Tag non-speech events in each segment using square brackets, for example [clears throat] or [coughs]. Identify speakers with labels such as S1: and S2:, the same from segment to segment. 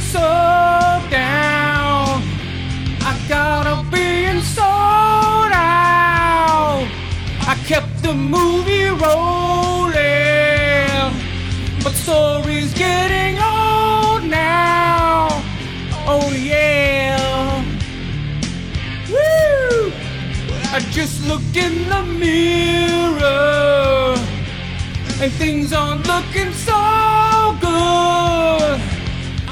S1: so down. I gotta be so down. I kept the movie rolling, but story's getting old now. Oh yeah. Woo! I just looked in the mirror and things aren't looking so good.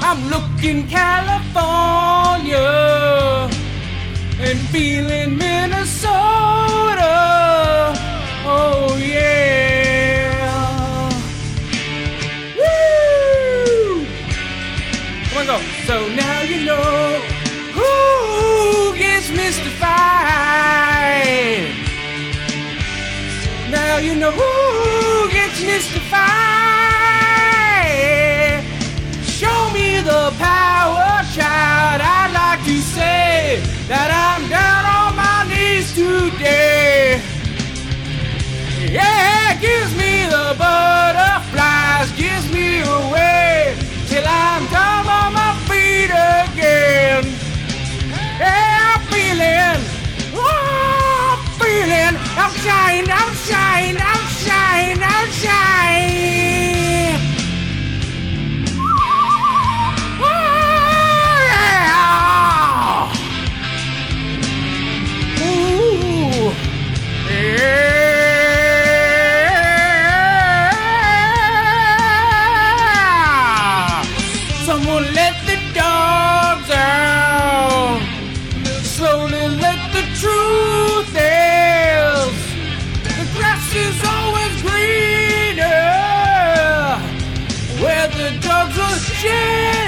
S1: I'm looking California and feeling Minnesota. Oh yeah. Woo! Come on, go. So now you know who gets mystified. Now you know who gets mystified. Show me the power, child. I'd like to say that I'm down on my knees today. Yeah, gives me the butterflies, gives me away till I'm down on my feet again. Yeah, Eh, I'm feeling, oh, I'm feeling, I'm shine, I'm shine, I'm shine, I'm shine. Oh, yeah. Ooh, eh. yeah. Someone let the dogs out slowly let the truth is the grass is always greener where the dogs are shitting.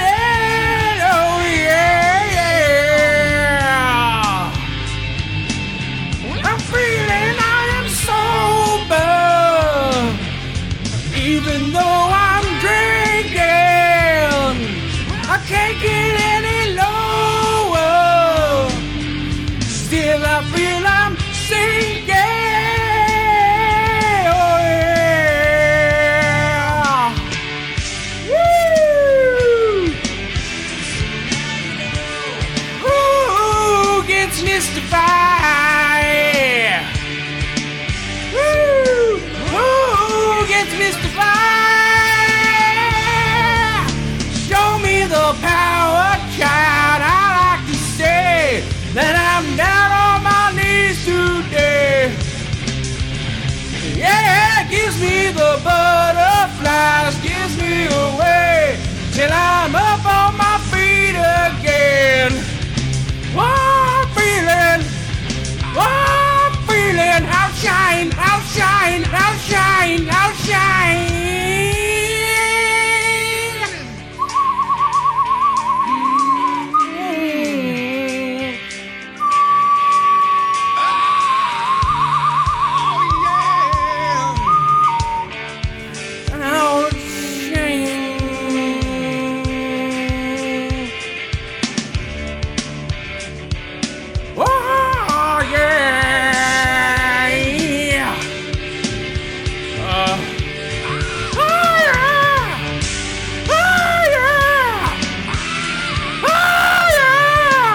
S1: Oh yeah, yeah. I'm feeling I am sober even though I'm drinking, I can't get any lower. Still, I feel I'm sinking. Oh, yeah. Woo! Who gets mystified? Woo! Who gets mystified? Show me the power, child. I like to say that I'm down on my knees today. Yeah, gives me the butterflies, gives me away till I'm up on my feet again. Oh, I'm feeling Oh, feeling how shine, how shine, how shine, how shine. How shine. Oh, yeah. Uh, oh, yeah. Oh, yeah. Oh, yeah.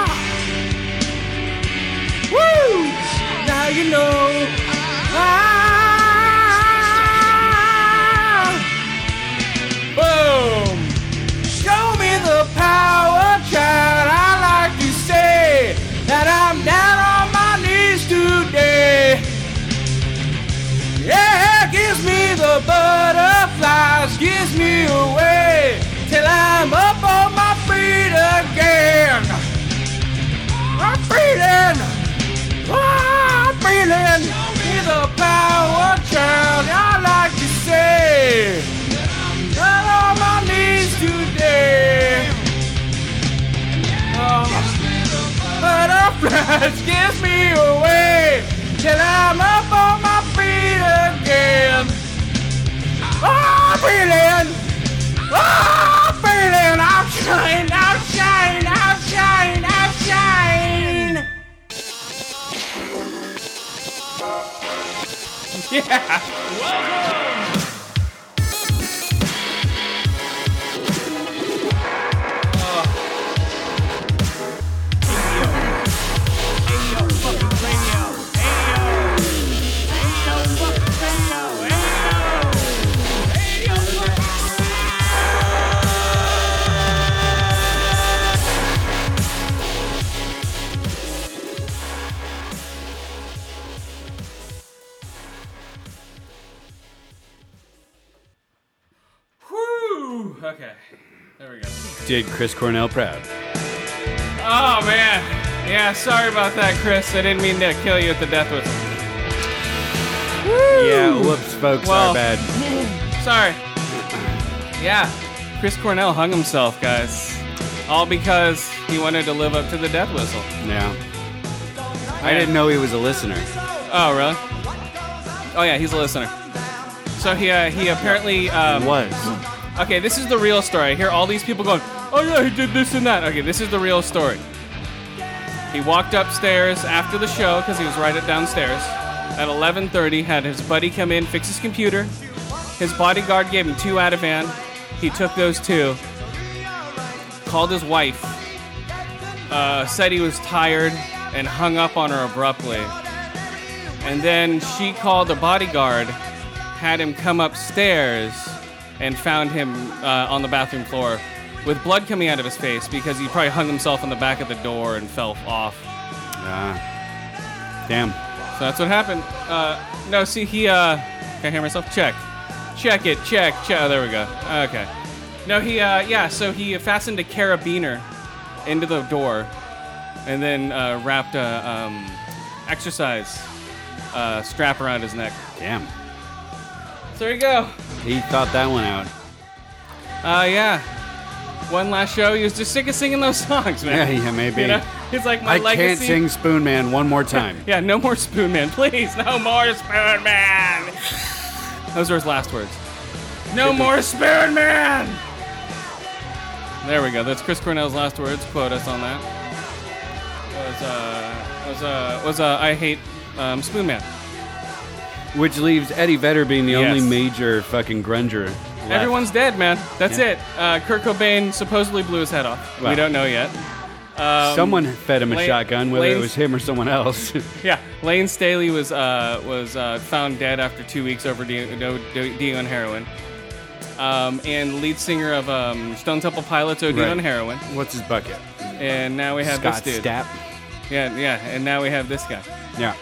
S1: Woo. Now you know. Ah. Boom. Show me the power, child. I like to say that I'm down on my knees today. Yeah, gives me the butterflies, gives me away till I'm up on my feet again. I'm feeling, oh, I'm feeling. Hear the power, child. I like to say. Down on my knees today. Oh. Butterflies gives me away till I'm up on my feet again. Oh, I'm feeling, oh, I'm feeling, I'll shine, I'll shine, I'll shine, I'll shine. Yeah. Oh. okay. There we go.
S2: Did Chris Cornell proud.
S1: Oh man. Yeah, sorry about that, Chris. I didn't mean to kill you at the death whistle.
S2: Yeah, whoops, folks,
S1: Well-
S2: our bad.
S1: Sorry. Yeah, Chris Cornell hung himself, guys. All because he wanted to live up to the death whistle.
S2: Yeah. I didn't know he was a listener.
S1: Oh, really? Oh yeah, he's a listener. So he uh, he apparently um,
S2: Was.
S1: Okay, this is the real story. I hear all these people going, oh yeah, he did this and that. Okay, this is the real story. He walked upstairs after the show because he was right at downstairs. At 11:30, had his buddy come in, fix his computer. His bodyguard gave him two Ativan. He took those two. Called his wife. Uh, said he was tired and hung up on her abruptly. And then she called the bodyguard, had him come upstairs, and found him uh, on the bathroom floor with blood coming out of his face because he probably hung himself on the back of the door and fell off.
S2: Ah. damn.
S1: So that's what happened. Uh, no, see, he. Uh, can I hear myself? Check. Check it. Check. Check. Oh, there we go. Okay. No, he. Uh, yeah, so he fastened a carabiner into the door and then uh, wrapped a um, exercise uh, strap around his neck.
S2: Damn.
S1: So there you go.
S2: He thought that one out. [laughs]
S1: Uh, yeah. One last show. He was just sick of singing those [laughs] songs,
S2: Yeah,
S1: man.
S2: yeah, maybe.
S1: You know? He's like, my
S2: I
S1: legacy.
S2: can't sing Spoon Man one
S1: [laughs]
S2: more time.
S1: Yeah, no more Spoon Man, [laughs] please. No more Spoon Man. Those were his last words. No more Spoon Man. There we go. That's Chris Cornell's last words. Quote us on that. Was uh was uh was uh I hate um, Spoon Man.
S2: Which leaves Eddie Vedder being the
S1: Yes.
S2: only major fucking grunger. left.
S1: Everyone's dead, man. That's
S2: Yeah.
S1: it. Uh, Kurt Cobain supposedly blew his head off.
S2: Wow.
S1: We don't know yet. Um,
S2: Someone fed him a
S1: Lane-
S2: shotgun, whether it
S1: Lane's-
S2: was him or someone else. [laughs]
S1: [laughs] Yeah, Lane Staley was uh, was uh, found dead after two weeks overdue on heroin. Um, and lead singer of um, Stone Temple Pilots OD
S2: Right.
S1: on heroin.
S2: What's his bucket?
S1: And now we have
S2: Scott
S1: this dude.
S2: Stapp.
S1: Yeah, yeah. And now we have this guy.
S2: Yeah.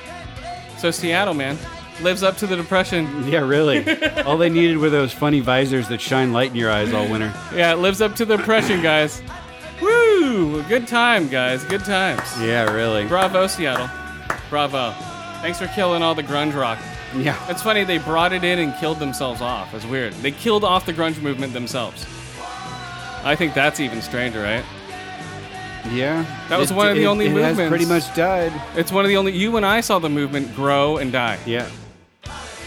S1: So Seattle, man, lives up to the depression.
S2: Yeah,
S1: [laughs]
S2: really. all they needed were those funny visors that shine light in your eyes all winter.
S1: Yeah, it lives up to the depression, guys. Woo! Good time, guys. Good times.
S2: Yeah, really.
S1: Bravo, Seattle. Bravo. Thanks for killing all the grunge rock.
S2: Yeah.
S1: It's funny they brought it in and killed themselves off. It's weird. They killed off the grunge movement themselves. I think that's even stranger, right?
S2: Yeah.
S1: That was
S2: It-
S1: one of the
S2: it-
S1: only
S2: it Has
S1: movements.
S2: pretty much died.
S1: It's one of the only you and I saw the movement grow and die.
S2: Yeah.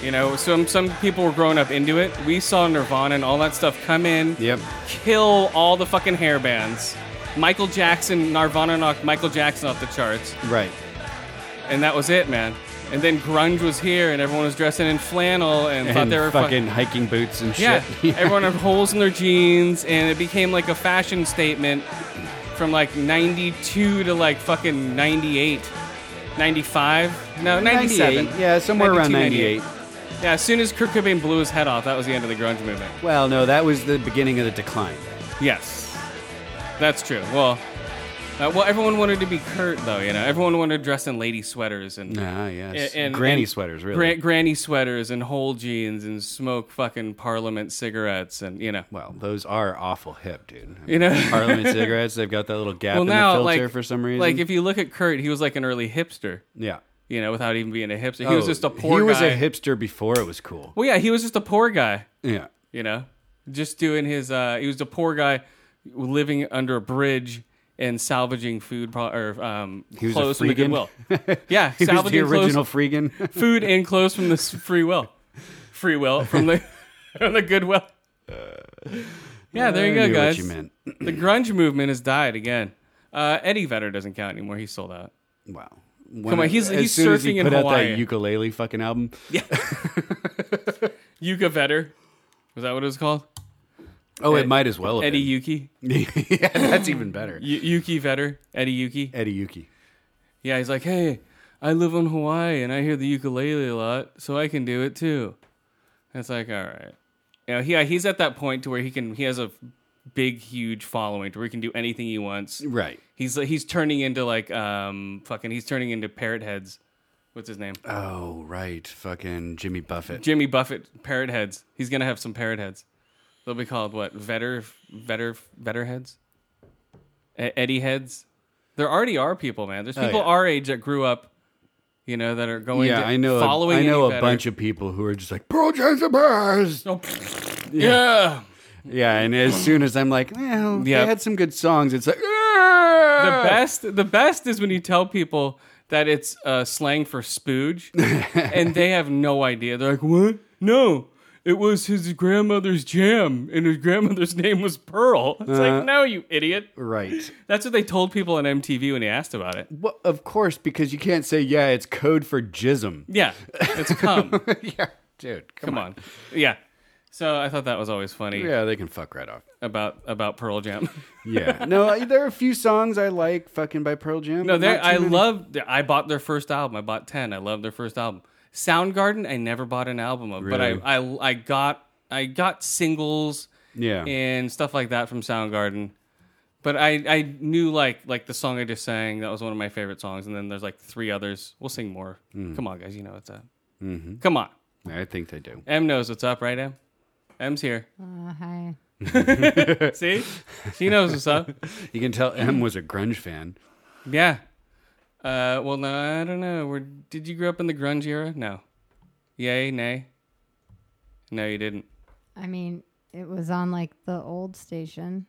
S1: You know, some some people were growing up into it. We saw Nirvana and all that stuff come in,
S2: Yep.
S1: kill all the fucking hair bands. Michael Jackson, Nirvana knocked Michael Jackson off the charts,
S2: Right.
S1: and that was it, man. And then grunge was here, and everyone was dressing in flannel and, thought
S2: And
S1: they were fucking
S2: fucking hiking boots and
S1: Yeah,
S2: shit.
S1: [laughs]
S2: [laughs]
S1: everyone had holes in their jeans, and it became like a fashion statement from like 92 to like fucking 98, 95, no, 97.
S2: 98. Yeah, somewhere around
S1: 92,
S2: 98.
S1: Yeah, as soon as Kurt Cobain blew his head off, that was the end of the grunge movement.
S2: Well, no, that was the beginning of the decline.
S1: Yes, that's true. Well, uh, well, everyone wanted to be Kurt, though, you know? Everyone wanted to dress in lady sweaters and.
S2: Ah, yes.
S1: and- and-
S2: Granny
S1: and
S2: sweaters, really.
S1: gra- granny sweaters and whole jeans and smoke fucking parliament cigarettes and you know
S2: well, those are awful hip, dude. I
S1: You
S2: mean,
S1: know?
S2: Parliament cigarettes, they've got that little gap
S1: well
S2: in
S1: now
S2: the filter
S1: like
S2: for some reason.
S1: like if you look at Kurt, he was like an early hipster,
S2: yeah.
S1: you know, without even being a hipster. He was
S2: Oh,
S1: just a poor
S2: He was
S1: guy.
S2: a hipster before it was cool.
S1: well, yeah, he was just a poor guy,
S2: Yeah.
S1: you know, just doing his. uh He was a poor guy living under a bridge and salvaging food pro- or um,
S2: He was a
S1: clothes from the
S2: freegan?
S1: Goodwill. Yeah,
S2: [laughs] He was the
S1: salvaging clothes-
S2: original
S1: [laughs]
S2: [laughs] freegan.
S1: food and clothes from the s- free will, free will from the [laughs] from the Goodwill. Yeah, there you
S2: I
S1: go,
S2: knew
S1: guys.
S2: What you meant.
S1: The grunge movement has died again. Uh, Eddie Vedder doesn't count anymore. He's sold out.
S2: Wow. When-
S1: Come on, he's-
S2: as
S1: he's
S2: soon as he
S1: surfing in
S2: put out
S1: Hawaii.
S2: that ukulele fucking album.
S1: Yuka Vedder. Was that what it was called?
S2: Oh,
S1: Ed-
S2: it might as well have
S1: Eddie Yuki.
S2: [laughs] been. yeah, that's even better.
S1: Y- Yuki Vedder. Eddie Yuki.
S2: [laughs] Eddie Yuki.
S1: Yeah, he's like, hey, I live on Hawaii and I hear the ukulele a lot, so I can do it too. It's like, all right. You know, he, yeah, he's at that point to where he can he has a big, huge following to where he can do anything he wants.
S2: Right.
S1: He's uh, he's turning into like um fucking he's turning into parrot heads. What's his name?
S2: Oh, right. Fucking Jimmy Buffett.
S1: Jimmy Buffett parrot heads. He's gonna have some parrot heads. They'll be called what? Vetter, vetter, vetter heads, E- Eddie heads. There already are people, man. There's
S2: Oh,
S1: people
S2: yeah.
S1: our age that grew up, you know, that are going.
S2: Yeah,
S1: to,
S2: I know. a-
S1: Following,
S2: I know
S1: Eddie
S2: a
S1: Vedder.
S2: bunch of people who are just like Pearl Jam's the best.
S1: Oh, yeah.
S2: Yeah, and as soon as I'm like, well,
S1: Yeah.
S2: they had some good songs. It's like "Ah!"
S1: The best, the best is when you tell people that it's uh, slang for
S2: [laughs]
S1: spooge, and they have no idea. They're like, "What? No, it was his grandmother's jam, and his grandmother's [laughs] name was Pearl." It's
S2: Uh.
S1: like, "No, you idiot."
S2: right.
S1: That's what they told people on MTV when they asked about it.
S2: Well, of course, because you can't say yeah. It's code for jism.
S1: Yeah, it's come. come,
S2: [laughs] yeah, dude, come,
S1: on. Yeah. So I thought that was always funny
S2: Yeah, they can fuck right off.
S1: about about Pearl Jam.
S2: Yeah, [laughs] no, there are a few songs I like, fucking by Pearl Jam.
S1: No,
S2: but
S1: they
S2: not too
S1: I
S2: many.
S1: love. I bought their first album. I bought ten. I love their first album. Soundgarden. I never bought an album of,
S2: Really?
S1: but I, I I got I got singles
S2: Yeah,
S1: and stuff like that from Soundgarden. But I, I knew like like the song I just sang that was one of my favorite songs, and then there's like three others. We'll sing more.
S2: Hmm.
S1: Come on, guys, you know what's up.
S2: Mm-hmm.
S1: Come on,
S2: I think they do.
S1: M knows what's up, right? M, M's here.
S3: Uh, hi.
S2: Uh,
S1: See, she knows what's up. [laughs]
S2: You can tell M was a grunge fan.
S1: Yeah. Uh, well, no, I don't know. Were did you grow up in the grunge era? No. Yay, nay. No, you
S2: [laughs]
S1: didn't.
S3: I mean, it was on like the old station.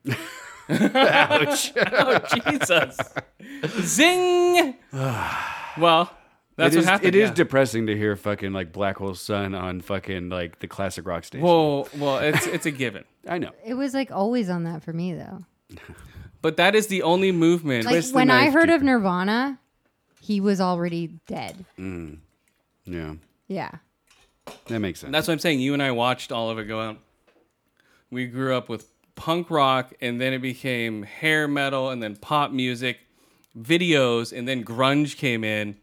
S1: Oh Jesus! [laughs]
S2: [sighs]
S1: Zing. well, that's
S2: it
S1: what
S2: is,
S1: happened.
S2: It is
S1: yeah.
S2: depressing to hear fucking like Black Hole Sun on fucking like the classic rock station.
S1: well, well, it's it's a given.
S2: I know.
S3: It was like always on that for me though.
S1: But that is the only movement.
S3: Like
S2: Twist the
S3: when I
S2: knife
S3: heard of
S2: deeper.
S3: Nirvana, he was already dead.
S2: Yeah,
S3: Yeah.
S2: that makes sense.
S1: that's what I'm saying. You and I watched all of it go out. We grew up with punk rock, and then it became hair metal, and then pop music, videos, and then grunge came in,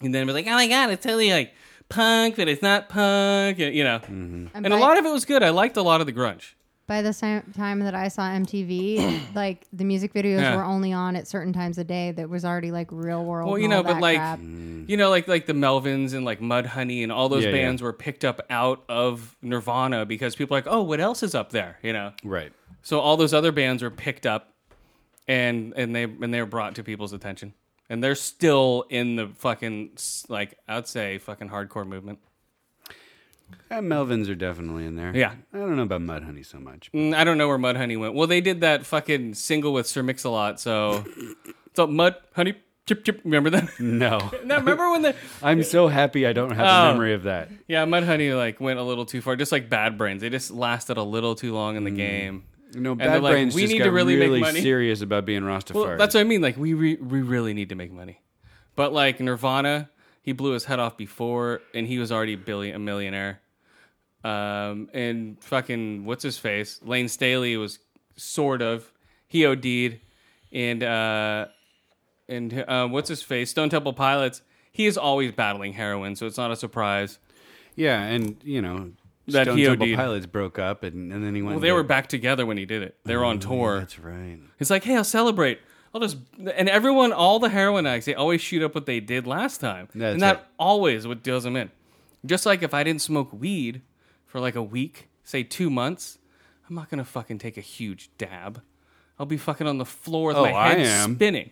S1: and then it was like, oh my god, it's totally like punk, but it's not punk, and, you know.
S2: Mm-hmm.
S1: And
S3: And,
S1: a
S3: by,
S1: lot of it was good. I liked a lot of the grunge.
S3: by the si- time that I saw
S1: [coughs]
S3: MTV, like the music videos
S1: Yeah.
S3: were only on at certain times of day. That was already like real world.
S1: Well,
S3: and
S1: you know,
S3: all
S1: but
S3: that
S1: like,
S3: crap.
S1: you know, like like the Melvins and like Mudhoney and all those
S2: Yeah, yeah.
S1: bands were picked up out of Nirvana because people are like, oh, what else is up there? You know.
S2: right.
S1: So all those other bands were picked up, and and they and they were brought to people's attention, and they're still in the fucking s- like I'd say fucking hardcore movement.
S2: Uh, Melvins are definitely in there.
S1: Yeah.
S2: I don't know about Mudhoney so
S1: [laughs]
S2: much.
S1: Mm, I don't know where Mudhoney went. Well, they did that fucking single with Sir Mix-a-Lot, so so Mudhoney, chip chip. Remember that? [laughs]
S2: No.
S1: no, remember when the
S2: I'm so happy I don't have a
S1: Oh.
S2: memory of that.
S1: yeah Mudhoney like went a little too far, just like Bad Brains. They just lasted a little too long in the game.
S2: Mm. You know,
S1: And they're
S2: Bad
S1: like,
S2: Brains
S1: we
S2: just
S1: need
S2: got
S1: to really,
S2: really,
S1: make money.
S2: serious about being Rastafari.
S1: Well, that's what I mean. Like we re- we really need to make money, but like Nirvana, he blew his head off before, and he was already billion a millionaire. Um, and fucking what's his face? Lane Staley was sort of he OD'd, and uh, and uh, what's his face? Stone Temple Pilots. He is always battling heroin, so it's not a surprise.
S2: yeah, and you know,
S1: That
S2: Stone
S1: he
S2: Temple
S1: OD'd.
S2: Pilots broke up, and, and then he went.
S1: Well, they
S2: to-
S1: were back together when he did it. They were on tour.
S2: That's right.
S1: It's like, hey, I'll celebrate. I'll just and everyone, all the heroin addicts, they always shoot up what they did last time,
S2: That's
S1: and that
S2: right.
S1: always what deals them in. Just like if I didn't smoke weed for like a week, say two months, I'm not gonna fucking take a huge dab. I'll be fucking on the floor with
S2: Oh,
S1: my head
S2: I am.
S1: spinning.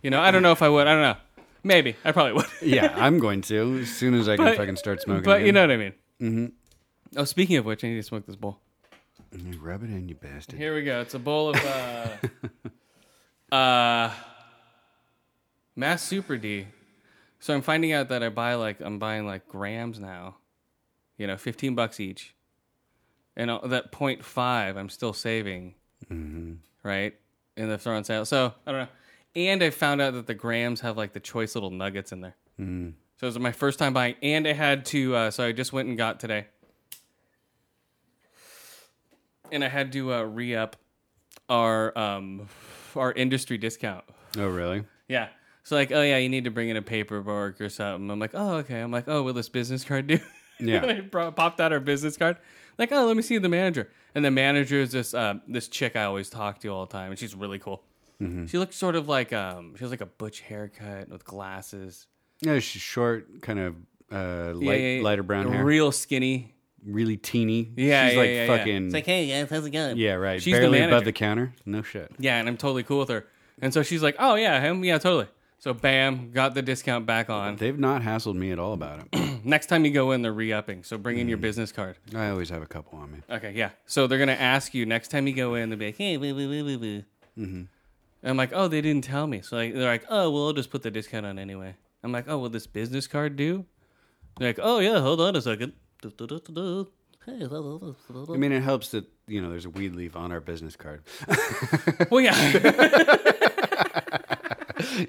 S1: You know, I don't know if I would. I don't know. Maybe I probably would. [laughs]
S2: Yeah, I'm going to as soon as I can
S1: But-
S2: fucking start smoking.
S1: but you know
S2: again.
S1: what I mean. Mm-hmm. Oh, speaking of which, I need to smoke this bowl.
S2: You rub it in, you bastard.
S1: Here we go. It's a bowl of uh, uh, Mass Super D. So I'm finding out that I buy like I'm buying like grams now, you know, fifteen bucks each, and uh, that 0.5 I'm still saving, right? And if they're on sale, so I don't know. And I found out that the grams have like the choice little nuggets in there. So it was my first time buying, and I had to. Uh, so I just went and got today and I had to uh, re up our um our industry discount.
S2: Oh, really?
S1: Yeah. So like, oh yeah, you need to bring in a paperwork or something. I'm like, oh okay. I'm like, oh, will this business card do? [laughs]
S2: Yeah.
S1: and I brought, popped out our business card. Like, oh, let me see the manager. And the manager is this um, this chick I always talk to all the time, and she's really cool.
S2: Mm-hmm.
S1: She looked sort of like um she has like a butch haircut with glasses.
S2: No, she's short, kind of uh, light,
S1: Yeah, yeah, yeah.
S2: lighter brown hair.
S1: Real skinny.
S2: really teeny.
S1: Yeah,
S2: she's
S1: yeah,
S2: like
S1: yeah, yeah.
S2: fucking. Yeah,
S1: It's like, hey guys, how's it going?
S2: right.
S1: She's
S2: Barely
S1: the
S2: above
S1: manager.
S2: the counter. No shit.
S1: Yeah, and I'm totally cool with her. And so she's like, oh yeah, him, yeah, totally. So bam, got the discount back on.
S2: They've not hassled me at all about
S1: [coughs]
S2: it.
S1: Next time you go in, they're re-upping. So bring in your business card.
S2: I always have a couple on me.
S1: Okay, yeah. So they're gonna ask you next time you go in. They'll be like, "Hey, boo, boo, boo, boo, boo." And I'm like, "Oh, they didn't tell me." So like, they're like, "Oh, well, I'll just put the discount on anyway." I'm like, "Oh, will this business card do?" They're like, "Oh yeah, hold on a second.
S2: I mean, it helps that you know there's a weed leaf on our business card. [laughs]
S1: well, yeah, [laughs]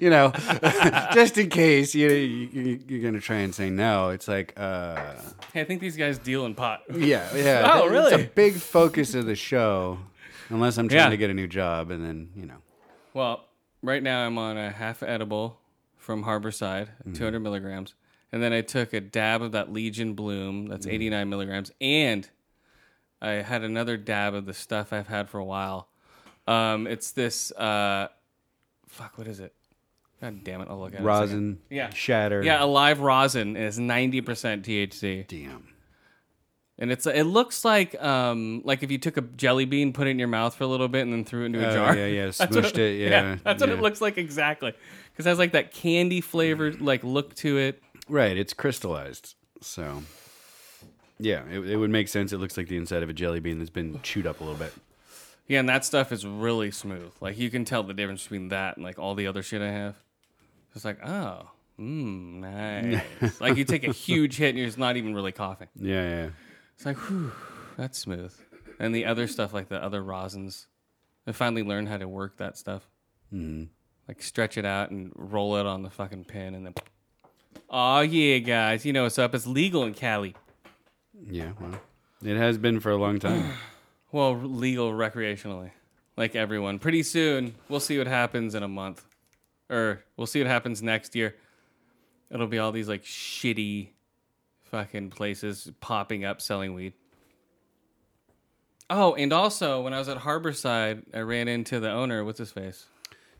S2: you know, [laughs] just in case you, you you're gonna try and say no. It's like, uh,
S1: hey, I think these guys deal in pot.
S2: yeah, yeah.
S1: [laughs] Oh,
S2: that- It's
S1: really?
S2: a big focus of the show, unless I'm trying
S1: Yeah.
S2: to get a new job, and then you know.
S1: Well, right now I'm on a half edible from Harborside,
S2: Mm.
S1: 200 milligrams, and then I took a dab of that Legion Bloom,
S2: Mm.
S1: that's 89 milligrams, and I had another dab of the stuff I've had for a while. Um, it's this, uh, fuck, what is it? God damn it, I'll look at it. in a second.
S2: rosin,
S1: Yeah.
S2: shatter.
S1: Yeah, a live rosin is 90% THC,
S2: damn.
S1: and it's it looks like um like if you took a jelly bean, put it in your mouth for a little bit, and then threw it into a [laughs]
S2: Oh,
S1: jar.
S2: yeah, yeah,
S1: That's what [laughs]
S2: smooshed it, yeah,
S1: that's what
S2: yeah.
S1: it looks like exactly. Because it has like that candy
S2: Mm-hmm.
S1: flavored like look to it.
S2: Right, it's crystallized. So, yeah, it, it would make sense. It looks like the inside of a jelly bean that's been chewed up a little bit.
S1: Yeah, and that stuff is really smooth. Like you can tell the difference between that and like all the other shit I have. It's like oh, mmm, nice. like you take
S2: [laughs]
S1: a huge hit and you're just not even really coughing.
S2: Yeah, yeah.
S1: It's like whew, that's smooth. And the other stuff like the other rosins, I finally learned how to work that stuff.
S2: Mhm.
S1: like stretch it out and roll it on the fucking pin and then oh yeah guys you know what's up it's legal in cali
S2: Yeah, well, it has been for a
S1: [sighs]
S2: long time.
S1: well r- legal recreationally like everyone pretty soon we'll see what happens in a month or we'll see what happens next year it'll be all these like shitty fucking places popping up selling weed oh and also when i was at harborside i ran into the owner what's his face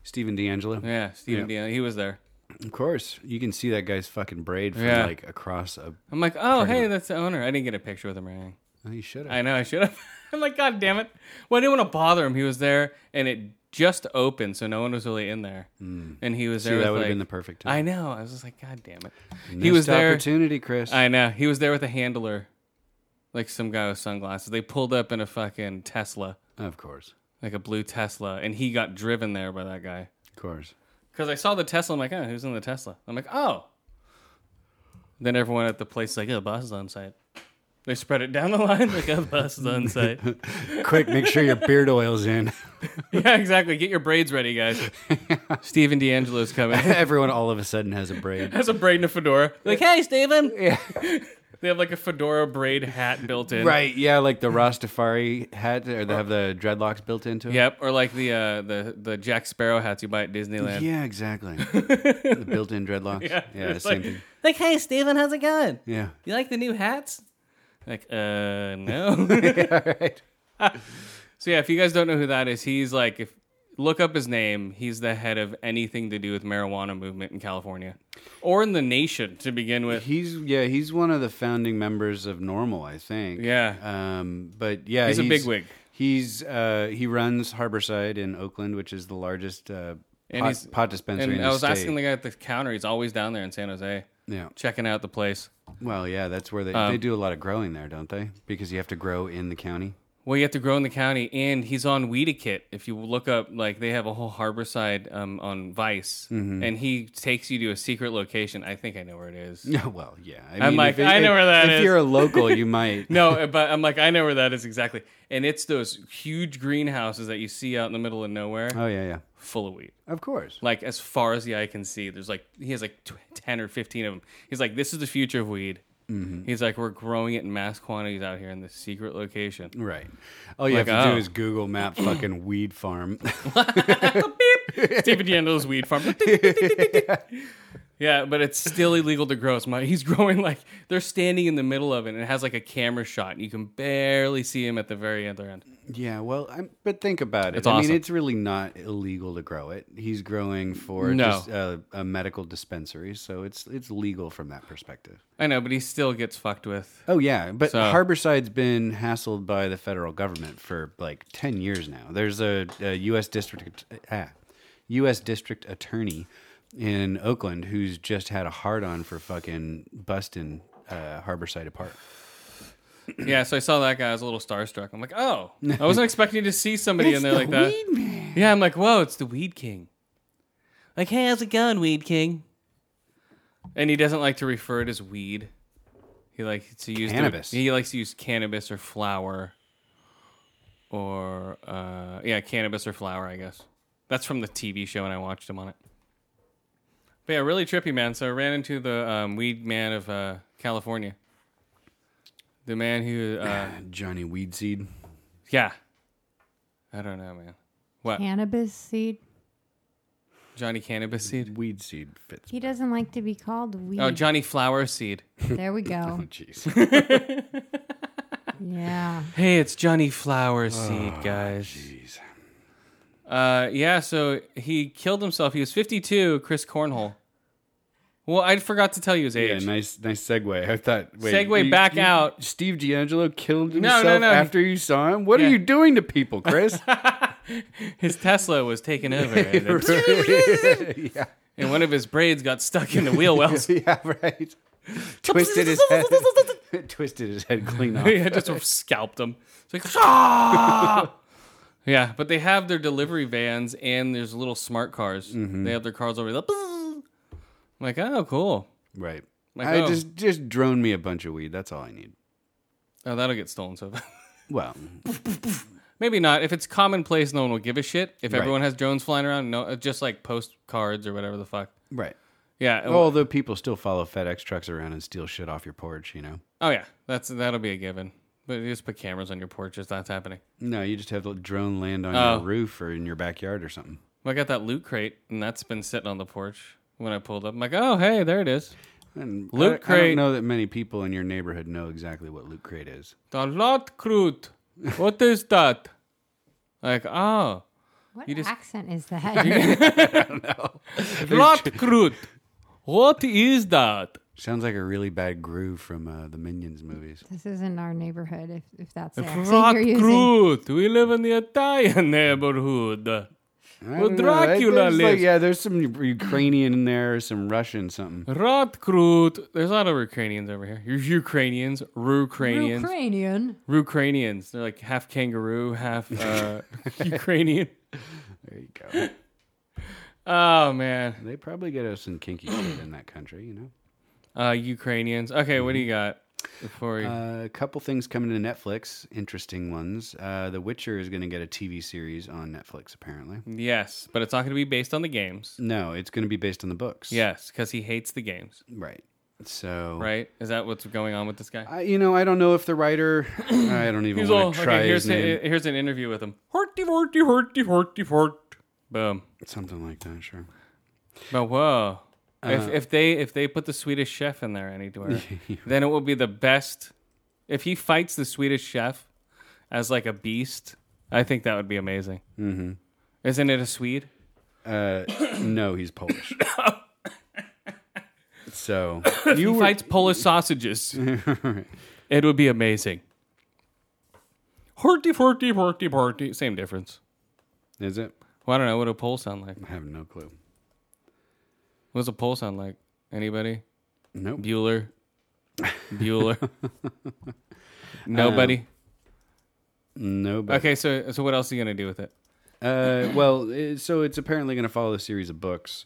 S2: Stephen D'Angelo.
S1: yeah steven yeah. he was there
S2: Of course, you can see that guy's fucking braid from
S1: Yeah.
S2: like across a.
S1: I'm like, oh, hey, that's the owner. I didn't get a picture with him or anything.
S2: Oh, you should
S1: I
S2: have.
S1: know I should have. [laughs] I'm like, god damn it. Well, I didn't want to bother him. He was there, and it just opened, so no one was really in there. And he was
S2: Hmm. See,
S1: there.
S2: that
S1: with,
S2: would have
S1: like-
S2: been the perfect time.
S1: I know. I was just like, god damn it.
S2: Missed
S1: was there-
S2: Opportunity, Chris.
S1: I know. He was there with a handler, like some guy with sunglasses. They pulled up in a fucking Tesla,
S2: of course,
S1: like a blue Tesla, and he got driven there by that guy.
S2: of course.
S1: Because I saw the Tesla, I'm like, oh, who's in the Tesla? I'm like, oh. Then everyone at the place is like, oh, bus is on site. They spread it down the line like, oh, bus is on
S2: [laughs]
S1: site.
S2: Quick, make sure your beard oil's in. [laughs]
S1: [laughs] yeah, exactly. Get your braids ready, guys. Steven D'Angelo's coming. [laughs]
S2: Everyone all of a sudden has a braid.
S1: Has a braid and a fedora. They're like, hey, Steven. Yeah. [laughs] they have like a fedora braid hat built in.
S2: Right, yeah, like the Rastafari hat, or they have the dreadlocks built into it.
S1: Yep. Or like the uh, the the Jack Sparrow hats you buy at Disneyland. [laughs]
S2: Yeah, exactly. the built-in dreadlocks. Yeah,
S1: it's
S2: same
S1: like,
S2: thing.
S1: Like, hey, Steven, how's it going?
S2: Yeah.
S1: You like the new hats? Like, uh,
S2: [laughs]
S1: no. [laughs] so yeah, if you guys don't know who that is, he's like, if look up his name, he's the head of anything to do with marijuana movement in California, or in the nation to begin with.
S2: He's yeah, he's one of the founding members of Normal, I think.
S1: Yeah.
S2: Um, but yeah,
S1: He's a bigwig.
S2: He's uh, he runs Harborside in Oakland, which is the largest uh,
S1: And
S2: pot,
S1: he's-
S2: pot dispensary.
S1: And
S2: in
S1: I
S2: the
S1: was
S2: state.
S1: asking the guy at the counter; he's always down there in San Jose,
S2: Yeah.
S1: checking out the place.
S2: Well, yeah, that's where they they do a lot of growing there, don't they? Because you have to grow in the county. [laughs]
S1: Well, you have to grow in the county, and he's on Weedakit. If you look up, like they have a whole harborside um, on Vice, and he takes you to a secret location. I think I know where it is. [laughs]
S2: Yeah. Well, yeah. I
S1: I'm like, I know where that
S2: if
S1: is.
S2: you're a local, you [laughs] might.
S1: no, but I'm like, I know where that is exactly. And it's those huge greenhouses that you see out in the middle of nowhere,
S2: Oh yeah, yeah.
S1: full of weed.
S2: Of course.
S1: Like as far as the eye can see, there's like he has like tw- ten or fifteen of them. He's like, this is the future of weed. He's like, we're growing it in mass quantities out here in this secret location.
S2: Right. All you
S1: Like,
S2: have to
S1: oh.
S2: do is Google [coughs] Map fucking weed farm. [laughs]
S1: Stephen D'Angelo's weed farm. [laughs] Yeah, but it's still illegal to grow. It's my, he's growing like they're standing in the middle of it, and it has like a camera shot, and you can barely see him at the very other end.
S2: Yeah, well, I'm, but think about it.
S1: It's
S2: I
S1: awesome.
S2: mean, it's really not illegal to grow it. He's growing for
S1: No.
S2: just a, a medical dispensary, so it's it's legal from that perspective.
S1: I know, but he still gets fucked with.
S2: Oh yeah, but
S1: So-
S2: Harborside's been hassled by the federal government for like ten years now. There's a, a U.S. district ah, U.S. district attorney in Oakland who's just had a hard on for fucking busting uh, Harborside apart.
S1: Yeah, so I saw that guy. I was a little starstruck. I'm like, oh, I wasn't expecting to see somebody in there like that. Yeah, I'm like, whoa, it's the Weed King. Like, hey, how's it going, Weed King? And he doesn't like to refer it as weed. He likes to use the-
S2: Cannabis.
S1: he likes to use cannabis or flower, or uh, yeah, cannabis or flower. I guess that's from the TV show, and I watched him on it. But yeah, really trippy man. So I ran into the um, weed man of uh, California, the man who
S2: [sighs]
S1: uh, [laughs]
S2: Johnny Weedseed.
S1: yeah, I don't know, man. What
S3: Cannabis seed.
S1: Johnny Cannabis
S2: Mm-hmm.
S1: Seed?
S2: Weedseed
S1: [laughs]
S2: fits.
S3: He doesn't like to be called weed.
S1: Oh, Johnny Flower Seed.
S3: there we go.
S2: Oh,
S1: [laughs]
S2: Jeez.
S3: yeah.
S1: Hey, it's Johnny Flower Seed, guys.
S2: Jeez.
S1: Uh, yeah, so he killed himself. He was 52, Chris Cornhole. Well, I forgot to tell you his
S2: Yeah,
S1: age.
S2: nice, nice segue. I thought. Wait,
S1: Segue back out.
S2: Steve D'Angelo killed
S1: no,
S2: himself
S1: no.
S2: after you saw him. What
S1: Yeah.
S2: are you doing to
S1: [laughs]
S2: people, Chris? [laughs]
S1: His Tesla was taken over, and,
S2: [laughs] yeah,
S1: [laughs] and one of his braids got stuck in the wheel
S2: [laughs]
S1: wells.
S2: yeah,
S1: [laughs]
S2: right. Twisted his head. [laughs] Twisted his head clean off.
S1: [laughs] yeah, just sort of scalped him. It's like, "Ah!" [laughs] yeah, but they have their delivery vans and there's little smart cars. They have their cars over there. I'm like, oh, cool.
S2: Right.
S1: Like,
S2: I
S1: oh.
S2: just just drone me a bunch of weed. That's all I need.
S1: Oh, that'll get stolen so [laughs] fast.
S2: Well,
S1: Maybe not. If it's commonplace, no one will give a shit. If everyone has drones flying around, no, uh, just like postcards or whatever the fuck. [laughs]
S2: right.
S1: Yeah. Oh,
S2: Although people still follow FedEx trucks around and steal shit off your porch, you know.
S1: oh yeah. That's that'll be a given. But you just put cameras on your porches. That's happening.
S2: No, you just have the drone land on
S1: Oh.
S2: your roof or in your backyard or something.
S1: Well, I got that loot crate, and that's been sitting on the porch. When I pulled up, I'm like, oh hey, there it is.
S2: And
S1: Loot
S2: I, don't- I
S1: crate.
S2: don't know that many people in your neighborhood know exactly what loot crate is.
S1: The loot crate. What is that? Like, oh,
S3: What
S1: just-
S3: accent
S1: [laughs]
S3: is that?
S1: lot crute. What is that?
S2: Sounds like a really bad groove from uh, the Minions movies.
S3: this isn't our neighborhood. If, if that's the accent
S1: Lot
S3: you're using.
S1: crute. We live in the Italian [laughs] neighborhood.
S2: I
S1: Well,
S2: don't know, I-
S1: Dracula
S2: there's like-
S1: lives-
S2: yeah, there's some Ukrainian in there, some Russian something.
S1: Rotkrut. There's a lot of Ukrainians over here. There's Ukrainians, Rukranians,
S3: Ukrainian.
S1: Rukranians. They're like half kangaroo, half uh, [laughs] Ukrainian.
S2: There you go.
S1: Oh man,
S2: they probably get us some kinky shit in that country, you know.
S1: uh, Ukrainians. Okay, what do you got before you?
S2: Uh, a couple things coming to Netflix, interesting ones. Uh, the Witcher is going to get a TV series on Netflix, apparently.
S1: Mm. yes, but it's not going to be based on the games.
S2: No, it's going to be based on the books.
S1: Yes, because he hates the games.
S2: Right. So.
S1: Right? Is that what's going on with this guy?
S2: I, you know, I don't know if the writer.
S1: [coughs]
S2: I don't even
S1: He's all
S2: want to
S1: okay.
S2: try
S1: here's,
S2: his name.
S1: here's an interview with him. Horty, horty, horty, horty, hort. Boom.
S2: Something like that, sure.
S1: But whoa.
S2: Uh-huh.
S1: if, if they if they put the Swedish chef in there
S2: [laughs]
S1: anywhere, then it will be the best. If he fights the Swedish chef as like a beast, I think that would be amazing. Mm-hmm. Isn't it a Swede?
S2: Uh, no,
S1: [coughs]
S2: he's Polish. [coughs] so
S1: He
S2: you were
S1: fights Polish
S2: [laughs]
S1: sausages. it would be amazing. Horty, horty, horty, horty. Same difference.
S2: is it?
S1: Well, I don't know. What a pole sound like?
S2: I have no clue.
S1: What's a pole sound like? Anybody?
S2: Nope.
S1: Bueller.
S2: [laughs]
S1: Bueller.
S2: Um,
S1: Nobody.
S2: Nobody.
S1: Okay, so so what else are you gonna do with it?
S2: Uh, well, uh, so it's apparently going to follow a series of books.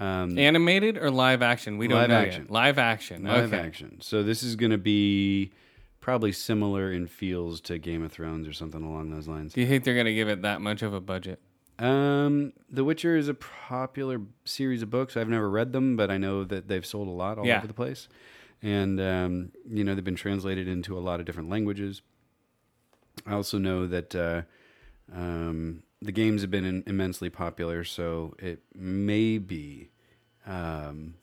S2: Um,
S1: Animated or live action? We don't
S2: Live
S1: know
S2: action.
S1: yet. Live action.
S2: live
S1: okay.
S2: action. So this is going to be probably similar in feels to Game of Thrones or something along those lines.
S1: Do you think they're gonna give it that much of a budget?
S2: Um, The Witcher is a popular series of books. I've never read them, but I know that they've sold a lot all
S1: Yeah.
S2: over the place. And, um, you know, they've been translated into a lot of different languages. I also know that uh, um, the games have been in- immensely popular, so it may be um,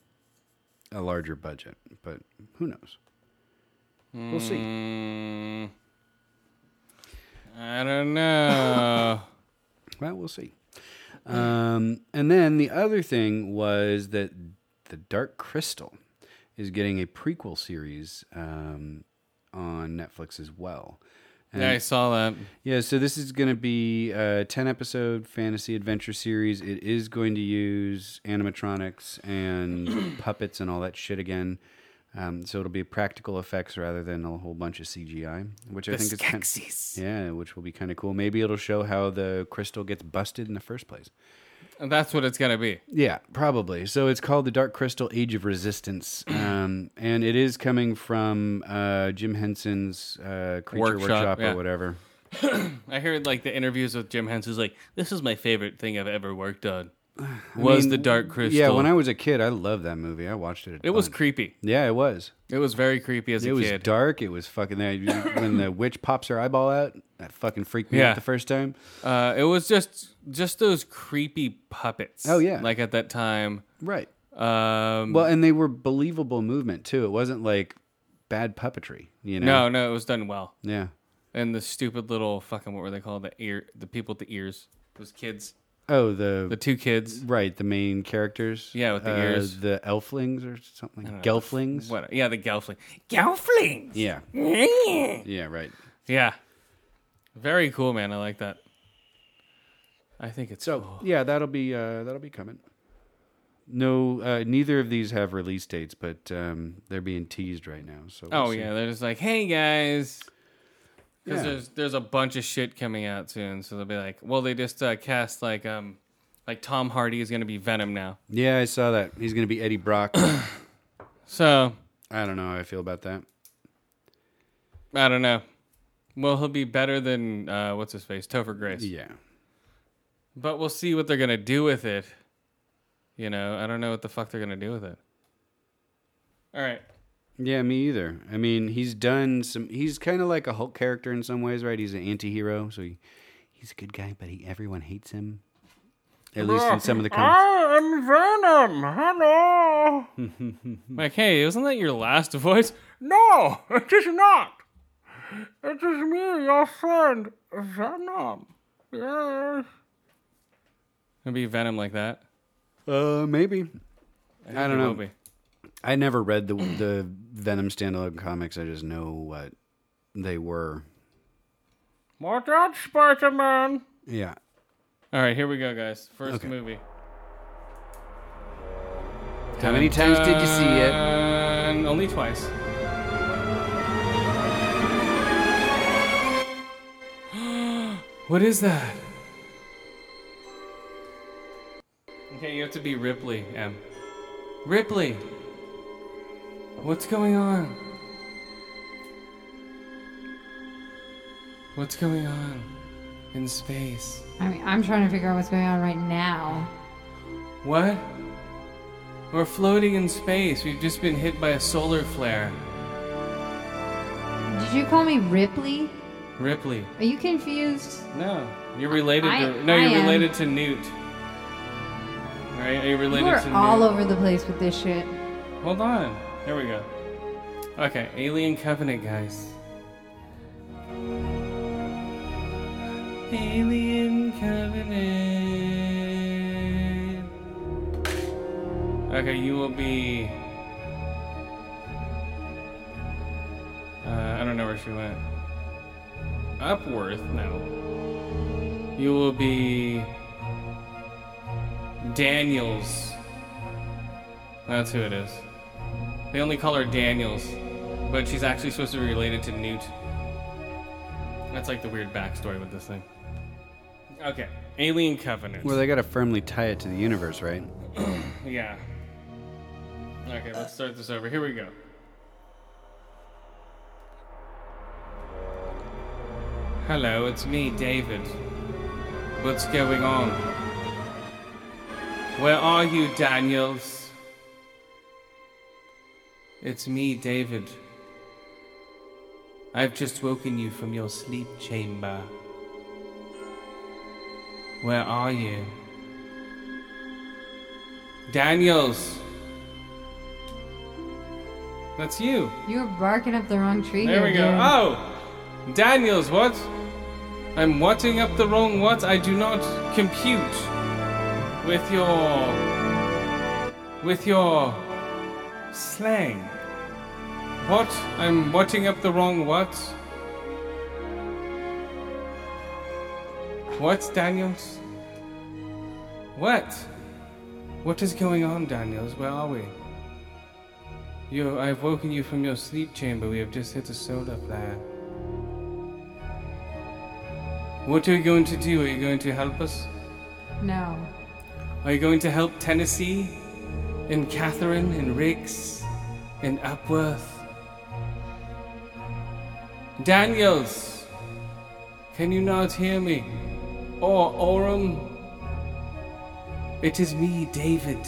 S2: a larger budget, but who knows? We'll see.
S1: Mm, I don't
S2: [laughs]
S1: know.
S2: Well, we'll see. Um, and then the other thing was that the Dark Crystal is getting a prequel series um, on Netflix as well.
S1: yeah, I saw that.
S2: Yeah, so this is going to be a 10 episode fantasy adventure series. It is going to use animatronics [clears throat] and puppets and all that shit again. Um, so it'll be practical effects rather than a whole bunch of CGI, which I think is kind
S1: Skeksis.
S2: yeah, which will be kind of cool. Maybe it'll show how the crystal gets busted in the first place.
S1: And that's what it's gonna be.
S2: Yeah, probably. So it's called the Dark Crystal: Age of [clears throat] Resistance, um, and it is coming from uh, Jim Henson's uh,
S1: Workshop,
S2: Creature Workshop,
S1: yeah.
S2: or whatever.
S1: I heard like the interviews with Jim Henson's like, this is my favorite thing I've ever worked
S2: [sighs]
S1: on. Was
S2: mean,
S1: the Dark Crystal?
S2: Yeah, when I was a kid, I loved that movie. I watched it. A
S1: it was
S2: ton.
S1: creepy.
S2: yeah, it was.
S1: It was very creepy as
S2: It
S1: a
S2: was
S1: kid.
S2: dark. It was fucking there. when the witch pops her eyeball out, that fucking freaked me
S1: Yeah.
S2: out the first time.
S1: Uh, it was just just those creepy puppets.
S2: Oh, yeah.
S1: like at that time.
S2: Right.
S1: Um,
S2: Well, and they were believable movement too. It wasn't like bad puppetry. You
S1: no,
S2: know.
S1: no, it was done well.
S2: Yeah.
S1: And the stupid little fucking what were they called? The ear, the people with the ears, those kids,
S2: Oh, the,
S1: the two kids.
S2: right the main characters.
S1: Yeah, with the
S2: Uh,
S1: ears.
S2: The elflings or something. Gelflings.
S1: What? Yeah, the Gelfling. Gelfling.
S2: Yeah. yeah. Right.
S1: Yeah, very cool, man. I like that. I think it's
S2: So
S1: cool.
S2: yeah, that'll be uh, that'll be coming. No, uh, neither of these have release dates, but um, they're being teased right now. So we'll
S1: Oh
S2: see.
S1: yeah, they're just like, hey guys, because
S2: Yeah.
S1: there's there's a bunch of shit coming out soon, so they'll be like, well, they just uh, cast like um like Tom Hardy is gonna be Venom now,
S2: yeah, I saw that. He's gonna be Eddie [coughs] Brock.
S1: so
S2: I don't know how I feel about that.
S1: I don't know. Well, he'll be better than uh, what's his face, Topher Grace,
S2: Yeah,
S1: but we'll see what they're gonna do with it. You know, I don't know what the fuck they're gonna do with it. All right,
S2: yeah, me either. I mean, he's done some. He's kind of like a Hulk character in some ways, right? He's an anti-hero, so he, he's a good guy, but he, everyone hates him. At least in [laughs] some of the comics.
S1: I'm Venom. Hello.
S2: Hmm.
S1: like, hey, wasn't that your last [laughs] voice? No, it is not. It is me, your friend Venom. Yes. It'd be Venom like that.
S2: Uh, maybe. I don't
S1: It will
S2: know.
S1: be.
S2: I never read the the Venom standalone comics. I just know what they were.
S1: Watch out, Spider Man.
S2: Yeah.
S1: All right, here we go, guys. First
S2: Okay.
S1: movie.
S2: How many times did you see it?
S1: And only twice. [gasps] what is that? Okay, you have to be Ripley, M. Ripley! What's going on? What's going on in space?
S3: I mean, I'm trying to figure out what's going on right now.
S1: What? We're floating in space. We've just been hit by a solar flare.
S3: Did you call me Ripley?
S1: Ripley.
S3: Are you confused?
S1: No, you're related
S3: I-
S1: to. No,
S3: I
S1: you're
S3: am.
S1: related to Newt. Right? Are you related
S3: You are
S1: to
S3: all
S1: Newt?
S3: over the place with this shit.
S1: Hold on. Here we go. Okay, Alien Covenant, guys. Alien Covenant. Okay, you will be. Uh, I don't know where she went. Upworth? No. You will be. Daniels. That's who it is. They only call her Daniels, but she's actually supposed to be related to Newt. That's like the weird backstory with this thing. Okay, Alien Covenant.
S2: Well, they got to firmly tie it to the universe, right? [laughs]
S1: yeah. Okay, let's start this over. Here we go. Hello, it's me, David. What's going on? Where are you, Daniels? It's me, David. I've just woken you from your sleep chamber. Where are you? Daniels! That's you.
S3: You were barking up the wrong tree.
S1: There
S3: here,
S1: we go.
S3: dude.
S1: Oh, Daniels, what? I'm watching up the wrong what? I do not compute with your with your slang. What? I'm watching up the wrong what? What, Daniels? What? What is going on, Daniels? Where are we? You, I've woken you from your sleep chamber. We have just hit a solar flare. What are you going to do? Are you going to help us?
S3: No.
S1: Are you going to help Tennessee and Catherine and Riggs and Upworth? Daniels, can you not hear me? Or Oram? It is me, David,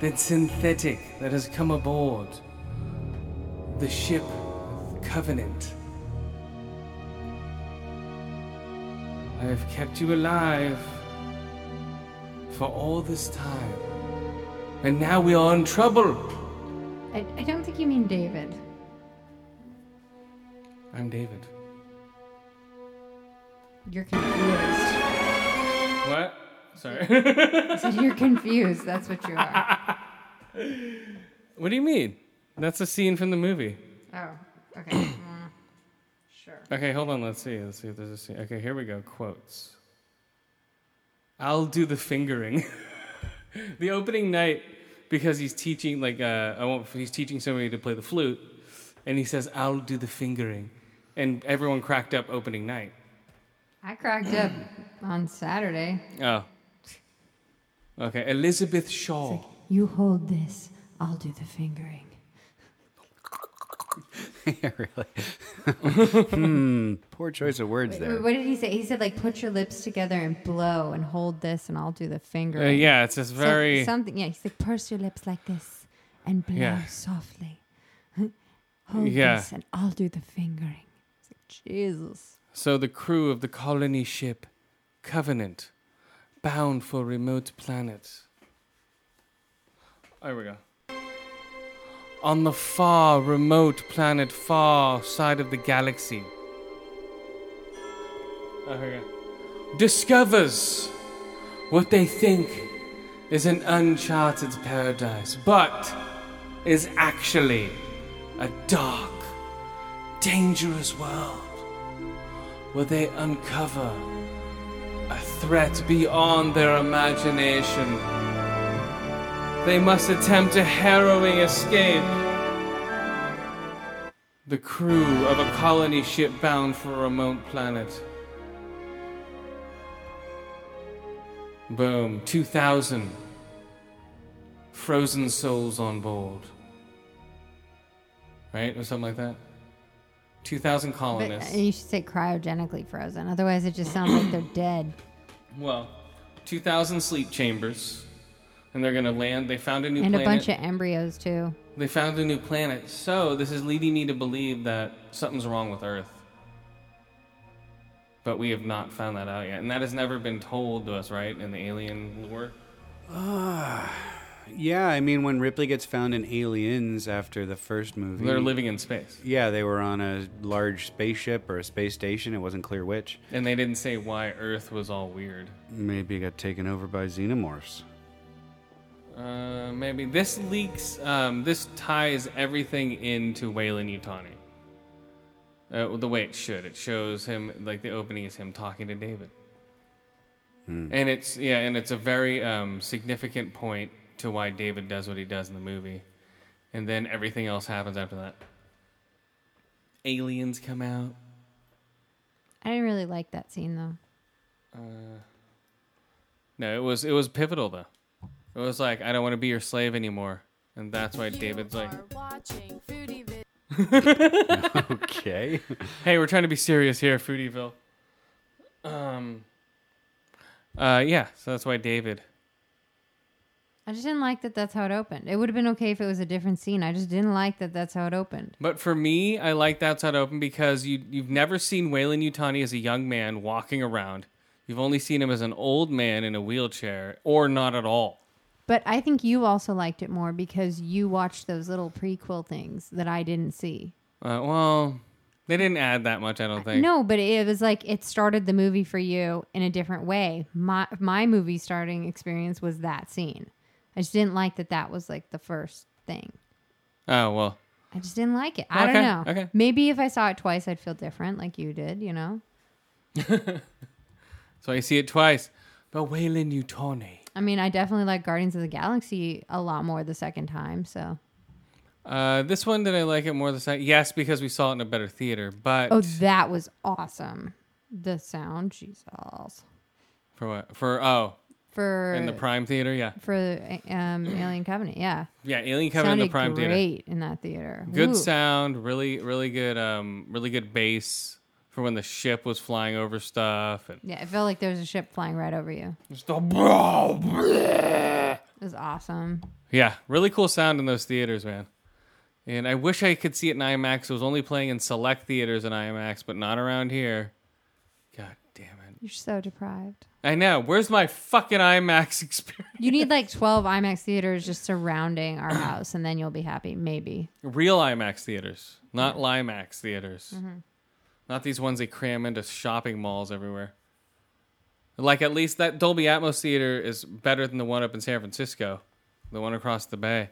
S1: that synthetic that has come aboard the ship Covenant. I have kept you alive for all this time. And now we are in trouble.
S3: I, I don't think you mean David.
S1: I'm David.
S3: You're confused. [laughs]
S1: What? Sorry. [laughs]
S3: So you're confused. That's what you are.
S1: what do you mean? That's a scene from the movie.
S3: Oh, okay. Mm. Sure.
S1: Okay, hold on. Let's see. Let's see if there's a scene. Okay, here we go. Quotes. I'll do the fingering. [laughs] the opening night, because he's teaching like uh, I won't. He's teaching somebody to play the flute, and he says, "I'll do the fingering," and everyone cracked up opening night.
S3: I cracked up on Saturday.
S1: Oh. Okay, Elizabeth Shaw.
S3: You hold this. I'll do the fingering.
S2: yeah, really. [laughs] hmm. Poor choice of words there.
S3: Wait, What did he say? He said like put your lips together and blow and hold this and I'll do the
S1: Uh,
S3: fingering.
S1: yeah, it's just
S3: Some-
S1: very.
S3: something. Yeah, he's like purse your lips like this and blow
S1: Yeah.
S3: softly. [laughs] hold
S1: Yeah.
S3: this and I'll do the fingering. It's like, Jesus.
S1: So the crew of the colony ship Covenant, bound for remote planet. There we go. On the far remote planet, far side of the galaxy. Oh, here we go. Discovers what they think is an uncharted paradise, but is actually a dark, dangerous world where they uncover a threat beyond their imagination. They must attempt a harrowing escape. The crew of a colony ship bound for a remote planet. Boom, 2000. Frozen souls on board. Right? Or something like that? 2000
S3: But
S1: colonists.
S3: uh, you should say cryogenically frozen. Otherwise, it just sounds like they're dead.
S1: [clears throat] Well, 2,000 sleep chambers, and they're going to land. They found a new
S3: and
S1: planet.
S3: a bunch of embryos too.
S1: they found a new planet. So this is leading me to believe that something's wrong with Earth. But we have not found that out yet, and that has never been told to us, right? In the alien lore.
S2: Ah, Yeah, I mean, when Ripley gets found in Aliens after the first movie,
S1: They're living in space,
S2: yeah, they were on a large spaceship or a space station. It wasn't clear which.
S1: and they didn't say why Earth was all weird.
S2: Maybe it got taken over by xenomorphs.
S1: Uh, maybe this leaks. Um, this ties everything into Wayland Utani. Uh, well, the way it should. It shows him like the opening is him talking to David. And it's yeah, and it's a very um, significant point to why David does what he does in the movie, and then everything else happens after that. Aliens come out.
S3: I didn't really like that scene though.
S1: No, it was it was pivotal though. It was like I don't want to be your slave anymore, and that's why David's like,
S4: watching Foodie Vid.
S2: [laughs] Okay.
S1: Hey, we're trying to be serious here, Foodieville. Um. Uh, yeah. So that's why David.
S3: I just didn't like that. That's how it opened. It would have been okay if it was a different scene. I just didn't like that. That's how it opened.
S1: But for me, I like that's how it open because you you've never seen Waylon Utani as a young man walking around. You've only seen him as an old man in a wheelchair, or not at all.
S3: But I think you also liked it more because you watched those little prequel things that I didn't see.
S1: Uh, well, they didn't add that much, I don't think.
S3: No, but it was like it started the movie for you in a different way. My my movie starting experience was that scene. I just didn't like that that was like the first thing.
S1: Oh well.
S3: I just didn't like it. I
S1: Okay,
S3: don't know.
S1: okay.
S3: Maybe if I saw it twice I'd feel different like you did, you know.
S1: So I see it twice. But Waylon Utoni.
S3: I mean, I definitely like Guardians of the Galaxy a lot more the second time, so.
S1: Uh, this one did I like it more the second? Yes, because we saw it in a better theater. But
S3: Oh, that was awesome. The sound, Jesus.
S1: for what? For oh,
S3: For
S1: in the Prime Theater, yeah,
S3: for
S1: [clears throat]
S3: um, Alien Covenant, yeah.
S1: yeah, Alien Covenant in the
S3: Sounded
S1: Prime Theater.
S3: great in that theater.
S1: Good
S3: Ooh.
S1: sound, really, really good, um, really good bass for when the ship was flying over stuff, and
S3: Yeah, it felt like there was a ship flying right over you.
S1: just a-
S3: It was awesome.
S1: [laughs] yeah, really cool sound in those theaters, man. And I wish I could see it in IMAX. It was only playing in select theaters in IMAX, but not around here. God damn it!
S3: You're so deprived.
S1: I know. Where's my fucking IMAX [laughs] experience?
S3: You need like [laughs] 12 IMAX theaters just
S1: [clears throat]
S3: surrounding our house, and then you'll be happy, maybe.
S1: Real IMAX theaters, not Limax theaters. Not these ones they cram into shopping malls everywhere. Like at least that Dolby Atmos theater is better than the one up in San Francisco, the one across the bay.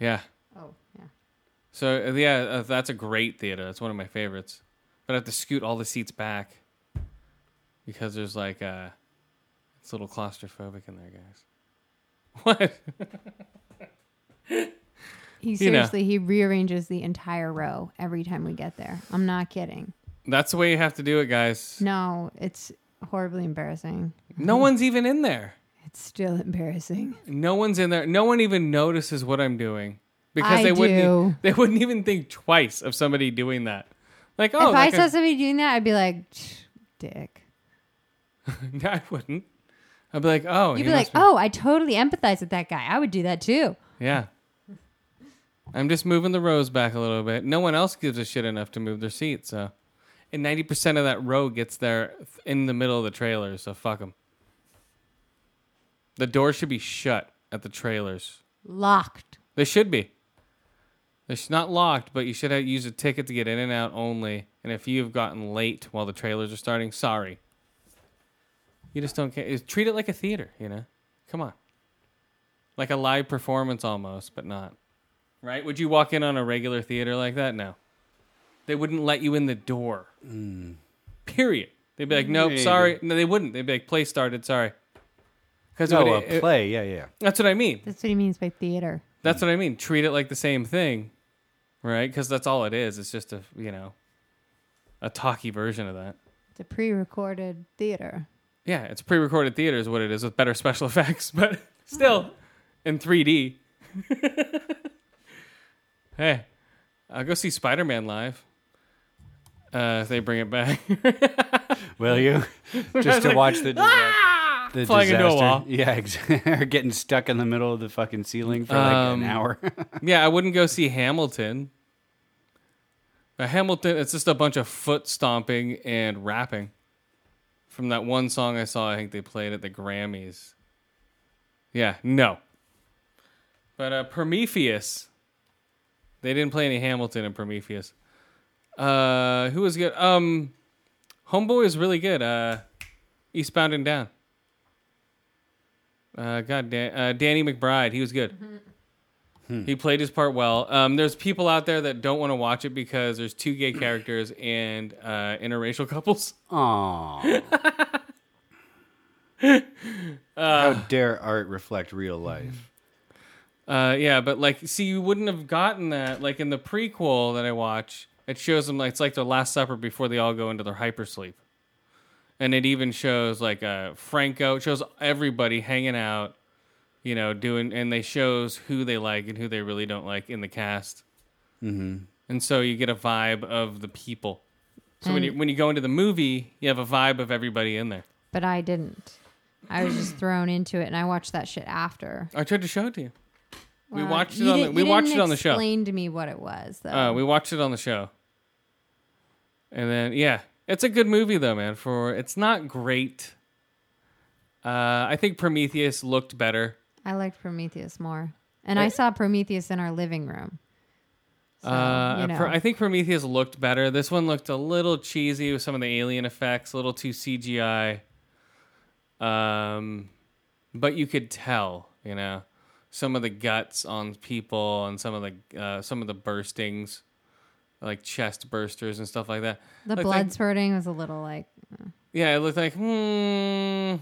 S1: Yeah.
S3: Oh, yeah.
S1: So uh, yeah, uh, that's a great theater. That's one of my favorites. But I have to scoot all the seats back because there's like uh it's a little claustrophobic in there, guys. What? You
S3: He
S1: know.
S3: seriously, he rearranges the entire row every time we get there. I'm not kidding.
S1: That's the way you have to do it, guys.
S3: No, it's horribly embarrassing.
S1: No one's even in there.
S3: It's still [laughs] embarrassing.
S1: No one's in there. No one even notices what I'm doing because
S3: I
S1: they wouldn't. e-,
S3: do.
S1: [laughs] They wouldn't even think twice of somebody doing that. Like, oh,
S3: if
S1: like
S3: I
S1: [laughs]
S3: saw somebody doing that, I'd be like, "Tch, dick.
S1: a- I wouldn't. I'd be like, oh,
S3: You'd
S1: he
S3: be like,
S1: must
S3: oh, I totally empathize with that guy. I would do that too.
S1: yeah. I'm just moving the rows back a little bit. No one else gives a shit enough to move their seat. So, and ninety percent of that row gets there in the middle of the trailer. So fuck them. The door should be shut at the trailers.
S3: Locked.
S1: They should be. It's not locked, but you should have used a ticket to get in and out only. And if you've gotten late while the trailers are starting, sorry. You just don't care. It's- Treat it like a theater, you know? Come on. Like a live performance almost, but not. Right? Would you walk in on a regular theater like that? No. They wouldn't let you in the door. Period. They'd be like, nope,
S2: Mm. Maybe.
S1: sorry. No, they wouldn't. They'd be like, play started, sorry. Because
S2: No, a play. Yeah, yeah.
S1: that's what I mean.
S3: That's what he means by theater.
S1: That's what I mean. Treat it like the same thing, right? Because that's all it is. It's just a you know, a talky version of that.
S3: It's a pre recorded theater.
S1: Yeah, it's pre-recorded theater is what it is with better special [laughs] effects, but still in 3D. [laughs] hey, I'll go see Spider-Man live. Uh, if they bring it back.
S2: Will you? [laughs] Just to watch the, disa- the
S1: Ah! Flying into a
S2: disaster.
S1: wall.
S2: Yeah, exactly. [laughs] or getting stuck in the middle of the fucking ceiling for like
S1: Um,
S2: an hour. [laughs]
S1: yeah, I wouldn't go see Hamilton. But Hamilton, it's just a bunch of foot stomping and rapping. From that one song I saw, I think they played at the Grammys. Yeah, no. But uh, Prometheus, they didn't play any Hamilton in Prometheus. Uh, who was good? Um, Homeboy is really good. Uh, Eastbound and Down. Uh, God, Dan- uh, Danny McBride, he was good. He played his part well. Um, there's people out there that don't want to watch it because there's two gay characters and uh, interracial [laughs] couples.
S2: Aww.
S1: [laughs]
S2: How dare art reflect real life?
S1: Uh, yeah, but like, see, you wouldn't have gotten that. Like in the prequel that I watch, it shows them like it's like their Last Supper before they all go into their hypersleep, and it even shows like uh, Franco. It shows everybody hanging out, you know, doing, and they shows who they like and who they really don't like in the cast. Mm-hmm. And so you get a vibe of the people. So when you when you go into the movie, you have a vibe of everybody in there.
S3: But I didn't. I was just thrown into it and I watched that shit after.
S1: I tried to show it to you. we
S3: Wow.
S1: watched it
S3: You
S1: on the,
S3: didn't-
S1: we
S3: you
S1: watched it
S3: didn't
S1: on the show.
S3: Explain to me what it was though.
S1: Uh, we watched it on the show. And then yeah, it's a good movie though, man. For it's not great. Uh, I think Prometheus looked better.
S3: I liked Prometheus more. And I saw Prometheus in our living room. So,
S1: uh,
S3: you know.
S1: Pro- I think Prometheus looked better. This one looked a little cheesy with some of the alien effects, a little too CGI. Um, but you could tell, you know, some of the guts on people and some of the uh, some of the burstings, like chest bursters and stuff like that.
S3: the
S1: Looked
S3: blood
S1: like-
S3: spurting was a little like,
S1: yeah, it looked like hmm.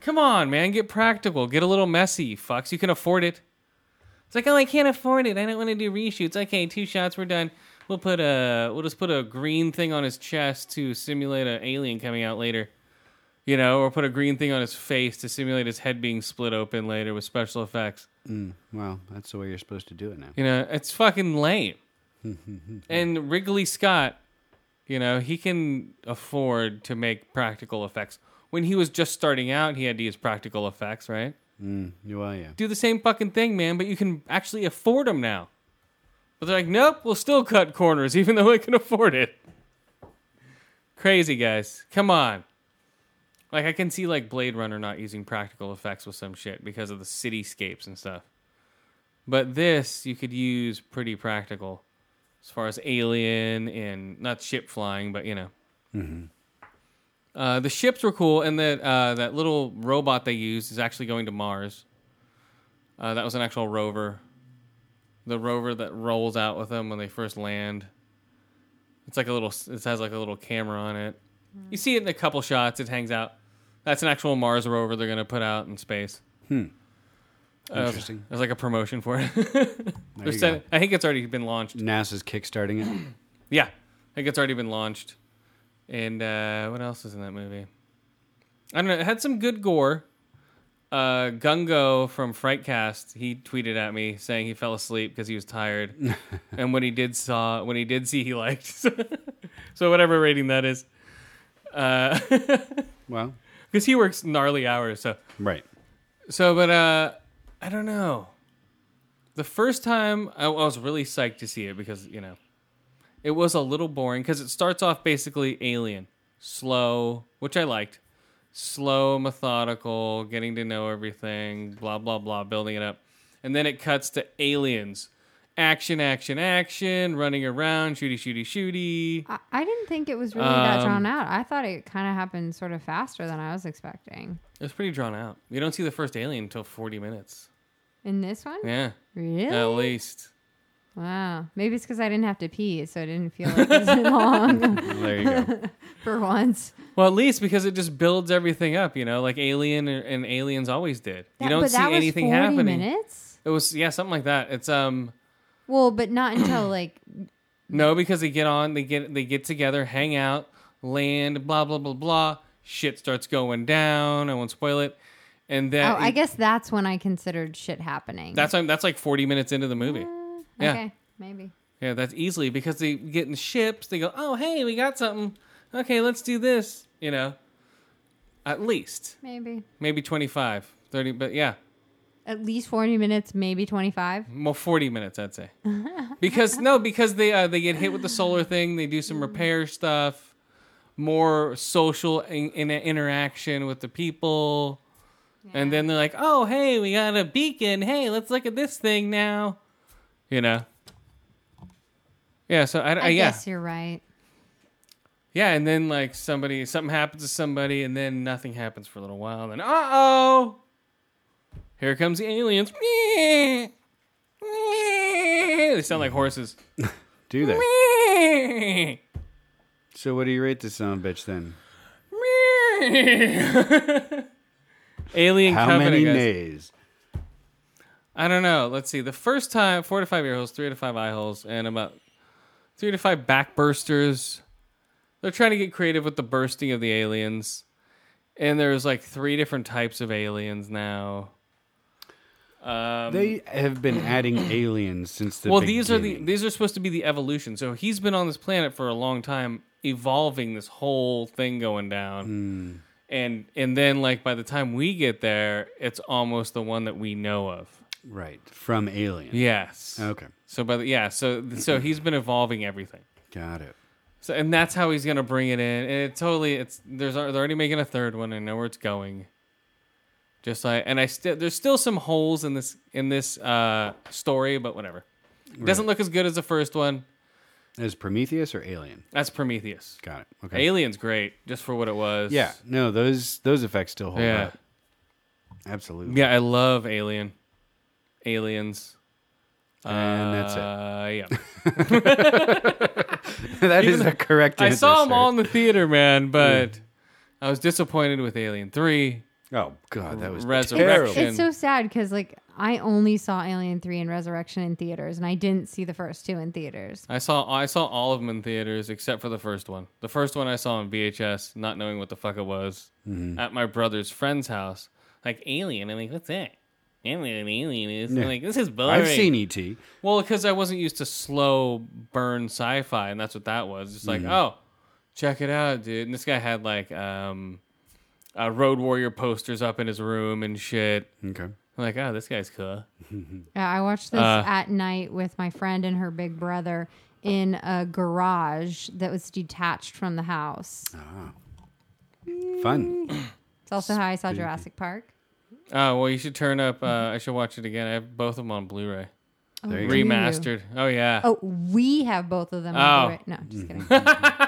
S1: Come on, man, get practical, get a little messy, fucks. You can afford it. It's like, oh, I can't afford it. I don't want to do reshoots. Okay, two shots, we're done. We'll put a, we'll just put a green thing on his chest to simulate an alien coming out later, you know, or put a green thing on his face to simulate his head being split open later with special effects.
S2: Well, that's the way you're supposed to do it now.
S1: [laughs] You know, it's fucking lame. [laughs] and Wrigley Scott, you know, he can afford to make practical effects. When he was just starting out, he had to use practical effects, right?
S2: You are, yeah.
S1: Do the same fucking thing, man, but you can actually afford them now. But they're like, nope, we'll still cut corners [laughs] even though I can afford it. Crazy, guys. Come on. Like, I can see, like, Blade Runner not using practical effects with some shit because of the cityscapes and stuff. But this, you could use pretty practical as far as alien and not ship flying, but you know.
S2: Mm-hmm.
S1: Uh, the ships were cool, and that uh, that little robot they used is actually going to Mars. Uh, that was an actual rover. The rover that rolls out with them when they first land. It's like a little. It has like a little camera on it. You see it in a couple shots. It hangs out. That's an actual Mars rover they're gonna put out in space. Hmm.
S2: Interesting.
S1: There's like a promotion for it. [laughs] They're
S2: you
S1: sending-
S2: go.
S1: I think it's already been launched.
S2: NASA's kickstarting it.
S1: Yeah, I think it's already been launched. And uh, what else is in that movie? I don't know. It had some good gore. Uh, Gungo from Frightcast, he tweeted at me saying he fell asleep because he was tired, and when he did saw, when he did see, he liked. [laughs] so whatever rating that is, because
S2: Well,
S1: he works gnarly hours. So
S2: right.
S1: so, but uh, I don't know. The first time I, I was really psyched to see it because you know, it was a little boring because it starts off basically Alien, slow, which I liked, slow, methodical, getting to know everything, blah blah blah, building it up, and then it cuts to aliens, action, action, action, running around, shooty, shooty, shooty.
S3: I, I didn't think it was really that
S1: Um,
S3: drawn out. I thought it kind of happened sort of faster than I was expecting.
S1: It was pretty drawn out. You don't see the first alien until forty minutes.
S3: In this one?
S1: Yeah,
S3: Really?
S1: at least.
S3: Wow. Maybe it's because I didn't have to pee, so it didn't feel
S1: [laughs]
S3: like it was long
S2: Well, there you go.
S3: for once.
S1: Well, at least because it just builds everything up, you know, like Alien and- and Aliens always did. you
S3: That-
S1: don't
S3: but
S1: see
S3: that was
S1: anything
S3: 40
S1: happening.
S3: minutes?
S1: It was yeah, something like that. It's um
S3: Well,
S1: [clears throat]
S3: but not until like
S1: no, because they get on, they get they get together, hang out, land, blah blah blah blah. Shit starts going down. I won't spoil it. And then
S3: Oh, I guess that's when I considered shit happening.
S1: that's that's like forty minutes into the movie. yeah.
S3: okay, maybe.
S1: Yeah, that's easily because they get in ships. They go, oh hey, we got something. Okay, let's do this. You know, at least
S3: Maybe.
S1: maybe 25, 30, but yeah.
S3: At least 40 minutes, maybe 25.
S1: Well, forty minutes, I'd say. Because no, because they uh, they get hit with the solar thing. They do some repair stuff, more social in, in interaction with the people, and then they're like, "Oh, hey, we got a beacon. Hey, let's look at this thing now." You know. Yeah. So I, I,
S3: I
S1: yeah
S3: guess you're right.
S1: yeah, and then like somebody something happens to somebody, and then nothing happens for a little while. Then uh oh, here comes the aliens. They sound like
S2: [laughs]
S1: horses.
S2: Do that. So, what do you rate this son of a bitch then?
S1: Alien
S2: How
S1: Covenant,
S2: many
S1: guys.
S2: nays?
S1: I don't know. Let's see. The first time, four to five ear holes, three to five eye holes, and about three to five back bursters. They're trying to get creative with the bursting of the aliens. And there's like three different types of aliens now.
S2: They have been adding aliens since the
S1: Um, well, these are the
S2: beginning.
S1: these are supposed to be the evolution. So he's been on this planet for a long time, evolving this whole thing going down. And and then like by the time we get there, it's almost the one that we know of.
S2: right from Alien.
S1: Yes.
S2: Okay,
S1: So by the yeah, so so he's been evolving everything.
S2: got it.
S1: So and that's how he's gonna bring it in. And it totally it's there's they're already making a third one. I know where it's going.
S5: Just like, and I still there's still some holes in this in this uh, story, but whatever. It Doesn't look as good as the first one.
S2: Is Prometheus or Alien?
S5: That's Prometheus.
S2: Got it. Okay.
S5: Alien's great, just for what it was.
S2: Yeah. No, those those effects still hold
S5: Yeah.
S2: up. Absolutely.
S5: Yeah, I love Alien. Aliens.
S2: And that's it. [laughs]
S5: Uh, yeah.
S2: that is a correct
S5: I
S2: answer.
S5: saw them
S2: sir.
S5: all in the theater, man, but I was disappointed with Alien 3.
S2: Oh god, that was
S5: Resurrection.
S2: terrible.
S3: It's so sad because like I only saw Alien Three and Resurrection in theaters, and I didn't see the first two in theaters.
S5: I saw I saw all of them in theaters except for the first one. The first one I saw on VHS, not knowing what the fuck it was,
S2: Mm-hmm.
S5: at my brother's friend's house. Like Alien, I'm like, what's that? I don't know what an alien is. I'm like, this is boring.
S2: I've seen E ET.
S5: Well, because I wasn't used to slow burn sci-fi, and that's what that was. Just like,
S2: Mm-hmm.
S5: oh, check it out, dude. And this guy had like um, uh, Road Warrior posters up in his room and shit.
S2: Okay.
S5: I'm like, oh, this guy's cool.
S3: Yeah, I watched this
S5: Uh.
S3: at night with my friend and her big brother in a garage that was detached from the house.
S2: Fun.
S3: Mm. It's also how I saw Jurassic Park.
S5: Oh, well, you should turn up. Uh, I should watch it again. I have both of them on Blu-ray,
S2: There you go.
S5: remastered. Oh yeah,
S3: Oh, we have both of them.
S5: Oh.
S3: on the right- No, just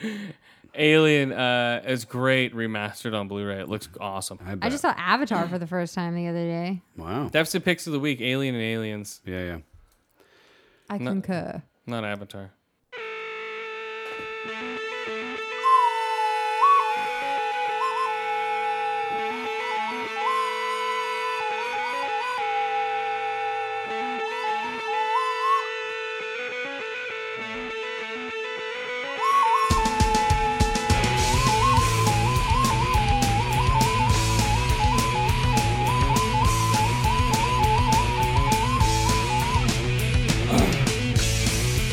S3: kidding. [laughs]
S5: Alien uh, is great remastered on Blu-ray. It looks awesome.
S2: I,
S3: I
S2: bet.
S3: just saw Avatar for the first time the other day.
S2: Wow.
S5: Deficit picks of the week: Alien and Aliens,
S2: Yeah, yeah.
S3: I concur.
S5: not Avatar.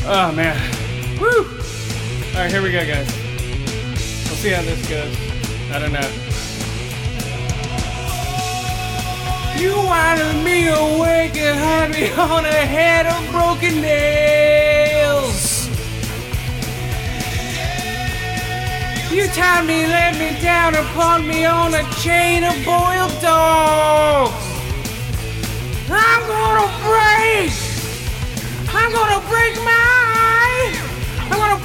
S5: Oh man. Woo! Alright, here we go guys. We'll see how this goes. I don't know. You wanted me awake and had me [laughs] on a head of broken nails. You timed me, let me down upon me on a chain of boiled dogs. I'm gonna break! I'm gonna break my. I'm gonna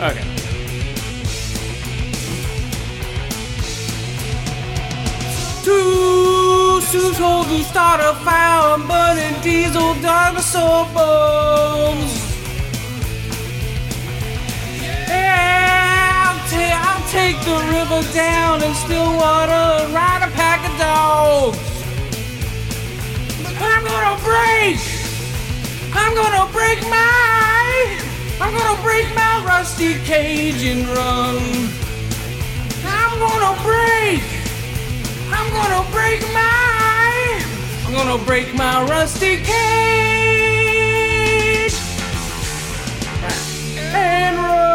S5: run. Okay. Two suits hold and start a fire and burning diesel dinosaur bones. Yeah, I'll, ta- I'll take the river down in Stillwater and ride a pack of dogs. I'm gonna break. I'm gonna break my. I'm gonna break my rusty cage and run. I'm gonna break. I'm gonna break my. I'm gonna break my rusty cage and roll.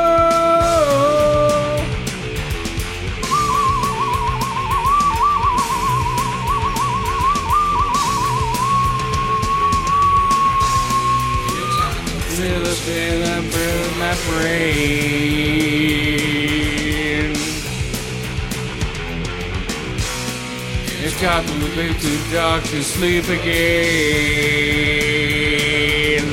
S5: Little bit of brew my brain. It's got to be too dark to sleep again.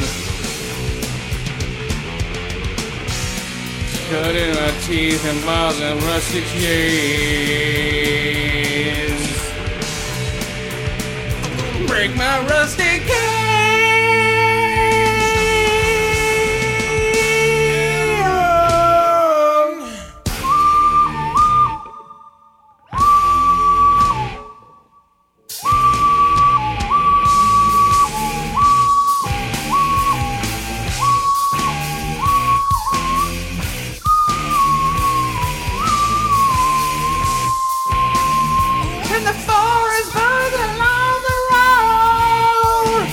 S5: Cutting our teeth and miles and rustic chains. Break my rustic cage. In the forest, by the along the road.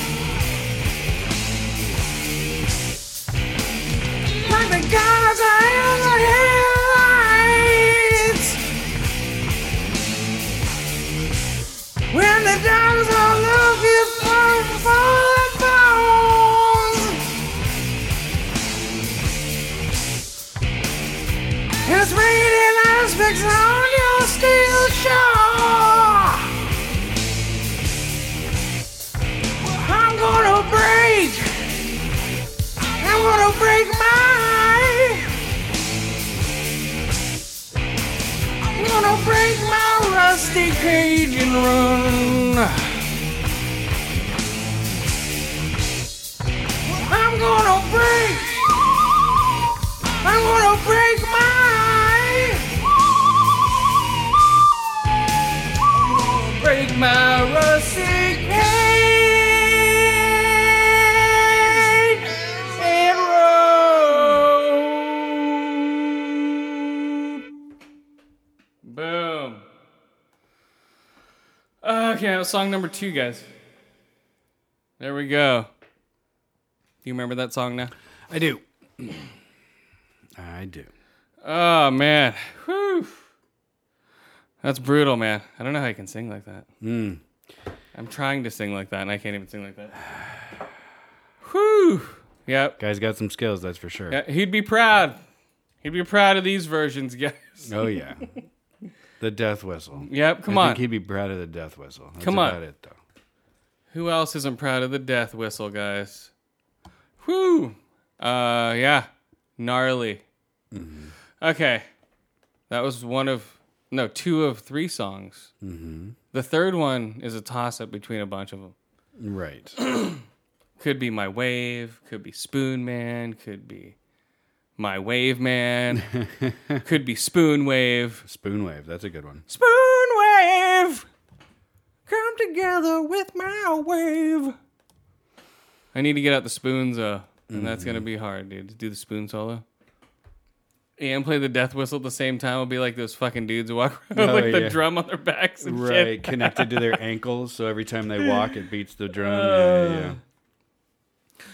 S5: Music's on your steel shore. I'm gonna break. I'm gonna break my. I'm gonna break my rusty cage and run. I'm gonna break. I'm gonna break my. break my rusty cage and roll.
S1: Boom. Okay, that was song number two, guys. There we go. Do you remember that song now?
S2: I do. I do.
S1: Oh man, Whew. that's brutal, man. I don't know how I can sing like that. I'm trying to sing like that, and I can't even sing like that. [sighs] Whew. Yep.
S2: Guys got some skills, that's for sure.
S1: Yeah, he'd be proud. He'd be proud of these versions, [laughs] guys.
S2: Oh yeah. the death whistle.
S1: Yep. Come
S2: I
S1: on.
S2: think he'd be proud of the death whistle. That's
S1: Come on.
S2: about it though.
S1: Who else isn't proud of the death whistle, guys? Whew. Uh, yeah. Gnarly.
S2: Mm-hmm.
S1: Okay. That was one of, no, two of three songs. Mm-hmm. The third one is a toss up between a bunch of them.
S2: Right.
S1: Could be My Wave, could be Spoon Man, could be My Wave
S2: [laughs]
S1: Man, could be Spoon Wave.
S2: Spoon wave, that's a good one.
S1: Spoon wave. Come together with my wave. I need to get out the spoons, uh, and
S2: Mm-hmm.
S1: that's gonna be hard, dude. To do the spoon solo. And play the death whistle at the same time will be like those fucking dudes who walk [laughs] around
S2: Oh,
S1: with
S2: yeah.
S1: the drum on their backs and
S2: Right,
S1: shit.
S2: connected to their ankles, so every time they walk it beats the drum. Yeah, yeah, yeah.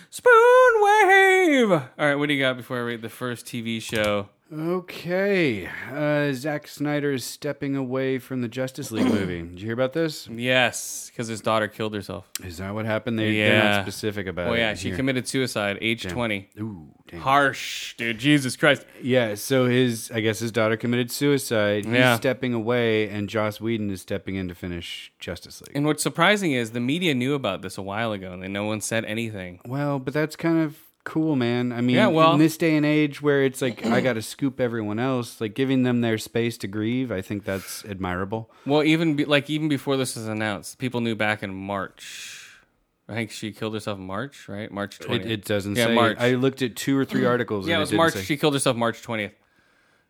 S1: Spoon wave. All right, what do you got before I rate the first TV show?
S2: Okay. Uh, Zack Snyder is stepping away from the Justice League [clears throat] movie. Did you hear about this?
S1: Yes, because his daughter killed herself.
S2: Is that what happened? They, They're
S1: Yeah.
S2: not specific about
S1: Oh
S2: it.
S1: yeah, she
S2: here.
S1: committed suicide, age twenty.
S2: Ooh, damn.
S1: Harsh, dude. Jesus Christ.
S2: Yeah, so his, I guess his daughter committed suicide.
S1: Yeah.
S2: He's stepping away, and Joss Whedon is stepping in to finish Justice League.
S1: And what's surprising is the media knew about this a while ago, and then no one said anything.
S2: well, but that's kind of cool, man. I mean,
S1: Yeah, well-
S2: in this day and age where it's like I got to scoop everyone else, like giving them their space to grieve, I think that's admirable.
S1: Well, even be, like even before this was announced, people knew back in March. I think she killed herself in March, right? March
S2: It,
S1: twentieth.
S2: it doesn't
S1: Yeah,
S2: say.
S1: March.
S2: I looked at two or three articles.
S1: yeah, it
S2: and
S1: was
S2: didn't
S1: March.
S2: say-
S1: She killed herself March twentieth.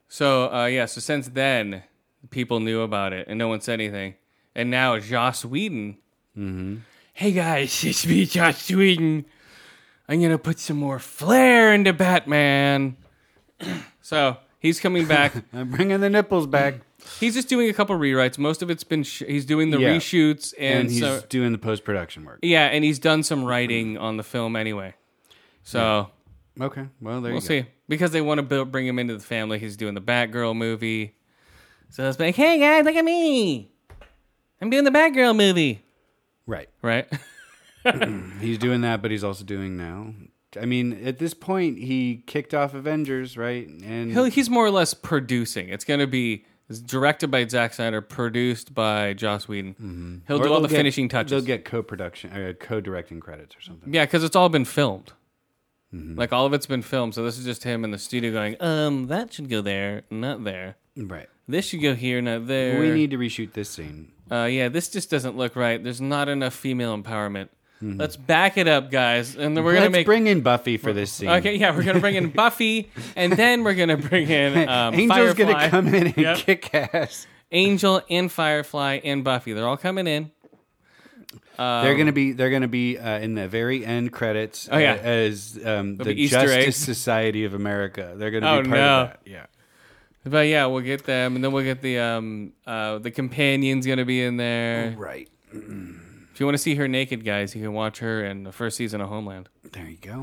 S1: So uh, yeah, so since then, people knew about it, and no one said anything. And now Joss Whedon. Mm-hmm. Hey guys, [laughs] it's me, Joss Whedon. I'm gonna put some more flair into Batman. [clears throat] so he's coming back.
S2: I'm [laughs] bringing the nipples back,
S1: He's just doing a couple rewrites. Most of it's been sh- he's doing the
S2: Yeah.
S1: reshoots and,
S2: and, he's
S1: so
S2: doing the post production work.
S1: yeah, and he's done some writing on the film anyway. So
S2: Okay, well there
S1: we'll
S2: you go.
S1: see because they want to build, bring him into the family. He's doing the Batgirl movie, so it's like, hey guys, look at me, I'm doing the Batgirl movie,
S2: Right,
S1: right? [laughs]
S2: he's doing that, but he's also doing now. I mean, at this point, he kicked off Avengers, right? And
S1: He'll, he's more or less producing. It's gonna be it's directed by Zack Snyder, produced by Joss Whedon. He'll
S2: Mm-hmm.
S1: do all
S2: or
S1: the
S2: they'll get-
S1: finishing touches.
S2: They'll get co-production, or co-directing credits or something.
S1: Yeah, because it's all been filmed.
S2: Mm-hmm.
S1: Like all of it's been filmed, so this is just him in the studio going, "Um, that should go there, not there.
S2: Mm. Right.
S1: This should go here, not there.
S2: We need to reshoot this scene.
S1: Uh, yeah, this just doesn't look right. There's not enough female empowerment. Let's back it up, guys, and then we're
S2: Mm-hmm. Let's
S1: gonna make.
S2: bring in Buffy for this
S1: [laughs]
S2: scene. [laughs]
S1: okay, yeah, we're gonna bring in Buffy, and then we're gonna bring
S2: [laughs]
S1: in um,
S2: Angel's
S1: Firefly.
S2: gonna come in and
S1: Yep.
S2: kick ass.
S1: Angel and Firefly and Buffy. They're all coming in.
S2: they're gonna be they're gonna be uh, in the very end credits.
S1: Um, Oh, yeah.
S2: uh, as um, the
S1: be Easter
S2: Justice
S1: eggs.
S2: Society of America. They're gonna
S1: Oh,
S2: be part
S1: no.
S2: of that. Yeah.
S1: But yeah, we'll get them, and then we'll get the um uh the companion's gonna be in there.
S2: Right.
S1: If you want to see her naked, guys, you can watch her in the first season of Homeland.
S2: There you go.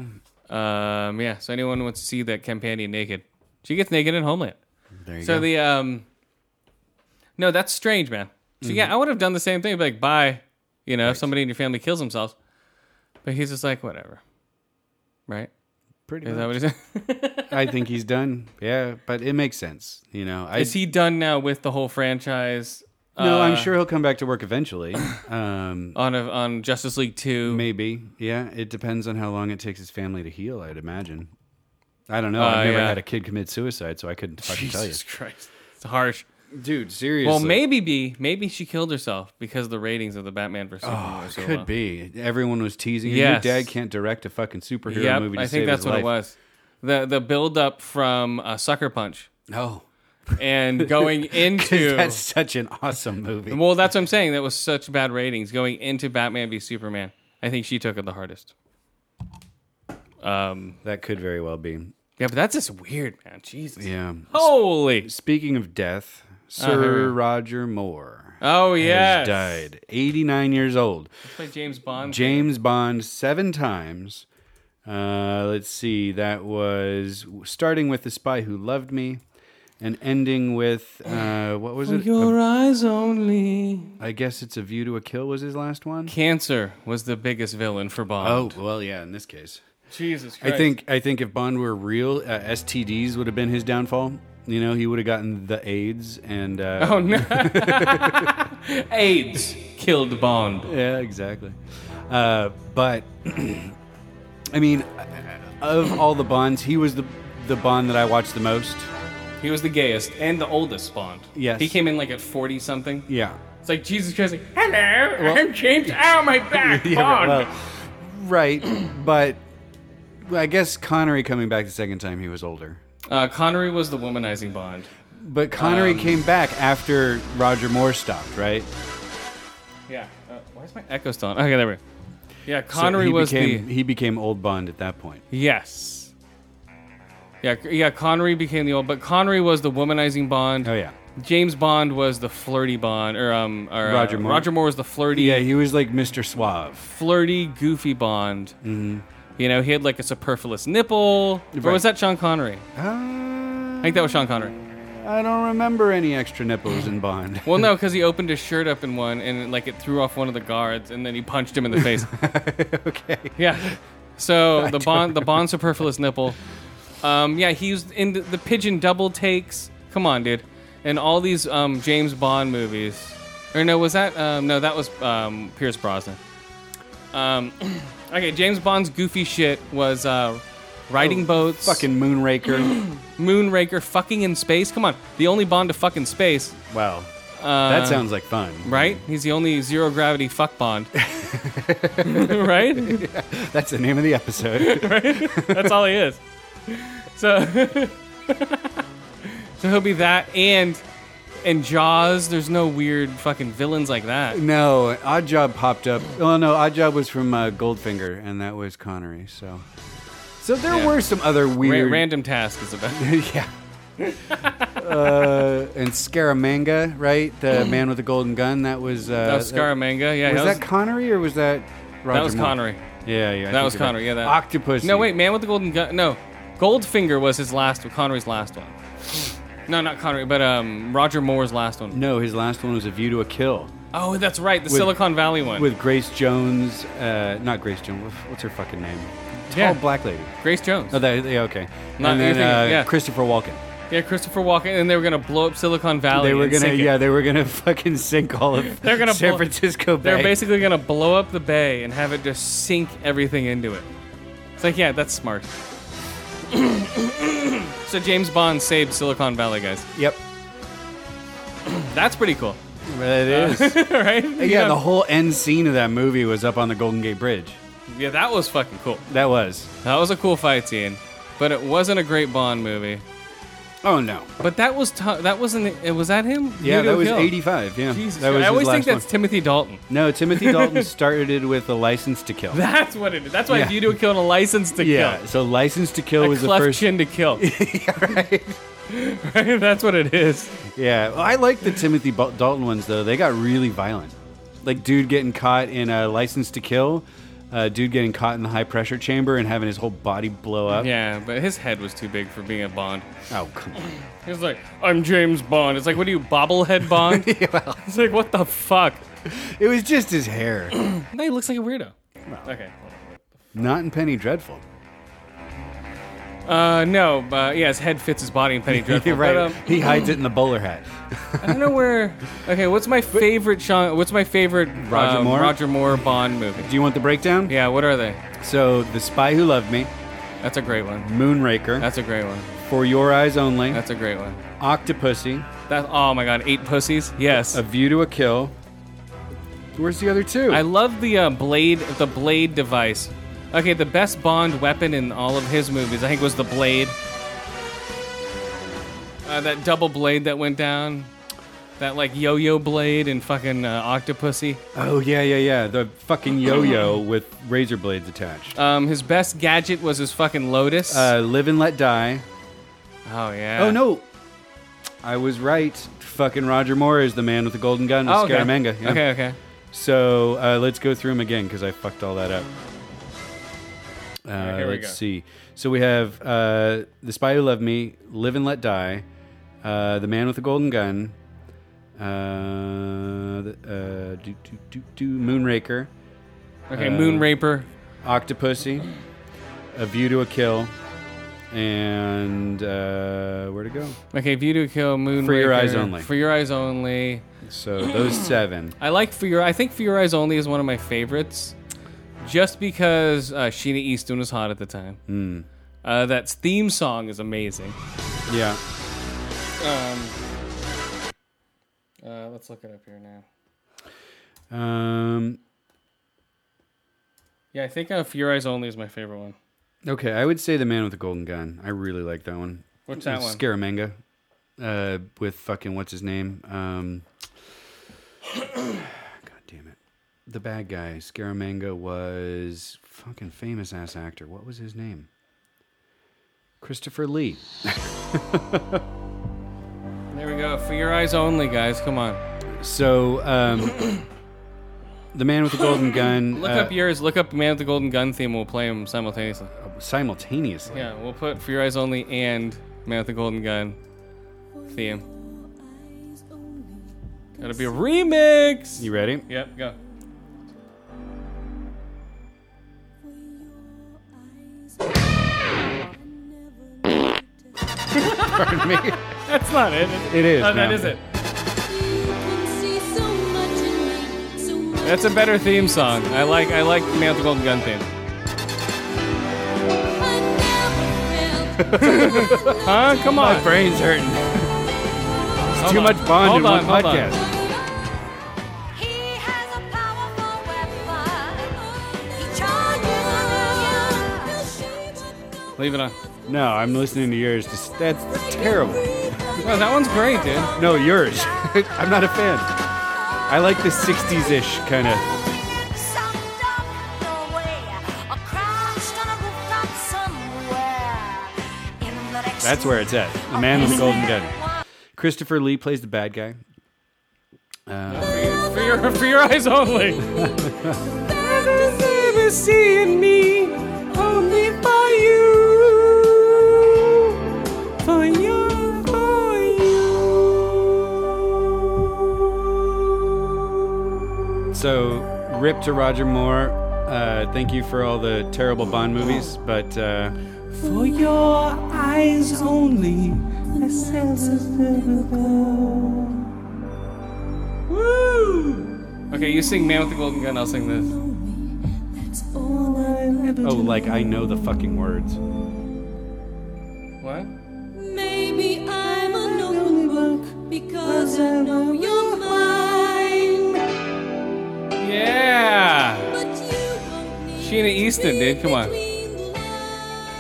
S1: Um, yeah, so anyone who wants to see that companion naked, she gets naked in Homeland.
S2: There you
S1: So
S2: go.
S1: the um, no, that's strange, man. So
S2: Mm-hmm.
S1: yeah, I would have done the same thing, be like bye, you know, if somebody in your family kills themselves. But he's just like whatever, right?
S2: Pretty
S1: Is that
S2: much.
S1: what he said?
S2: I think he's done. Yeah, but it makes sense. You know, I
S1: [laughs] Is he done now with the whole franchise?
S2: no,
S1: uh,
S2: I'm sure he'll come back to work eventually. Um,
S1: on a, on Justice League Two.
S2: maybe. Yeah, it depends on how long it takes his family to heal. I'd imagine. I don't know.
S1: Uh,
S2: I've never
S1: yeah.
S2: had a kid commit suicide, so I couldn't fucking tell you,
S1: Jesus Christ, it's harsh.
S2: dude. Seriously.
S1: Well, maybe be maybe she killed herself because the ratings of the Batman versus Superman
S2: Oh,
S1: were
S2: it
S1: so
S2: could
S1: low.
S2: be. Everyone was teasing. him.
S1: Yes.
S2: Your dad can't direct a fucking superhero
S1: Yep,
S2: movie to
S1: I think
S2: save
S1: that's
S2: his
S1: what it
S2: life.
S1: was. The the build up from uh, Sucker Punch
S2: No, [laughs]
S1: and going
S2: 'Cause
S1: into
S2: that's such an awesome movie.
S1: well, that's what I'm saying. That was such bad ratings going into Batman v Superman. I think she took it the hardest. Um,
S2: that could very well be.
S1: yeah, but that's just weird, man. Jesus,
S2: Yeah.
S1: holy,
S2: Speaking of death,
S1: Uh, here we
S2: Sir
S1: go.
S2: Roger Moore
S1: oh yeah,
S2: has died, 89 years old.
S1: Play James Bond.
S2: James Bond seven times. Uh, let's see. That was starting with the spy who loved me, and ending with uh, what was it?
S1: Your eyes only.
S2: I guess it's a view to a kill was his last one.
S1: Cancer was the biggest villain for
S2: Oh
S1: Bond.
S2: well, yeah. In this case,
S1: Jesus
S2: I think I think if Bond were real, uh, STDs would have been his downfall. You know, he would have gotten the AIDS and uh,
S1: Oh no. [laughs] AIDS killed Bond.
S2: yeah, exactly. Uh, but [clears throat] I mean, of all the Bonds, he was the the Bond that I watched the most.
S1: He was the gayest and the oldest Bond.
S2: Yes.
S1: He came in like at 40 something.
S2: Yeah,
S1: It's like Jesus Christ, like, hello, I'm James. Ow, [laughs] my back,
S2: yeah,
S1: Bond.
S2: well, right. But well, I guess Connery coming back the second time, he was older.
S1: uh, Connery was the womanizing Bond.
S2: But Connery
S1: Um.
S2: came back after Roger Moore stopped, right?
S1: Yeah. Uh, where's my echo still on? Okay, there we go. Yeah,
S2: So
S1: Connery
S2: he
S1: was
S2: became,
S1: the.
S2: he became old Bond at that point.
S1: Yes. Yeah, c- yeah. Connery became the old, but Connery was the womanizing Bond.
S2: Oh yeah.
S1: James Bond was the flirty Bond, or um, or, uh,
S2: Roger Moore.
S1: Roger Moore was the flirty,
S2: Yeah, he was like Mr. Suave.
S1: flirty, goofy Bond. Mm-hmm. You know, he had like a superfluous nipple. Or
S2: Right.
S1: was that Sean Connery? I think that was Sean Connery.
S2: I don't remember any extra nipples in Bond.
S1: Well, no, because he opened his shirt up in one, and like it threw off one of the guards, and then he punched
S2: [laughs]
S1: him in the face.
S2: okay.
S1: yeah.
S2: [laughs]
S1: So the Bond, the Bond superfluous nipple. Um, yeah, he was in the, the pigeon double takes. Come on, dude. And all these um, James Bond movies. Or no, was that um, no? That was um, Pierce Brosnan. Um, [clears throat] okay, James Bond's goofy shit was uh, riding boats,
S2: [laughs] Oh, Fucking Moonraker.
S1: Moonraker, fucking in space. Come on, the only Bond to fuck in space,
S2: wow. that sounds like fun.
S1: right? He's the only zero gravity fuck Bond, [laughs] right?
S2: That's the name of the episode.
S1: That's all he is. So, [laughs] so he'll be that and and Jaws. There's no weird fucking villains like that.
S2: no, Oddjob popped up. Oh no, Oddjob was from uh, Goldfinger, and that was Connery. So, so there
S1: Yeah.
S2: were some other
S1: Ra-
S2: weird.
S1: random task is about.
S2: [laughs] yeah. uh, and Scaramanga, right? The man with the golden gun. That was. Uh,
S1: That was Scaramanga. Yeah,
S2: was
S1: that was,
S2: that Connery or was that? Roger
S1: was
S2: Moore?
S1: Connery.
S2: Yeah, yeah.
S1: That
S2: I think
S1: was
S2: you're right.
S1: Connery, yeah, that-
S2: Octopus.
S1: no wait, man with the golden gun. No, Goldfinger was his last. Connery's last one. No, not Connery, but um, Roger Moore's last one.
S2: No, his last one was A View to a Kill
S1: Oh, that's right, the Silicon Valley one.
S2: with Grace Jones. Uh, not Grace Jones. what's- What's her fucking name? Tall
S1: Yeah.
S2: black lady.
S1: Grace Jones.
S2: Oh, that, yeah, okay.
S1: Not-
S2: and
S1: you're
S2: then
S1: thinking-
S2: uh,
S1: yeah.
S2: Christopher Walken.
S1: yeah, Christopher Walken, and they were gonna blow up Silicon Valley.
S2: They were
S1: and
S2: gonna,
S1: sink it.
S2: yeah, they were gonna [laughs] fucking sink all
S1: [laughs]
S2: of
S1: They're gonna
S2: San
S1: blow-
S2: Francisco Bay.
S1: They're basically gonna blow up the bay and have it just sink everything into it. It's like, yeah, that's smart. [coughs] so James Bond saved Silicon Valley, guys.
S2: yep,
S1: That's pretty cool, [laughs]
S2: it
S1: Uh,
S2: is.
S1: right?
S2: yeah, the whole end scene of that movie was up on the Golden Gate Bridge.
S1: yeah, that was fucking cool.
S2: That was.
S1: That was a cool fight scene, but it wasn't a great Bond movie.
S2: Oh no.
S1: But that was t- that wasn't. It was that him? View to
S2: Yeah, that
S1: a
S2: was
S1: Kill.
S2: '85. Yeah,
S1: Jesus,
S2: that
S1: Christ.
S2: was
S1: I
S2: his
S1: always think
S2: last one.
S1: that's Timothy Dalton. [laughs]
S2: No, Timothy Dalton started it with a license to kill.
S1: That's what it is. That's why
S2: Yeah.
S1: View to a Kill and a License [laughs] to
S2: yeah,
S1: Kill.
S2: so license to kill
S1: A
S2: was the
S1: cleft
S2: first.
S1: chin to [laughs] kill. right? [laughs] That's what it is.
S2: Yeah, well, I like the Timothy Bal- Dalton ones though. They got really violent. Like dude getting caught in a license to kill, uh, dude getting caught in the high pressure chamber and having his whole body blow up.
S1: Yeah, but his head was too big for being a Bond.
S2: Oh come on.
S1: He was like, I'm James Bond. It's like, what are you, bobblehead
S2: [laughs]
S1: Bond? It's like, what the fuck?
S2: It was just his hair. [clears throat]
S1: No, he looks like a weirdo. Okay.
S2: [laughs] Not in Penny Dreadful.
S1: Uh, no, but yeah, his head fits his body in Penny
S2: [laughs]
S1: Dreadful.
S2: right.
S1: But, um,
S2: he hides it in the bowler hat.
S1: I don't know where. Okay, what's my favorite Sean? What's my favorite
S2: Roger
S1: um,
S2: Moore?
S1: Roger Moore Bond movie?
S2: Do you want the breakdown?
S1: Yeah, what are they?
S2: So, The Spy Who Loved Me,
S1: That's a great one.
S2: Moonraker,
S1: That's a great one.
S2: For Your Eyes Only,
S1: That's a great one.
S2: Octopussy,
S1: That oh my god, eight pussies. Yes.
S2: A View to a Kill. Where's the other two?
S1: I love the uh, blade, the blade device. Okay, the best Bond weapon in all of his movies, I think, was the blade. Uh, that double blade that went down, that like yo-yo blade and fucking uh, Octopussy.
S2: oh yeah, yeah, yeah. The fucking yo-yo with razor blades attached.
S1: Um, his best gadget was his fucking Lotus.
S2: Uh, Live and Let Die.
S1: oh yeah.
S2: Oh no, I was right. Fucking Roger Moore is the man with the golden gun with
S1: Oh, okay.
S2: Scaramanga. yeah.
S1: Okay, okay.
S2: So uh, let's go through them again because I fucked all that up. Uh,
S1: here we
S2: let's
S1: go.
S2: see. So we have uh, The Spy Who Loved Me, Live and Let Die, uh, The Man with the Golden Gun, uh, the, uh, do, do, do, do, Moonraker,
S1: Okay,
S2: Uh,
S1: Moonraper.
S2: Octopussy, A View to a Kill, and uh, where to go?
S1: Okay, View to a Kill, Moonraker.
S2: For Your Eyes Only.
S1: For Your Eyes Only.
S2: So
S1: [clears throat]
S2: those seven.
S1: I like For Your I think For Your Eyes Only is one of my favorites. Just because uh, Sheena Easton was hot at the time.
S2: Hmm.
S1: Uh, that theme song is amazing.
S2: Yeah.
S1: Um, uh, let's look it up here now.
S2: Um,
S1: Yeah, I think uh, For Your Eyes Only is my favorite one.
S2: okay, I would say The Man with the Golden Gun. I really like that one.
S1: What's that one?
S2: Scaramanga, uh, with fucking what's his name? Um, [clears throat] God damn it, the bad guy Scaramanga was fucking famous ass actor. What was his name? Christopher Lee.
S1: There we go. For Your Eyes Only, guys. Come on.
S2: So, um, the man with the golden gun.
S1: Look
S2: uh,
S1: up yours. Look up Man with the Golden Gun theme. We'll play them simultaneously.
S2: simultaneously.
S1: Yeah, we'll put For Your Eyes Only and Man with the Golden Gun theme. It'll be a remix.
S2: You ready? [laughs]
S1: Yep, go.
S2: Pardon me.
S1: That's not it.
S2: It is
S1: Oh, that
S2: now.
S1: is it.
S6: That's
S1: That's a better theme song. I like I like Man
S2: [laughs]
S1: with the Golden Gun theme. Huh? Come on.
S2: My brain's hurting.
S1: Hold
S2: Too
S1: on.
S2: much bond
S1: Hold
S2: in
S1: on,
S2: one
S1: hold on.
S2: podcast.
S1: Leave it on.
S2: No, I'm listening to yours. Just, that's terrible.
S1: No, that one's great, dude. [laughs]
S2: No, yours. [laughs] I'm not a fan. I like the 60s ish kind of. That's where it's at. The man with the golden gun. Christopher Lee plays the bad guy.
S1: For your for your [laughs] eyes only. Never seeing me only by you. For you, for
S2: So, rip to Roger Moore. Uh, thank you for all the terrible Bond movies, but uh,
S1: For your eyes only. Woo! Okay, you sing Man with the Golden Gun, I'll sing this.
S2: oh, like I know the fucking words.
S1: What?
S6: Maybe I'm a notebook because I know you're mine.
S1: Yeah!
S6: But you won't need
S1: Sheena Easton, dude, come on.
S6: between the lines.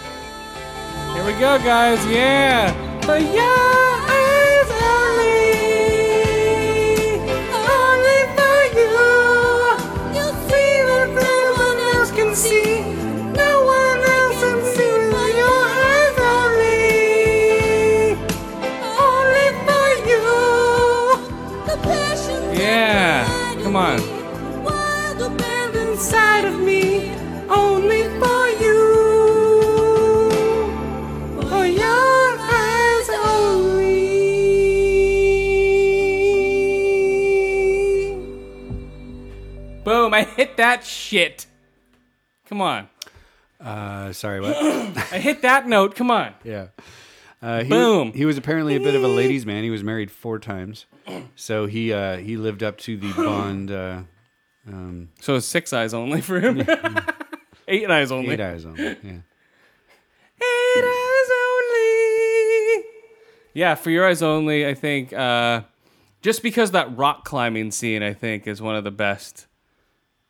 S1: Here we go, guys, yeah! For your eyes only. Only for you.
S6: You'll see what no one else can see. No one else can see by your eyes only. Only for you. The passion that
S1: Yeah,
S6: died in
S1: come on.
S6: me, wild abandon
S1: Inside of me, only for you. For your eyes only. Boom, I hit that shit. Come on.
S2: Uh, sorry, what?
S1: I hit that note. Come on.
S2: yeah. Uh, he,
S1: Boom.
S2: He was apparently a bit of a ladies' man. He was married four times, so he uh, he lived up
S1: [gasps]
S2: to the Bond uh, um,
S1: So it's six eyes only for him. [laughs] Eight eyes only.
S2: eight eyes on. Yeah.
S1: Eight eyes only. Yeah, for your eyes only. I think uh, just because that rock climbing scene, I think, is one of the best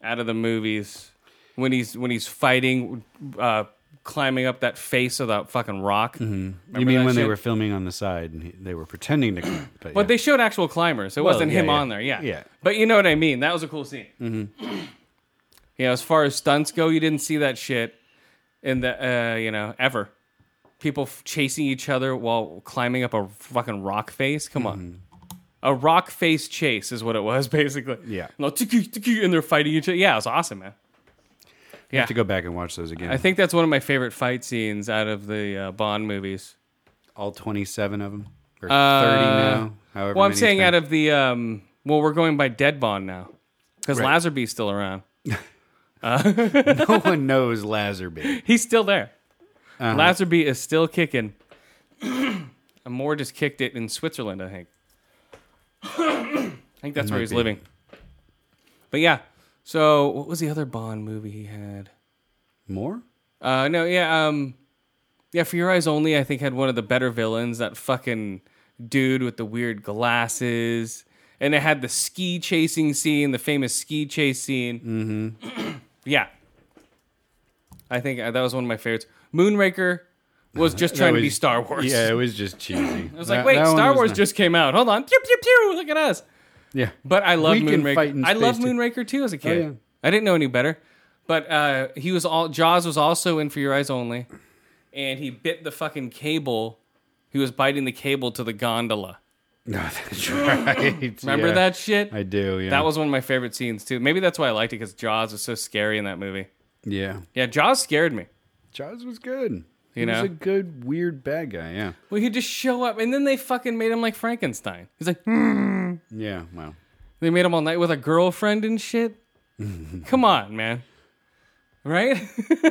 S1: out of the movies. When he's when he's fighting, uh, climbing up that face of that fucking rock. Mm-hmm.
S2: You mean when they were filming on the side and he, they were pretending to climb? But,
S1: But
S2: yeah.
S1: they showed actual climbers. It wasn't
S2: yeah,
S1: him
S2: yeah.
S1: on there. Yeah.
S2: Yeah. Mm-hmm.
S1: But you know what I mean. That was a cool scene. [clears throat] yeah. As far as stunts go, you didn't see that shit in the uh, you know ever. People f- chasing each other while climbing up a fucking rock face. Come on. A rock face chase is what it was [laughs] basically.
S2: Mm-hmm. Yeah.
S1: No, tiki, tiki, and they're fighting each other. Yeah, it was awesome, man.
S2: You have to go back and watch those again.
S1: I think that's one of my favorite fight scenes out of the uh, Bond movies.
S2: all twenty-seven of them or thirty
S1: Uh,
S2: now. However,
S1: Well, I'm
S2: many
S1: saying
S2: it's
S1: out
S2: been.
S1: of the um, well, we're going by Dead Bond now because
S2: Right.
S1: Lazarby's still around.
S2: no one knows
S1: [laughs]
S2: Uh-huh. Lazarby.
S1: He's still there. Lazarby is still kicking. [clears throat] and Moore just kicked it in Switzerland, I think. I think that's where
S2: might
S1: he's
S2: be.
S1: living. But yeah, so what was the other Bond movie he had? [laughs]
S2: More?
S1: Uh, no, yeah, um, yeah. For Your Eyes Only, I think had one of the better villains. That fucking dude with the weird glasses, and it had the ski chasing scene, the famous ski chase scene. Mm-hmm. [clears throat] yeah, I think uh, that was one of my favorites. Moonraker was just trying
S2: [laughs] That
S1: to be
S2: was-
S1: Star Wars.
S2: Yeah, it was just cheesy. I
S1: I was like, wait, Star Wars just came out. Hold on, pew pew pew. Look at us.
S2: yeah.
S1: But I love
S2: We can fight
S1: Moonraker.
S2: in
S1: I love
S2: space, too. Oh,
S1: Moonraker too as a kid.
S2: yeah.
S1: I didn't know any better. But uh, he was all Jaws was also in For Your Eyes Only, and he bit the fucking cable. He was biting the cable to the gondola.
S2: [laughs] No, that's
S1: [laughs]
S2: right.
S1: Remember
S2: yeah.
S1: that shit?
S2: I do. Yeah.
S1: That was one of my favorite scenes too. Maybe that's why I liked it because Jaws was so scary in that movie.
S2: Yeah.
S1: Yeah, Jaws scared me.
S2: Jaws was good.
S1: You
S2: he
S1: know?
S2: was a good weird bad guy. Yeah.
S1: Well, he'd just show up, and then they fucking made him like Frankenstein. He's like,
S2: Yeah. Wow.
S1: They made him all night with a girlfriend and shit. Come on, man. Right? [laughs]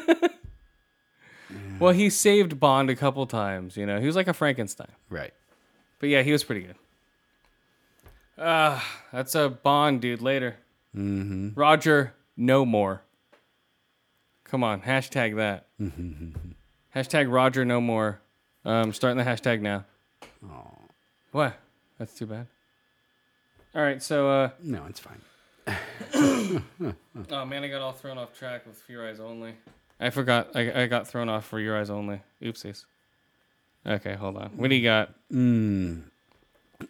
S1: Well, he saved Bond a couple times, you know. He was like a Frankenstein.
S2: Right.
S1: But yeah, he was pretty good. Ah, that's a Bond dude later. Mm-hmm. Roger, no more. Come on, hashtag that. hashtag Roger, no more. Um, starting the hashtag now. What? That's too bad. All right, so uh,
S2: No, it's fine.
S1: Oh man, I got all thrown off track with For Your Eyes Only. I forgot. I, I got thrown off for Your Eyes Only. Oopsies. Okay, hold on. What do you got?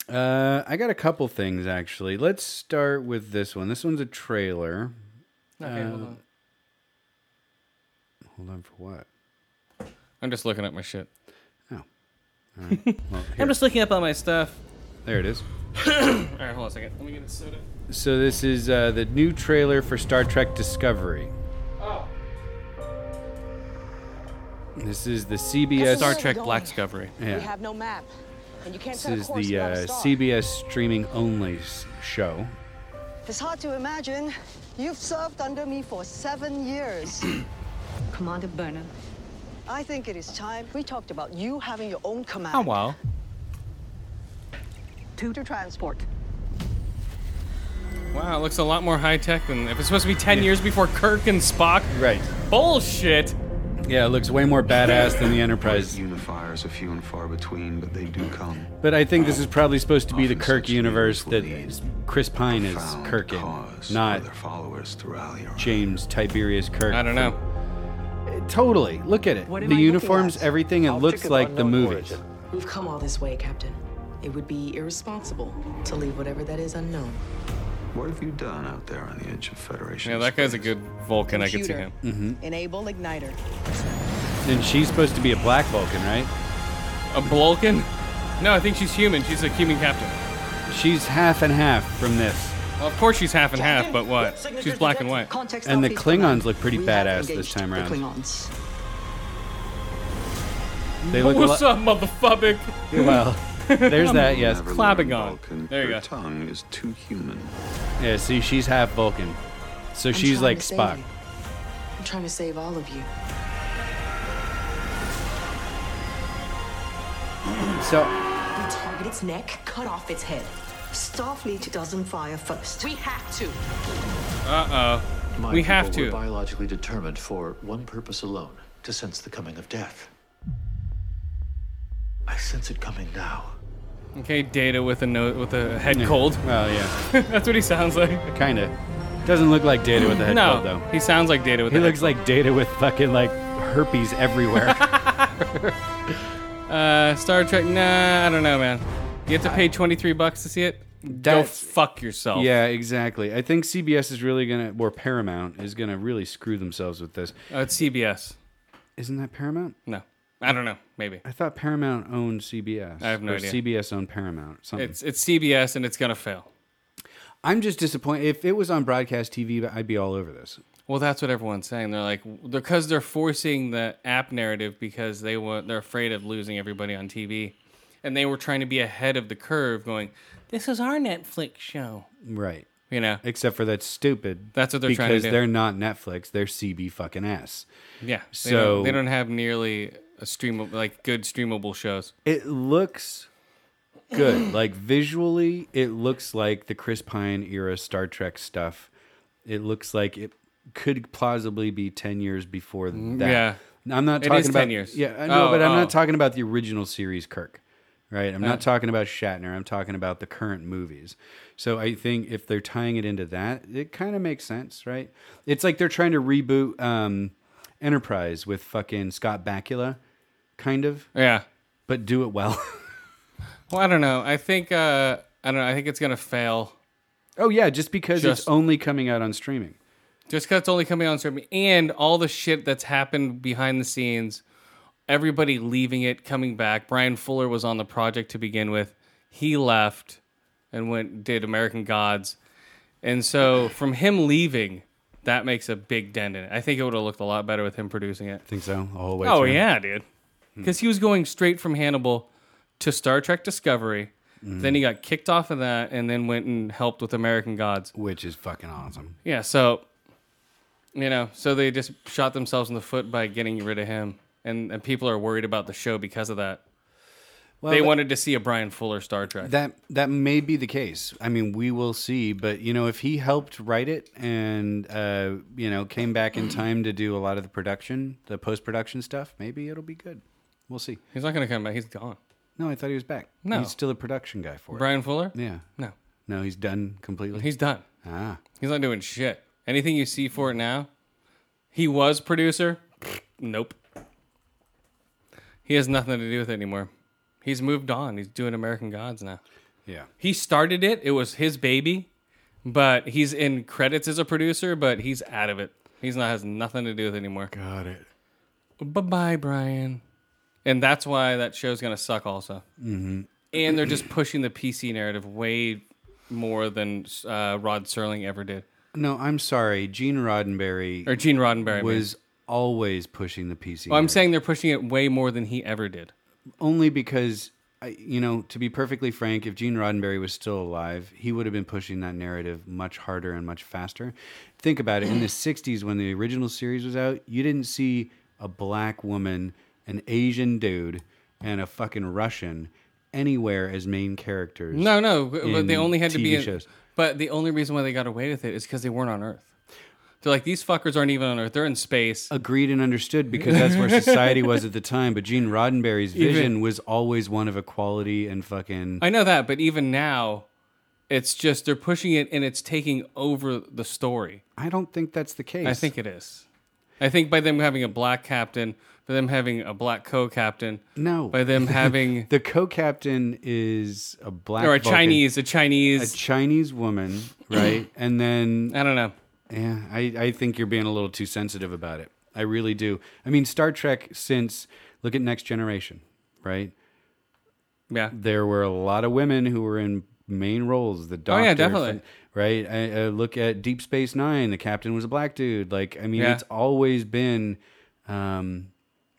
S2: Uh, I got a couple things actually. Let's start with this one. This one's a trailer.
S1: Okay, hold on.
S2: Hold on for what?
S1: I'm just looking at my shit. [laughs]
S2: Oh. All right. Well,
S1: I'm
S2: here.
S1: just looking up all my stuff.
S2: There it is.
S1: All right, hold on a second. Let me get a soda.
S2: So this is uh, the new trailer for Star Trek Discovery.
S1: Oh,
S2: This is the CBS.
S1: Star Trek Black Discovery.
S2: Yeah.
S7: We have no map, and you can't
S2: This
S7: set a
S2: is
S7: course
S2: the uh,
S7: without a star.
S2: CBS streaming only s- show.
S7: It's hard to imagine. You've served under me for
S2: [clears throat]
S7: seven years.
S8: Commander Burnham,
S7: I think it is time we talked about you having your own command.
S1: Oh wow.
S7: Two to transport.
S1: Wow, it looks a lot more high tech than if it's supposed to be ten years before Kirk and Spock.
S2: Right.
S1: Bullshit.
S2: Yeah, it looks way more badass than the Enterprise.
S9: Unifiers are few and far between, but they do come.
S2: But I think this is probably supposed to be the
S9: Often
S2: Kirk
S9: such
S2: universe
S9: news will
S2: that
S9: lead
S2: Chris Pine is
S9: Found
S2: Kirk
S9: cause
S2: in,
S9: for
S2: not
S9: their followers to rally around.
S2: James Tiberius Kirk.
S1: I don't know.
S2: Totally. Look at it.
S8: What am
S2: the
S8: I looking
S2: uniforms,
S8: at?
S2: everything. It looks like the movies.
S8: we've come all this way, Captain. It would be irresponsible to leave whatever that is unknown.
S9: What have you done out there on the edge of Federation?
S1: Yeah, that guy's a good Vulcan. I can see
S7: Computer.
S1: him.
S7: Enable igniter.
S2: And she's supposed to be a Black Vulcan, right?
S1: A Vulcan? No, I think she's human. She's a human captain.
S2: She's half and half from this.
S1: Well, of course she's half and half, but what?
S7: Signature
S1: She's black and white.
S7: detected. Context
S2: And the
S7: outreach
S2: Klingons
S7: command.
S2: look pretty
S7: We have
S2: badass this
S7: engaged
S2: time
S7: the
S2: around.
S7: Klingons.
S2: They look a
S1: What's
S2: lot-
S1: up, motherfucker? [laughs]
S2: Well, there's that. Yes.
S9: Never
S1: Clabagon.
S9: learned Vulcan.
S1: There you
S9: Her
S1: go.
S9: tongue is too human.
S2: Yeah. See, she's half Vulcan, so
S8: I'm
S2: she's
S8: trying
S2: like
S8: to save
S2: Spock.
S8: you. I'm trying to save all of you.
S2: So
S8: We target its neck, cut off its head.
S7: Starfleet doesn't fire first.
S8: We have to.
S1: Uh oh. We have
S10: people Were
S1: to.
S10: biologically determined for one purpose alone to sense the coming of death. I sense it coming now.
S1: Okay, Data with a no- with a head cold.
S2: well, yeah,
S1: [laughs] That's what he sounds like.
S2: kind of. Doesn't look like Data with a head
S1: no,
S2: cold though.
S1: he sounds like Data with
S2: He
S1: a
S2: looks
S1: head
S2: like Data with fucking like herpes everywhere.
S1: cold. Uh, Star Trek. Nah, I don't know, man. You have to pay twenty three bucks to see it. Go
S2: That's-
S1: fuck yourself.
S2: yeah, exactly. I think CBS is really gonna, or Paramount is gonna really screw themselves with this.
S1: Oh, it's CBS.
S2: Isn't that Paramount?
S1: No, I don't know. Maybe
S2: I thought Paramount owned CBS.
S1: I have no
S2: or
S1: idea.
S2: CBS owned Paramount. Something.
S1: it's it's CBS and it's gonna fail.
S2: I'm just disappointed. If it was on broadcast TV, I'd be all over this.
S1: Well, that's what everyone's saying. They're like because they're forcing the app narrative because they want they're afraid of losing everybody on TV, and they were trying to be ahead of the curve, going, "This is our Netflix show,"
S2: Right.
S1: you know.
S2: Except for that's stupid.
S1: That's what they're trying to
S2: because
S1: do.
S2: they're not Netflix. They're CB fucking S.
S1: Yeah. They
S2: So-
S1: don't, they don't have nearly a stream of like good streamable shows.
S2: It looks
S1: [clears throat]
S2: good. like visually, it looks like the Chris Pine era Star Trek stuff. It looks like it could plausibly be ten years before that.
S1: Mm, yeah.
S2: Now, I'm not
S1: It
S2: talking
S1: is
S2: about
S1: 10 years.
S2: Yeah, I know,
S1: Oh,
S2: but I'm
S1: oh. Uh.
S2: not talking about the original series Kirk. Right? I'm not talking about Shatner. I'm talking about the current movies. So I think if they're tying it into that, it kind of makes sense, right? It's like they're trying to reboot um, Enterprise with fucking Scott Bakula, kind of,
S1: Yeah.
S2: but do it well. [laughs]
S1: Well, I don't know. I think uh I don't know. I think it's gonna fail
S2: oh yeah, just because
S1: Just-
S2: it's only coming out on streaming.
S1: just because it's only coming out on streaming and all the shit that's happened behind the scenes everybody leaving it coming back brian fuller was on the project to begin with he left and went did american gods and so from him leaving that makes a big dent in it i think it would have looked a lot better with him producing it
S2: think so. The whole way
S1: oh
S2: through.
S1: yeah dude because he was going straight from hannibal to star trek discovery then he got kicked off of that and then went and helped with american gods
S2: Which is fucking awesome.
S1: yeah, so you know, so they just shot themselves in the foot by getting rid of him, and, and people are worried about the show because of that.
S2: Well,
S1: they
S2: that-
S1: wanted to see a Brian Fuller Star Trek.
S2: That that may be the case. I mean, we will see. But you know, if he helped write it and uh, you know came back in time to do a lot of the production, the post production stuff, maybe it'll be good. We'll see.
S1: he's not going to come back. He's gone.
S2: No, I thought he was back.
S1: No.
S2: he's still a production guy for
S1: Brian Fuller?
S2: it. Yeah.
S1: No,
S2: No, he's done completely.
S1: he's done.
S2: ah,
S1: He's not doing shit. Anything you see for it now, he was producer. Nope. He has nothing to do with it anymore. He's moved on. He's doing American Gods now.
S2: yeah.
S1: he started it. It was his baby, but he's in credits as a producer, but he's out of it. He's not has nothing to do with it anymore.
S2: Got it.
S1: Bye bye, Brian. And that's why that show's gonna suck also. Mm-hmm. And they're just pushing the PC narrative way more than uh, Rod Serling ever did,
S2: No, I'm sorry. Gene Roddenberry
S1: or Gene Roddenberry I mean.
S2: was always pushing the PC.
S1: Well, I'm
S2: narrative.
S1: saying they're pushing it way more than he ever did.
S2: only because I, you know, to be perfectly frank, if Gene Roddenberry was still alive, he would have been pushing that narrative much harder and much faster. Think about it.
S1: [clears throat]
S2: In the '60s, when the original series was out, you didn't see a black woman, an Asian dude, and a fucking Russian anywhere as main characters.
S1: No, no, but but they
S2: in
S1: only had to
S2: TV
S1: be. In,
S2: shows.
S1: But the only reason why they got away with it is because they weren't on Earth. They're like these fuckers aren't even on Earth. They're in space.
S2: Agreed and understood because that's where society was at the time. But Gene Roddenberry's
S1: Even-
S2: vision was always one of equality and fucking.
S1: I know that, but even now, it's just they're pushing it and it's taking over the story.
S2: I don't think that's the case.
S1: I think it is. I think by them having a black captain, by them having a black co-captain,
S2: No.
S1: by
S2: [laughs]
S1: them having
S2: The co-captain is a black
S1: or a
S2: Vulcan-
S1: Chinese, a
S2: a
S1: Chinese.
S2: Chinese
S1: [clears throat]
S2: woman, right? and then
S1: I don't know.
S2: yeah, I I think you're being a little too sensitive about it. I really do. I mean, Star Trek since look at Next Generation, right?
S1: Yeah,
S2: There were a lot of women who were in main roles. The
S1: Oh,
S2: doctor,
S1: yeah, definitely.
S2: fin- right? I, I look at Deep Space Nine. The captain was a black dude. Like, I mean,
S1: Yeah.
S2: it's always been um,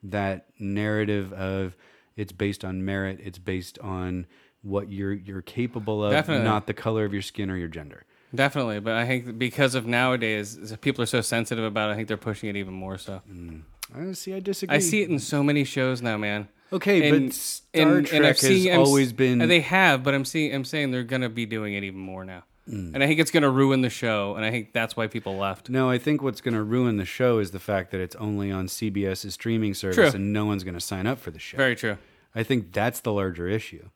S2: that narrative of it's based on merit. It's based on what you're you're capable of,
S1: Definitely.
S2: not the color of your skin or your gender.
S1: definitely. But I think because of nowadays, is that people are so sensitive about it. I think they're pushing it even more so.
S2: I see. I disagree.
S1: I see it in so many shows now, man.
S2: Okay, but Star Trek
S1: I've
S2: has always been-
S1: and they have, but I'm seeing I'm saying they're gonna be doing it even more now,
S2: Mm.
S1: and I think it's gonna ruin the show, and I think that's why people left.
S2: No, I think what's going to ruin the show is the fact that it's only on CBS's streaming service
S1: True.
S2: and no one's going to sign up for the show.
S1: Very true.
S2: I think that's the larger issue,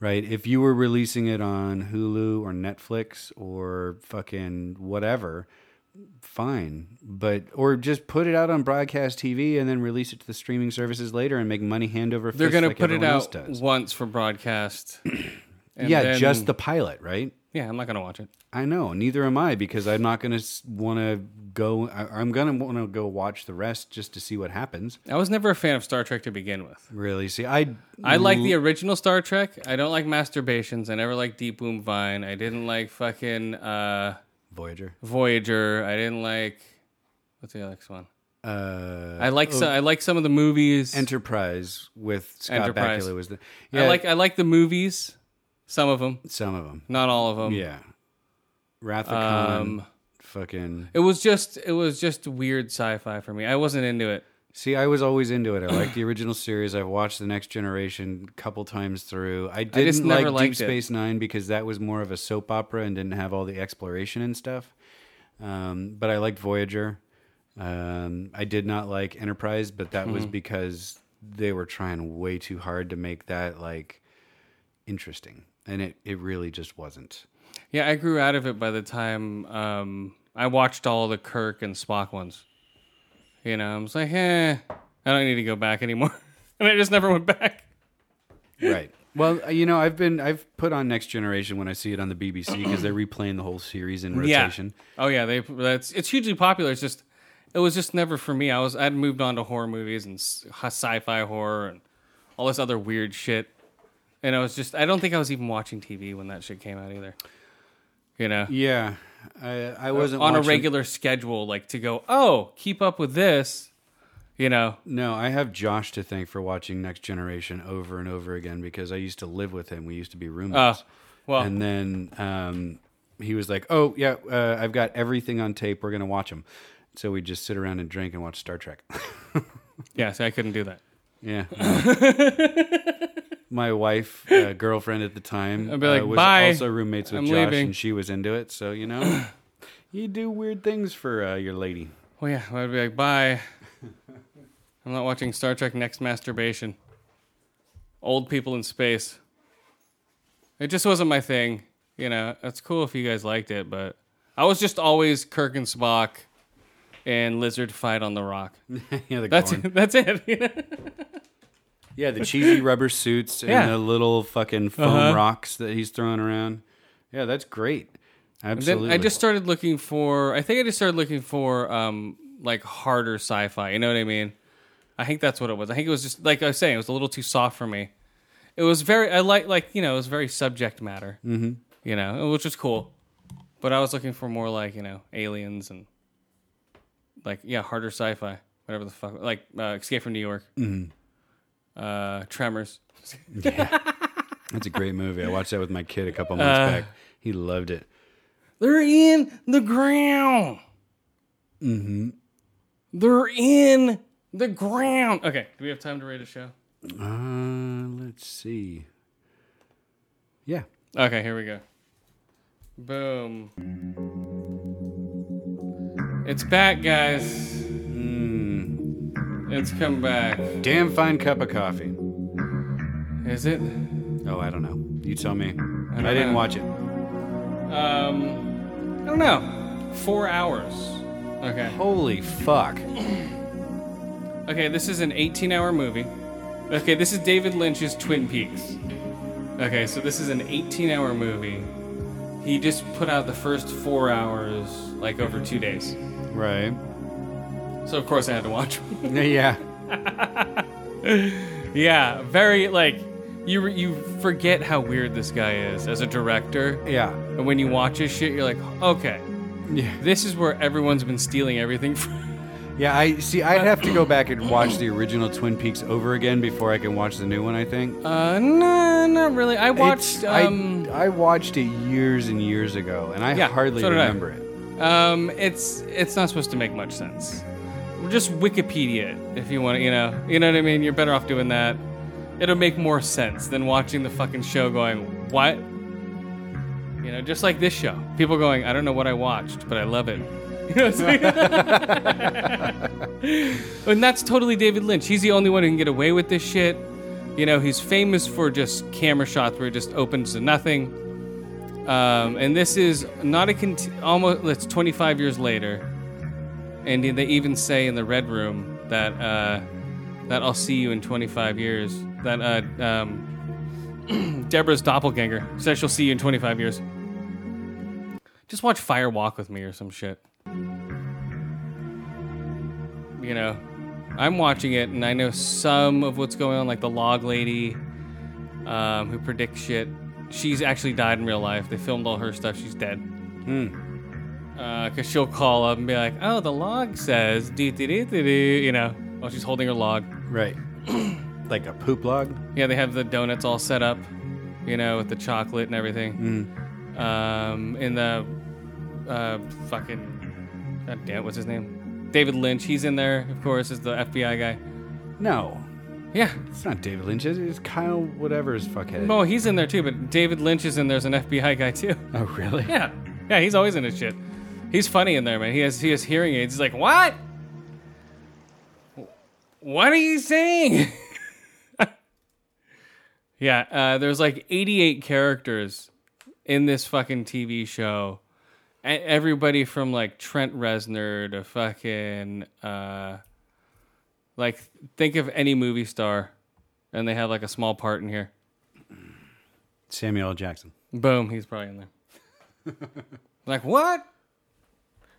S2: right? If you were releasing it on Hulu or Netflix or fucking whatever, fine. But, or just put it out on broadcast TV and then release it to the streaming services later and make money hand over fist.
S1: They're gonna
S2: like
S1: put it
S2: everyone else
S1: out
S2: does.
S1: once for
S2: [clears throat]
S1: broadcast. and
S2: yeah,
S1: then-
S2: just the pilot, right?
S1: Yeah, I'm not gonna watch it.
S2: I know. Neither am I because I'm not going to want to go. I, I'm going to want to go watch the rest just to see what happens.
S1: I was never a fan of Star Trek to begin with.
S2: Really? See, I
S1: I like the original Star Trek. I don't like masturbations. I never liked Deep Boom Vine. I didn't like fucking uh,
S2: Voyager.
S1: Voyager. I didn't like what's the next one?
S2: Uh,
S1: I like so-
S2: oh,
S1: I like some of the movies.
S2: Enterprise with Scott
S1: Enterprise.
S2: Bakula was the.
S1: I like I like the movies. Some of them,
S2: some of them.
S1: not all of them.
S2: Yeah, Wrath of Khan,
S1: Hmm. Um,
S2: fucking.
S1: It was just it was just weird sci-fi for me. I wasn't into it.
S2: See, I was always into it. I liked the original series. I've watched the Next Generation a couple times through. I didn't
S1: just never
S2: like Deep
S1: liked it.
S2: Space Nine because that was more of a soap opera and didn't have all the exploration and stuff. Um, but I liked Voyager. Um, I did not like Enterprise, but that was
S1: Mhm.
S2: because they were trying way too hard to make that like interesting, and it it really just wasn't.
S1: Yeah, I grew out of it by the time um, I watched all the Kirk and Spock ones. You know, I was like, eh, I don't need to go back anymore, [laughs] and I just never went back.
S2: right. [laughs] Well, uh, you know, I've been I've put on Next Generation when I see it on the BBC because they're replaying the whole series in rotation.
S1: Yeah. Oh yeah, they that's it's hugely popular. It's just it was just never for me. I was I'd moved on to horror movies and s- sci-fi horror and all this other weird shit. And I was just I don't think I was even watching TV when that shit came out either. You know.
S2: Yeah. I I wasn't
S1: Uh, on a
S2: watching-
S1: regular schedule like to go, "Oh, keep up with this." You know.
S2: No, I have Josh to thank for watching Next Generation over and over again because I used to live with him. We used to be roommates.
S1: Oh, well.
S2: and then um, he was like, "Oh yeah, uh, I've got everything on tape. We're gonna watch them." So we just sit around and drink and watch Star Trek. [laughs]
S1: Yeah, so I couldn't do that. [laughs]
S2: yeah. no. My wife, uh, girlfriend at the time,
S1: I'd be like,
S2: uh, was
S1: "Bye.
S2: also roommates with
S1: I'm
S2: Josh,
S1: leaving."
S2: and she was into it. So
S1: [coughs]
S2: you know, you do weird things for uh, your lady. [laughs]
S1: Well, yeah, I'd be like, "Bye." I'm not watching Star Trek Next Masturbation. Old people in space. It just wasn't my thing. You know, it's cool if you guys liked it, but I was just always Kirk and Spock and Lizard fight on the rock.
S2: Yeah, the
S1: that's
S2: Gorn.
S1: it, [laughs] that's it. you know?
S2: Yeah,
S1: [laughs]
S2: the cheesy rubber suits and
S1: Yeah.
S2: the little fucking foam
S1: Uh-huh.
S2: rocks that he's throwing around. Yeah, that's great.
S1: And then
S2: Absolutely.
S1: I just started looking for. I think I just started looking for um like harder sci-fi. You know what I mean? I think that's what it was. I think it was just like I was saying. It was a little too soft for me. It was very. I like like you know. It was very subject matter.
S2: Mhm.
S1: You know, which was cool. But I was looking for more like you know aliens and like yeah harder sci-fi. Whatever the fuck, like uh, Escape from New York,
S2: Mhm.
S1: uh, Tremors.
S2: That's a great movie.
S1: [laughs]
S2: I watched that with my kid a couple months
S1: Uh.
S2: back. He loved it.
S1: They're in the ground.
S2: Mm-hmm.
S1: They're in the ground. Okay, do we have time to rate a show?
S2: Uh, let's see. Yeah.
S1: Okay, here we go. Boom. It's back, guys. Mm. It's come back.
S2: Damn fine cup of coffee.
S1: Is it?
S2: Oh, I don't know. You tell me. I,
S1: don't
S2: didn't
S1: know.
S2: watch it.
S1: Um, I don't know. Four hours. Okay.
S2: Holy fuck.
S1: Okay, this is an 18 hour movie. Okay, this is David Lynch's Twin Peaks. Okay, so this is an 18 hour movie. He just put out the first four hours, like over two days.
S2: Right. [laughs]
S1: So, of course, I had to watch [laughs] them.
S2: Yeah.
S1: yeah, very like you you forget how weird this guy is as a director.
S2: Yeah.
S1: And when you watch his shit, you're like, okay,
S2: Yeah.
S1: this is where everyone's been stealing everything from.
S2: Yeah, I see.
S1: Uh,
S2: I'd have to go back and watch the original Twin Peaks over again before I can watch the new one. I think.
S1: Uh, no, not really. I watched.
S2: It's- I-
S1: um,
S2: I, watched it years and years ago, and I
S1: Yeah,
S2: hardly
S1: so did I.
S2: remember it.
S1: Um, it's it's not supposed to make much sense. Just Wikipedia it if you want to, you know, you know what I mean. You're better off doing that. it'll make more sense than watching the fucking show going, what? You know, just like this show. People going, I don't know what I watched, but I love it. [laughs] You know what I'm saying? [laughs] and that's totally David Lynch. He's the only one who can get away with this shit. You know, he's famous for just camera shots where it just opens to nothing. Um, and this is not a cont- almost it's 25 years later, and they even say in the red room that uh, that I'll see you in 25 years. That uh, um, [clears throat] Deborah's doppelganger says she'll see you in 25 years. Just watch Fire Walk with Me or some shit. You know, I'm watching it and I know some of what's going on, like the log lady um, who predicts shit. She's actually died in real life. They filmed all her stuff. She's dead. Because she'll call up and be like, oh, the log says, doo doo doo doo doo, you know, while she's holding her log.
S2: Right. [clears throat] like a poop log?
S1: Yeah, they have the donuts all set up, you know, with the chocolate and everything. Um, in the uh, fucking God damn, what's his name? David Lynch. He's in there, of course, is the FBI guy.
S2: No.
S1: Yeah.
S2: It's not David Lynch. is it? It's Kyle whatever's fuckhead.
S1: No, he's in there too, but David Lynch is in there as an FBI guy too.
S2: oh, really?
S1: Yeah. Yeah, he's always in his shit. He's funny in there, man. He has he has hearing aids. He's like, what? What are you saying? [laughs] yeah, uh, there's like 88 characters in this fucking TV show. E- Everybody from like Trent Reznor to fucking uh, like think of any movie star, and they have like a small part in here.
S2: Samuel L. Jackson.
S1: Boom, he's probably in there. [laughs] like what?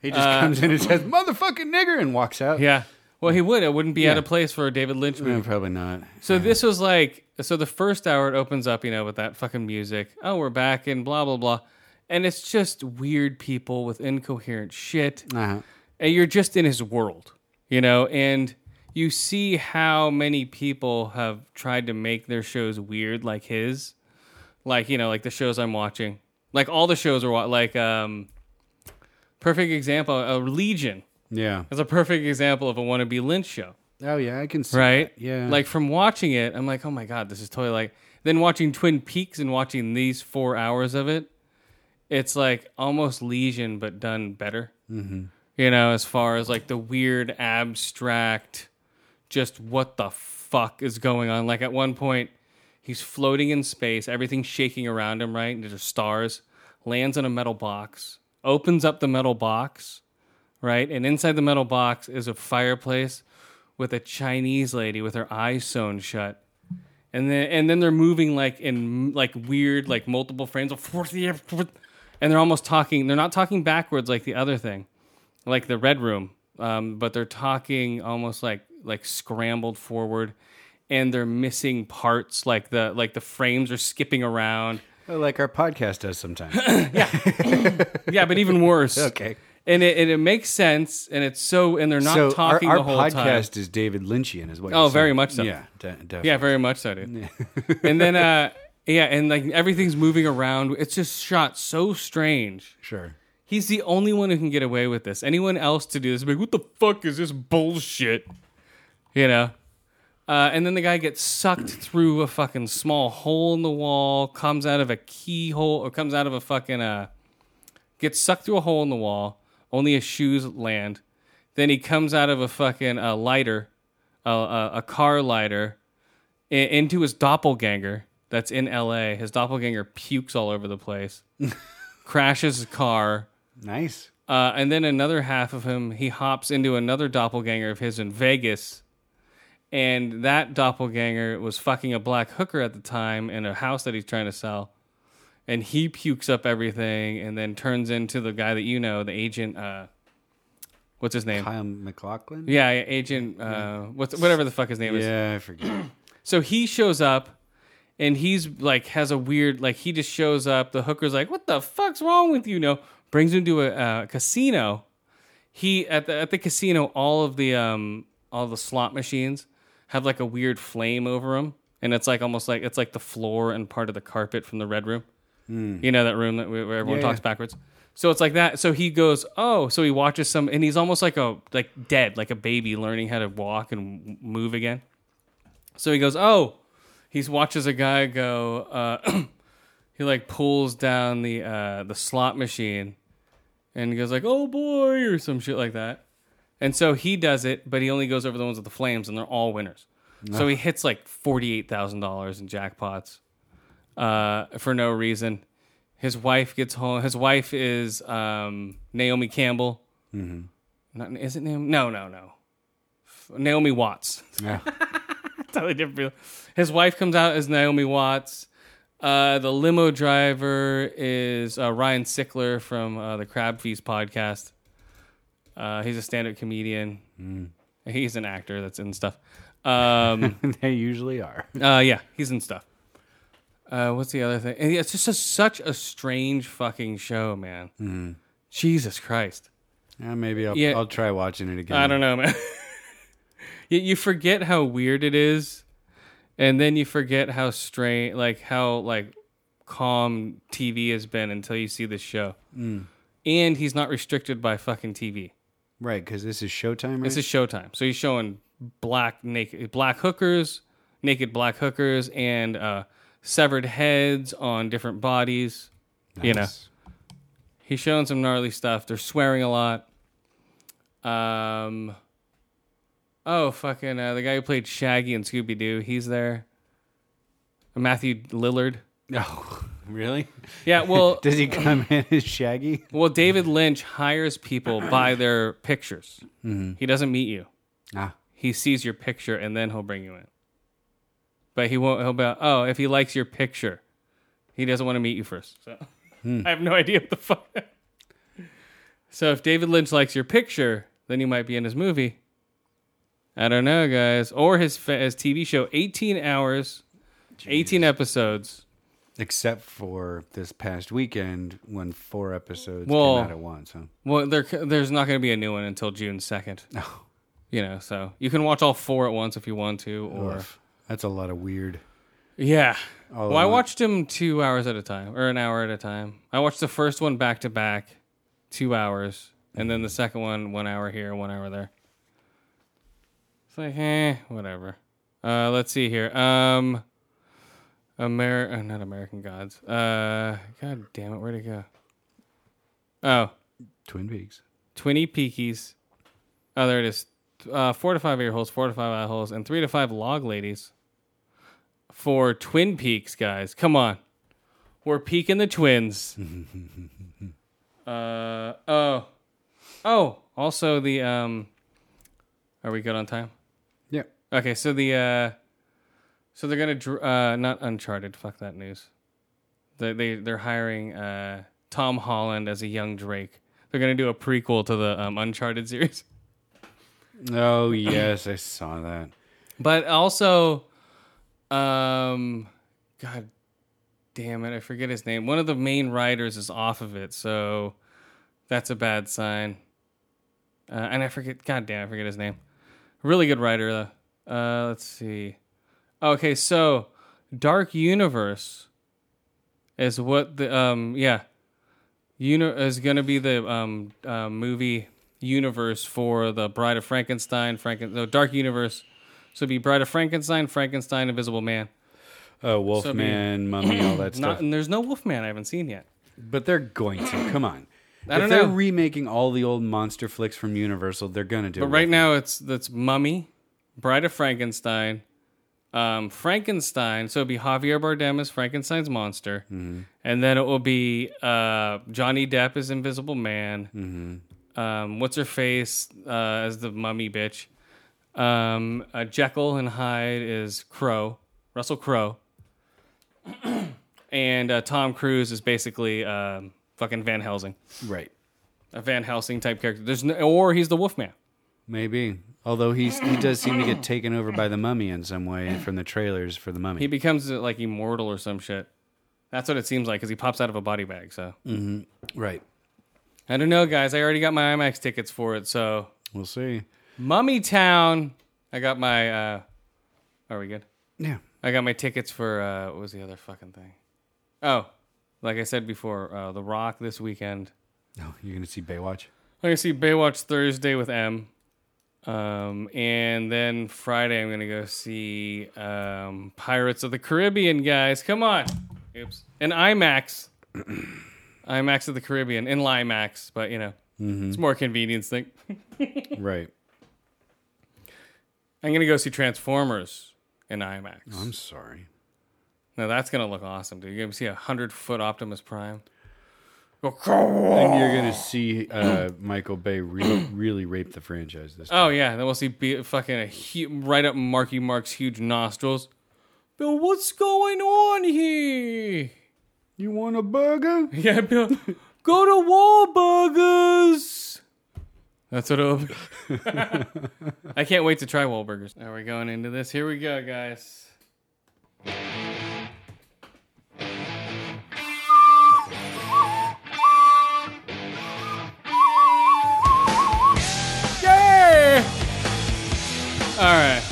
S2: He just comes in and says, motherfucking nigger, and walks out.
S1: Uh, Yeah. Well, he would. It wouldn't be out
S2: Yeah. Mm.
S1: of place for a David Lynch movie.
S2: No, probably not.
S1: So this was like, so the first hour it opens up, you know, with that fucking music. Oh, we're back and blah blah blah, and it's just weird people with incoherent shit,
S2: Uh-huh.
S1: and you're just in his world, you know, and you see how many people have tried to make their shows weird like his, like you know, like the shows I'm watching, like all the shows are wa- like, um, perfect example, uh, Legion
S2: Yeah.
S1: is a perfect example of a wannabe Lynch show
S2: Oh, yeah, I can see.
S1: right?
S2: that. Yeah.
S1: Like from watching it, I'm like, oh my god, this is totally like. Then watching Twin Peaks and watching these four hours of it, it's like almost Legion but done better. Mm-hmm. You know, as far as like the weird, abstract, just what the fuck is going on? Like at one point, he's floating in space, everything's shaking around him, right? And there's stars. Lands on a metal box, opens up the metal box, right? And inside the metal box is a fireplace with a Chinese lady with her eyes sewn shut. And then and then they're moving like in like weird like multiple frames and they're almost talking. They're not talking backwards like the other thing, like the red room, um, but they're talking almost like like scrambled forward, and they're missing parts like the like the frames are skipping around.
S2: Oh, like our podcast
S1: [laughs]
S2: does sometimes.
S1: Yeah, but even worse.
S2: [laughs] okay.
S1: and it, and it makes sense, and it's so and they're not
S2: so
S1: talking
S2: our, our
S1: the whole
S2: podcast
S1: time.
S2: is David Lynchian, is what
S1: Oh,
S2: you're saying.
S1: very much so.
S2: Yeah, de- definitely.
S1: Yeah, very much so, dude. and then, uh, yeah, and like everything's moving around. It's just shot so strange.
S2: sure.
S1: He's the only one who can get away with this. Anyone else to do this, would be like, what the fuck is this bullshit? You know? Uh, and then the guy gets sucked through a fucking small hole in the wall, comes out of a keyhole, or comes out of a fucking, uh, gets sucked through a hole in the wall. Only his shoes land. Then he comes out of a fucking uh, lighter, uh, uh, a car lighter, i- into his doppelganger that's in L.A. His doppelganger pukes all over the place, [laughs] crashes his car,
S2: Nice.
S1: uh, and then another half of him he hops into another doppelganger of his in Vegas, and that doppelganger was fucking a black hooker at the time in a house that he's trying to sell, and he pukes up everything and then turns into the guy that you know, the agent. Uh, what's his name?
S2: Kyle McLaughlin?
S1: Yeah, yeah, agent. Uh, what's whatever the fuck his name is.
S2: Yeah,
S1: [clears throat]
S2: I forget. [laughs]
S1: So he shows up and he's like has a weird like he just shows up. The hooker's like, "What the fuck's wrong with you?" No, brings him to a uh, casino. He at the at the casino, all of the um all the slot machines have like a weird flame over them, and it's like almost like it's like the floor and part of the carpet from the red room. You know that room that we, where everyone
S2: Hmm. Yeah,
S1: talks
S2: yeah.
S1: backwards. So it's like that. So he goes, oh, so he watches some, and he's almost like a like dead, like a baby learning how to walk and move again. So he goes, oh, he watches a guy go. Uh, [clears throat] he like pulls down the uh, the slot machine, and he goes like, "Oh boy," or some shit like that. And so he does it, but he only goes over the ones with the flames, and they're all winners. So he hits like forty eight thousand dollars in jackpots uh, for no reason. His wife gets home. His wife is um, Naomi Campbell. Not, is it Naomi? No, no, no. F- Naomi Watts.
S2: Yeah.
S1: totally different. people. His wife comes out as Naomi Watts. Uh, the limo driver is uh, Ryan Sickler from uh, the Crab Feast podcast. Uh, he's a stand-up comedian. He's an actor that's in stuff. Um,
S2: they usually
S1: [laughs]
S2: are.
S1: uh, yeah, he's in stuff. Uh, what's the other thing? And yeah, it's just a, such a strange fucking show, man. Jesus Christ.
S2: Yeah, Uh, maybe I'll,
S1: Yeah.
S2: I'll try watching it again.
S1: I don't know, man. [laughs] you, you forget how weird it is, and then you forget how strange, like how like calm TV has been until you see this show. And he's not restricted by fucking TV.
S2: Right, because this is Showtime. Right?
S1: This is Showtime, so he's showing black naked black hookers, naked black hookers, and uh, severed heads on different bodies. You know,
S2: Nice.
S1: he's showing some gnarly stuff. They're swearing a lot. Um. Oh fucking uh, the guy who played Shaggy and Scooby Doo, he's there. Matthew Lillard.
S2: [laughs] Oh, really?
S1: [laughs] Yeah, well,
S2: [laughs] Does he come in as Shaggy?
S1: well, David Lynch hires people by their pictures. He doesn't meet you.
S2: Ah,
S1: He sees your picture and then he'll bring you in. But he won't. He'll be like, oh, if he likes your picture, he doesn't want to meet you first. So [laughs] I have no idea what the fuck. [laughs] so if David Lynch likes your picture, then you might be in his movie. I don't know, guys, or his fa- his TV show, eighteen hours, eighteen episodes.
S2: except for this past weekend when four episodes
S1: Well-
S2: came out at once. Huh?
S1: Well, there there's not going to be a new one until June second.
S2: Oh,
S1: You know, so you can watch all four at once if you want to, or
S2: oof. that's a lot of weird.
S1: yeah.
S2: All
S1: well, I
S2: at once.
S1: watched them two hours at a time, or an hour at a time. I watched the first one back to back, two hours, and then the second one, one hour here, one hour there. It's like, eh, whatever. Uh, let's see here. Um, Amer, uh, not American Gods. Uh, God damn it, where'd it go? Oh,
S2: Twin Peaks.
S1: Twenty Peakies. Oh, there it is. Uh, four to five ear holes, four to five eye holes, and three to five log ladies for Twin Peaks, guys. Come on. We're peaking the twins. uh, oh. Oh, also the. um. Are we good on time?
S2: Yeah.
S1: Okay, so the. uh So they're going to. Dr- uh, not Uncharted. Fuck that news. They, they, they're hiring uh, Tom Holland as a young Drake. They're going to do a prequel to the um, Uncharted series. [clears throat]
S2: Oh yes, I saw that.
S1: But also, um, God damn it, I forget his name. One of the main writers is off of it, so that's a bad sign. Uh, and I forget, God damn, I forget his name. Really good writer though. Uh, let's see. Okay, so Dark Universe is what the um yeah, uni- is gonna be the um uh, movie universe for the Bride of Frankenstein, Franken no Dark Universe. So it'd be Bride of Frankenstein, Frankenstein, Invisible Man.
S2: Oh,
S1: [clears throat]
S2: Wolfman, Mummy, all
S1: Not,
S2: that stuff.
S1: and there's no Wolfman I haven't seen yet.
S2: But they're going to. Come on.
S1: I
S2: if
S1: don't
S2: they're
S1: know.
S2: remaking all the old monster flicks from Universal, they're gonna do.
S1: But right now it's that's Mummy, Bride of Frankenstein, um, Frankenstein. So it'd be Javier Bardem as Frankenstein's monster, and then it will be uh, Johnny Depp as Invisible Man. Um, what's her face uh, as the Mummy bitch? Um, uh, Jekyll and Hyde is Crow, Russell Crowe, [clears throat] and uh, Tom Cruise is basically um, fucking Van Helsing,
S2: Right.
S1: a Van Helsing type character. There's no, or he's the Wolfman.
S2: Maybe. Although he's he does seem to get taken over by the mummy in some way from the trailers for the mummy.
S1: He becomes uh, like immortal or some shit. That's what it seems like because he pops out of a body bag. So
S2: right.
S1: I don't know, guys. I already got my IMAX tickets for it. So
S2: We'll see.
S1: Mummy Town. I got my. uh Are we good?
S2: Yeah.
S1: I got my tickets for uh what was the other fucking thing? Oh, like I said before, uh The Rock this weekend.
S2: No, you're gonna see Baywatch.
S1: I'm gonna see Baywatch Thursday with M.
S5: Um, and then Friday, I'm gonna go see um, Pirates of the Caribbean, guys. Come on, oops, and IMAX, [clears throat] IMAX of the Caribbean, in Limax, but you know,
S2: Mhm.
S5: it's more convenience thing.
S2: Right.
S5: I'm gonna go see Transformers in IMAX.
S2: I'm sorry.
S5: Now that's gonna look awesome, dude. You're gonna see a hundred foot Optimus Prime.
S2: And you're gonna see uh, Michael Bay really, really rape the franchise this time.
S5: Oh yeah, then we'll see be- fucking a hu- right up Marky Mark's huge nostrils. Bill, what's going on here?
S2: You want a burger?
S5: [laughs] Yeah, Bill, go to Wahlburgers. That's what it'll be. [laughs] I can't wait to try Wahlburgers. Now we're going into this. Here we go, guys. Yay! All right.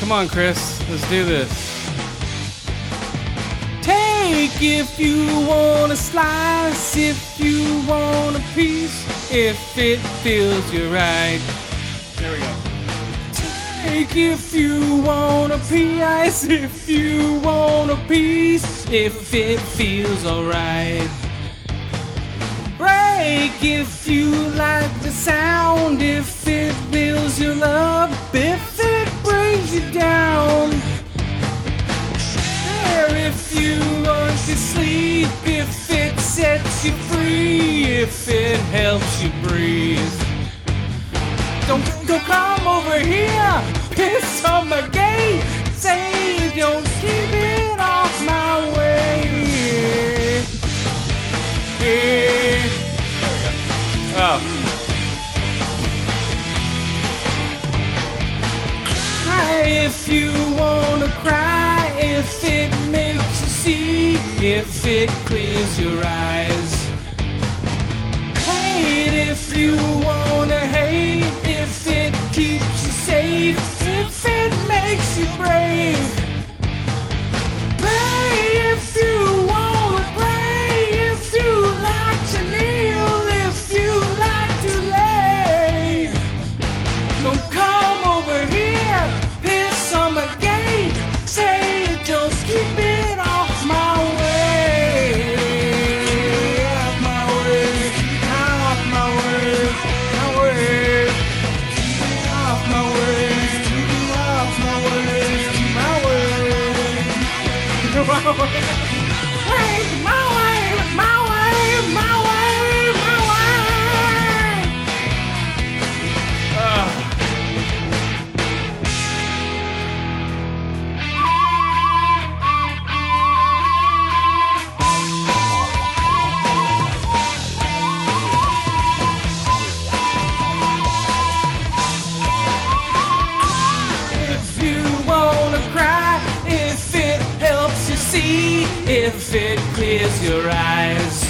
S5: Come on, Chris. Let's do this. Take if you want a slice, if you want a piece, if it feels you right. There we go. Take if you want a piece, if you want a piece, if it feels alright. Break if you like the sound, if it builds your love, if it brings you down. There if you want to sleep, if it sets you free, if it helps you breathe. Don't go come over here, piss on my gate, say you don't keep it off my way. Yeah. Oh. Cry if you wanna cry, if it makes you see, if it clears your eyes. Hate if you wanna hate, if it keeps you safe, if it makes you brave. Play if you wanna play, if you like to kneel, if you like to lay. Don't come over here, piss on my gate. Say you just keep it off my way. Off my way, off my way, my way. Keep it off my way, keep it off my way, [laughs] my way. My way. Hey, my way, my way, my way, my way. If you wanna cry, if it helps you see, if it clears your eyes.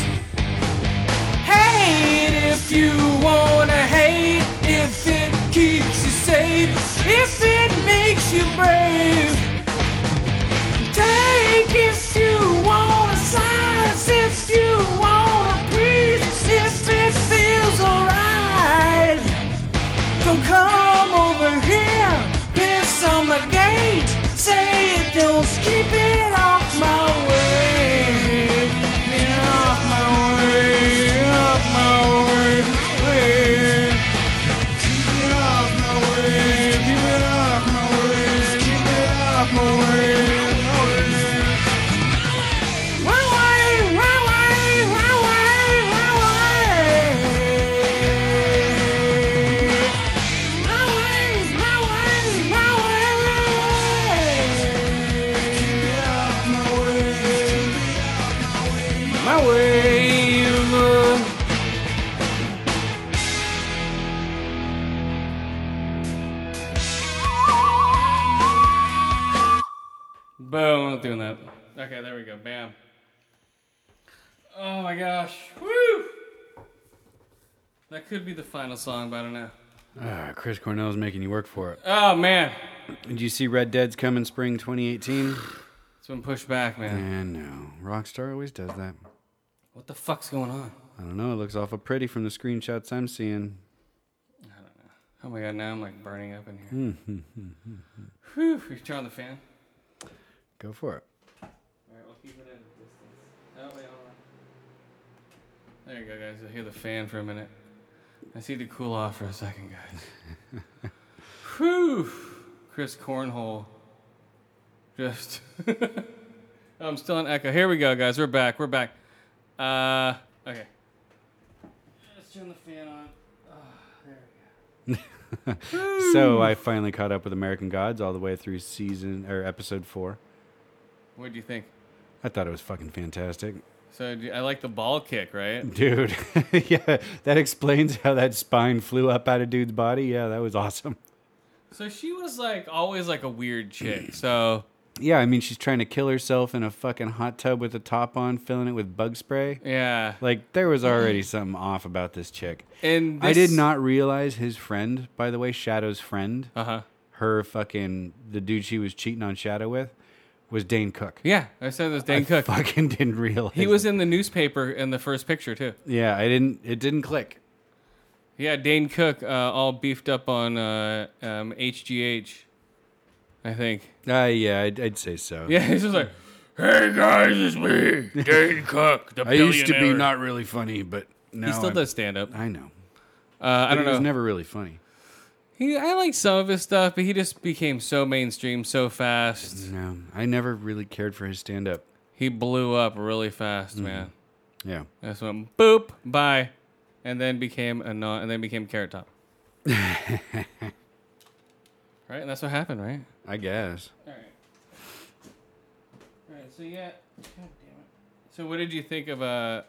S5: Hate if you wanna hate, if it keeps you safe, if it makes you brave. Take if you wanna slice, if you wanna breathe, if it feels alright. Don't come over here, piss on my gate. Say it don't keep it off my way. Yeah, off my way, off my way, way. Keep it off my way, keep it off my way, keep it off my way. my way. My way, my way, my way, my way. Boom, I'm not doing that. Okay, there we go. Bam. Oh my gosh. Woo! That could be the final song, but I don't know.
S2: Ah, Chris Cornell's making you work for it.
S5: Oh man.
S2: Did you see Red Dead's coming spring 2018?
S5: It's been pushed back, man.
S2: And no, Rockstar always does that.
S5: What the fuck's going on?
S2: I don't know. It looks awful pretty from the screenshots I'm seeing.
S5: I don't know.
S1: Oh my god, now I'm like burning up in here.
S2: Go
S1: Whew, you turn on the fan.
S2: for it.
S1: Alright, we'll keep it at a distance. Oh, wait, hold on. There you go, guys. I hear the fan for a minute. I see to cool off for a second, guys.
S2: [laughs]
S1: Whew! Chris Cornhole. Just. [laughs] Oh, I'm still in echo. Here we go, guys. We're back. We're back. Uh, okay. Let's turn the fan on. Hmm.
S2: so I finally caught up with American Gods all the way through season or episode four.
S1: What do you think?
S2: I thought it was fucking fantastic. [laughs]
S1: So do- I like the ball kick, right?
S2: Dude, [laughs] yeah, that explains how that spine flew up out of dude's body. Yeah, that was awesome.
S1: So she was like always like a weird chick. So
S2: Yeah, I mean, she's trying to kill herself in a fucking hot tub with a top on, filling it with bug spray.
S1: yeah,
S2: Like, there was already something off about this chick.
S1: and
S2: I did
S1: Mm-hmm. this-
S2: not realize his friend, by the way, Shadow's friend,
S1: Uh-huh.
S2: her fucking, the dude she was cheating on Shadow with, was Dane Cook.
S1: Yeah, I said this Dane
S2: I
S1: Cook.
S2: fucking [laughs] didn't realize.
S1: He was in the newspaper in the first picture too.
S2: Yeah, I didn't, it didn't click.
S1: Yeah, Dane Cook, uh, all beefed up on uh, um, HGH, I think. [laughs]
S2: Uh, yeah, I'd, I'd say so.
S1: Yeah, he's just like, "Hey guys, it's me,
S2: [laughs]
S1: Dane Cook, the
S2: I used to be
S1: billionaire."
S2: not really funny, but now
S1: he still
S2: I'm-
S1: does stand up.
S2: I know.
S1: Uh, I
S2: But
S1: don't
S2: He
S1: know.
S2: was never really funny.
S1: he, I like some of his stuff, but he just became so mainstream so fast.
S2: No, I never really cared for his stand up.
S1: He blew up really fast, man.
S2: Mm-hmm. Yeah.
S1: That's when boop bye, and then became a non, and then became Carrot
S2: [laughs]
S1: Top. right, and that's what happened, right?
S2: I guess.
S1: All right. All right. So yeah. God damn it. So what did you think of uh,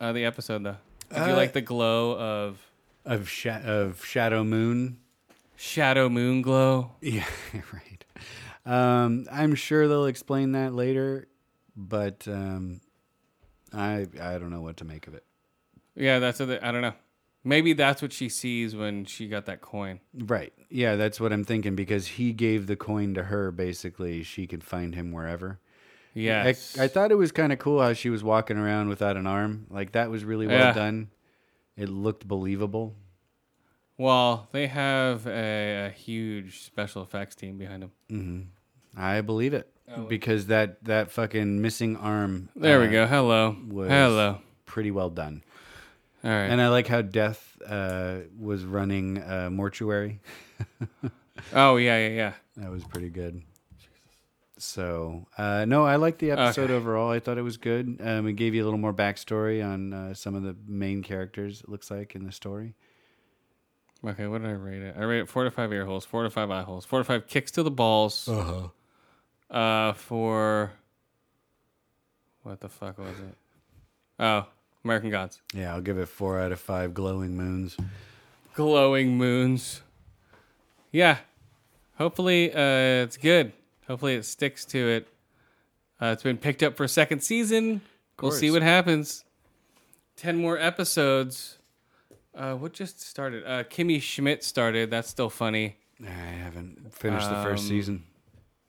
S1: uh the episode though? Did you
S2: Uh,
S1: like the glow of
S2: Of sha- of Shadow Moon.
S1: shadow moon glow?
S2: [laughs] Yeah, right. Um, I'm sure they'll explain that later, but um, I I don't know what to make of it.
S1: Yeah, that's what the, I don't know. Maybe that's what she sees when she got that coin.
S2: Right. Yeah, that's what I'm thinking because he gave the coin to her. Basically, she could find him wherever. I,
S1: Yes.
S2: I thought it was kind of cool how she was walking around without an arm. Like that was really well
S1: Yeah.
S2: done. It looked believable.
S1: Well, they have a, a huge special effects team behind them.
S2: hmm I believe it because that that fucking missing arm.
S1: There we
S2: uh,
S1: go. Hello.
S2: was
S1: Hello.
S2: Pretty well done.
S1: All right.
S2: And I like how Death uh, was running a mortuary.
S1: oh yeah, yeah, yeah.
S2: That was pretty good. So uh, no, I liked the episode overall. I thought it was good. Um, it gave you a little more backstory on uh, some of the main characters. It looks like in the story.
S1: Okay, what did I rate it? I rate it four to five ear holes, four to five eye holes, four to five kicks to the balls. Uh-huh. Uh For what the fuck was it? Oh, American Gods,
S2: Yeah, I'll give it four out of five glowing moons.
S1: glowing moons. Yeah, hopefully uh, it's good. Hopefully it sticks to it. Uh, it's been picked up for a second season. We'll see
S2: course.
S1: what happens. Ten more episodes. Uh, what just started? Uh, Kimmy Schmidt started. That's still funny.
S2: I haven't finished the first
S1: Um,
S2: season.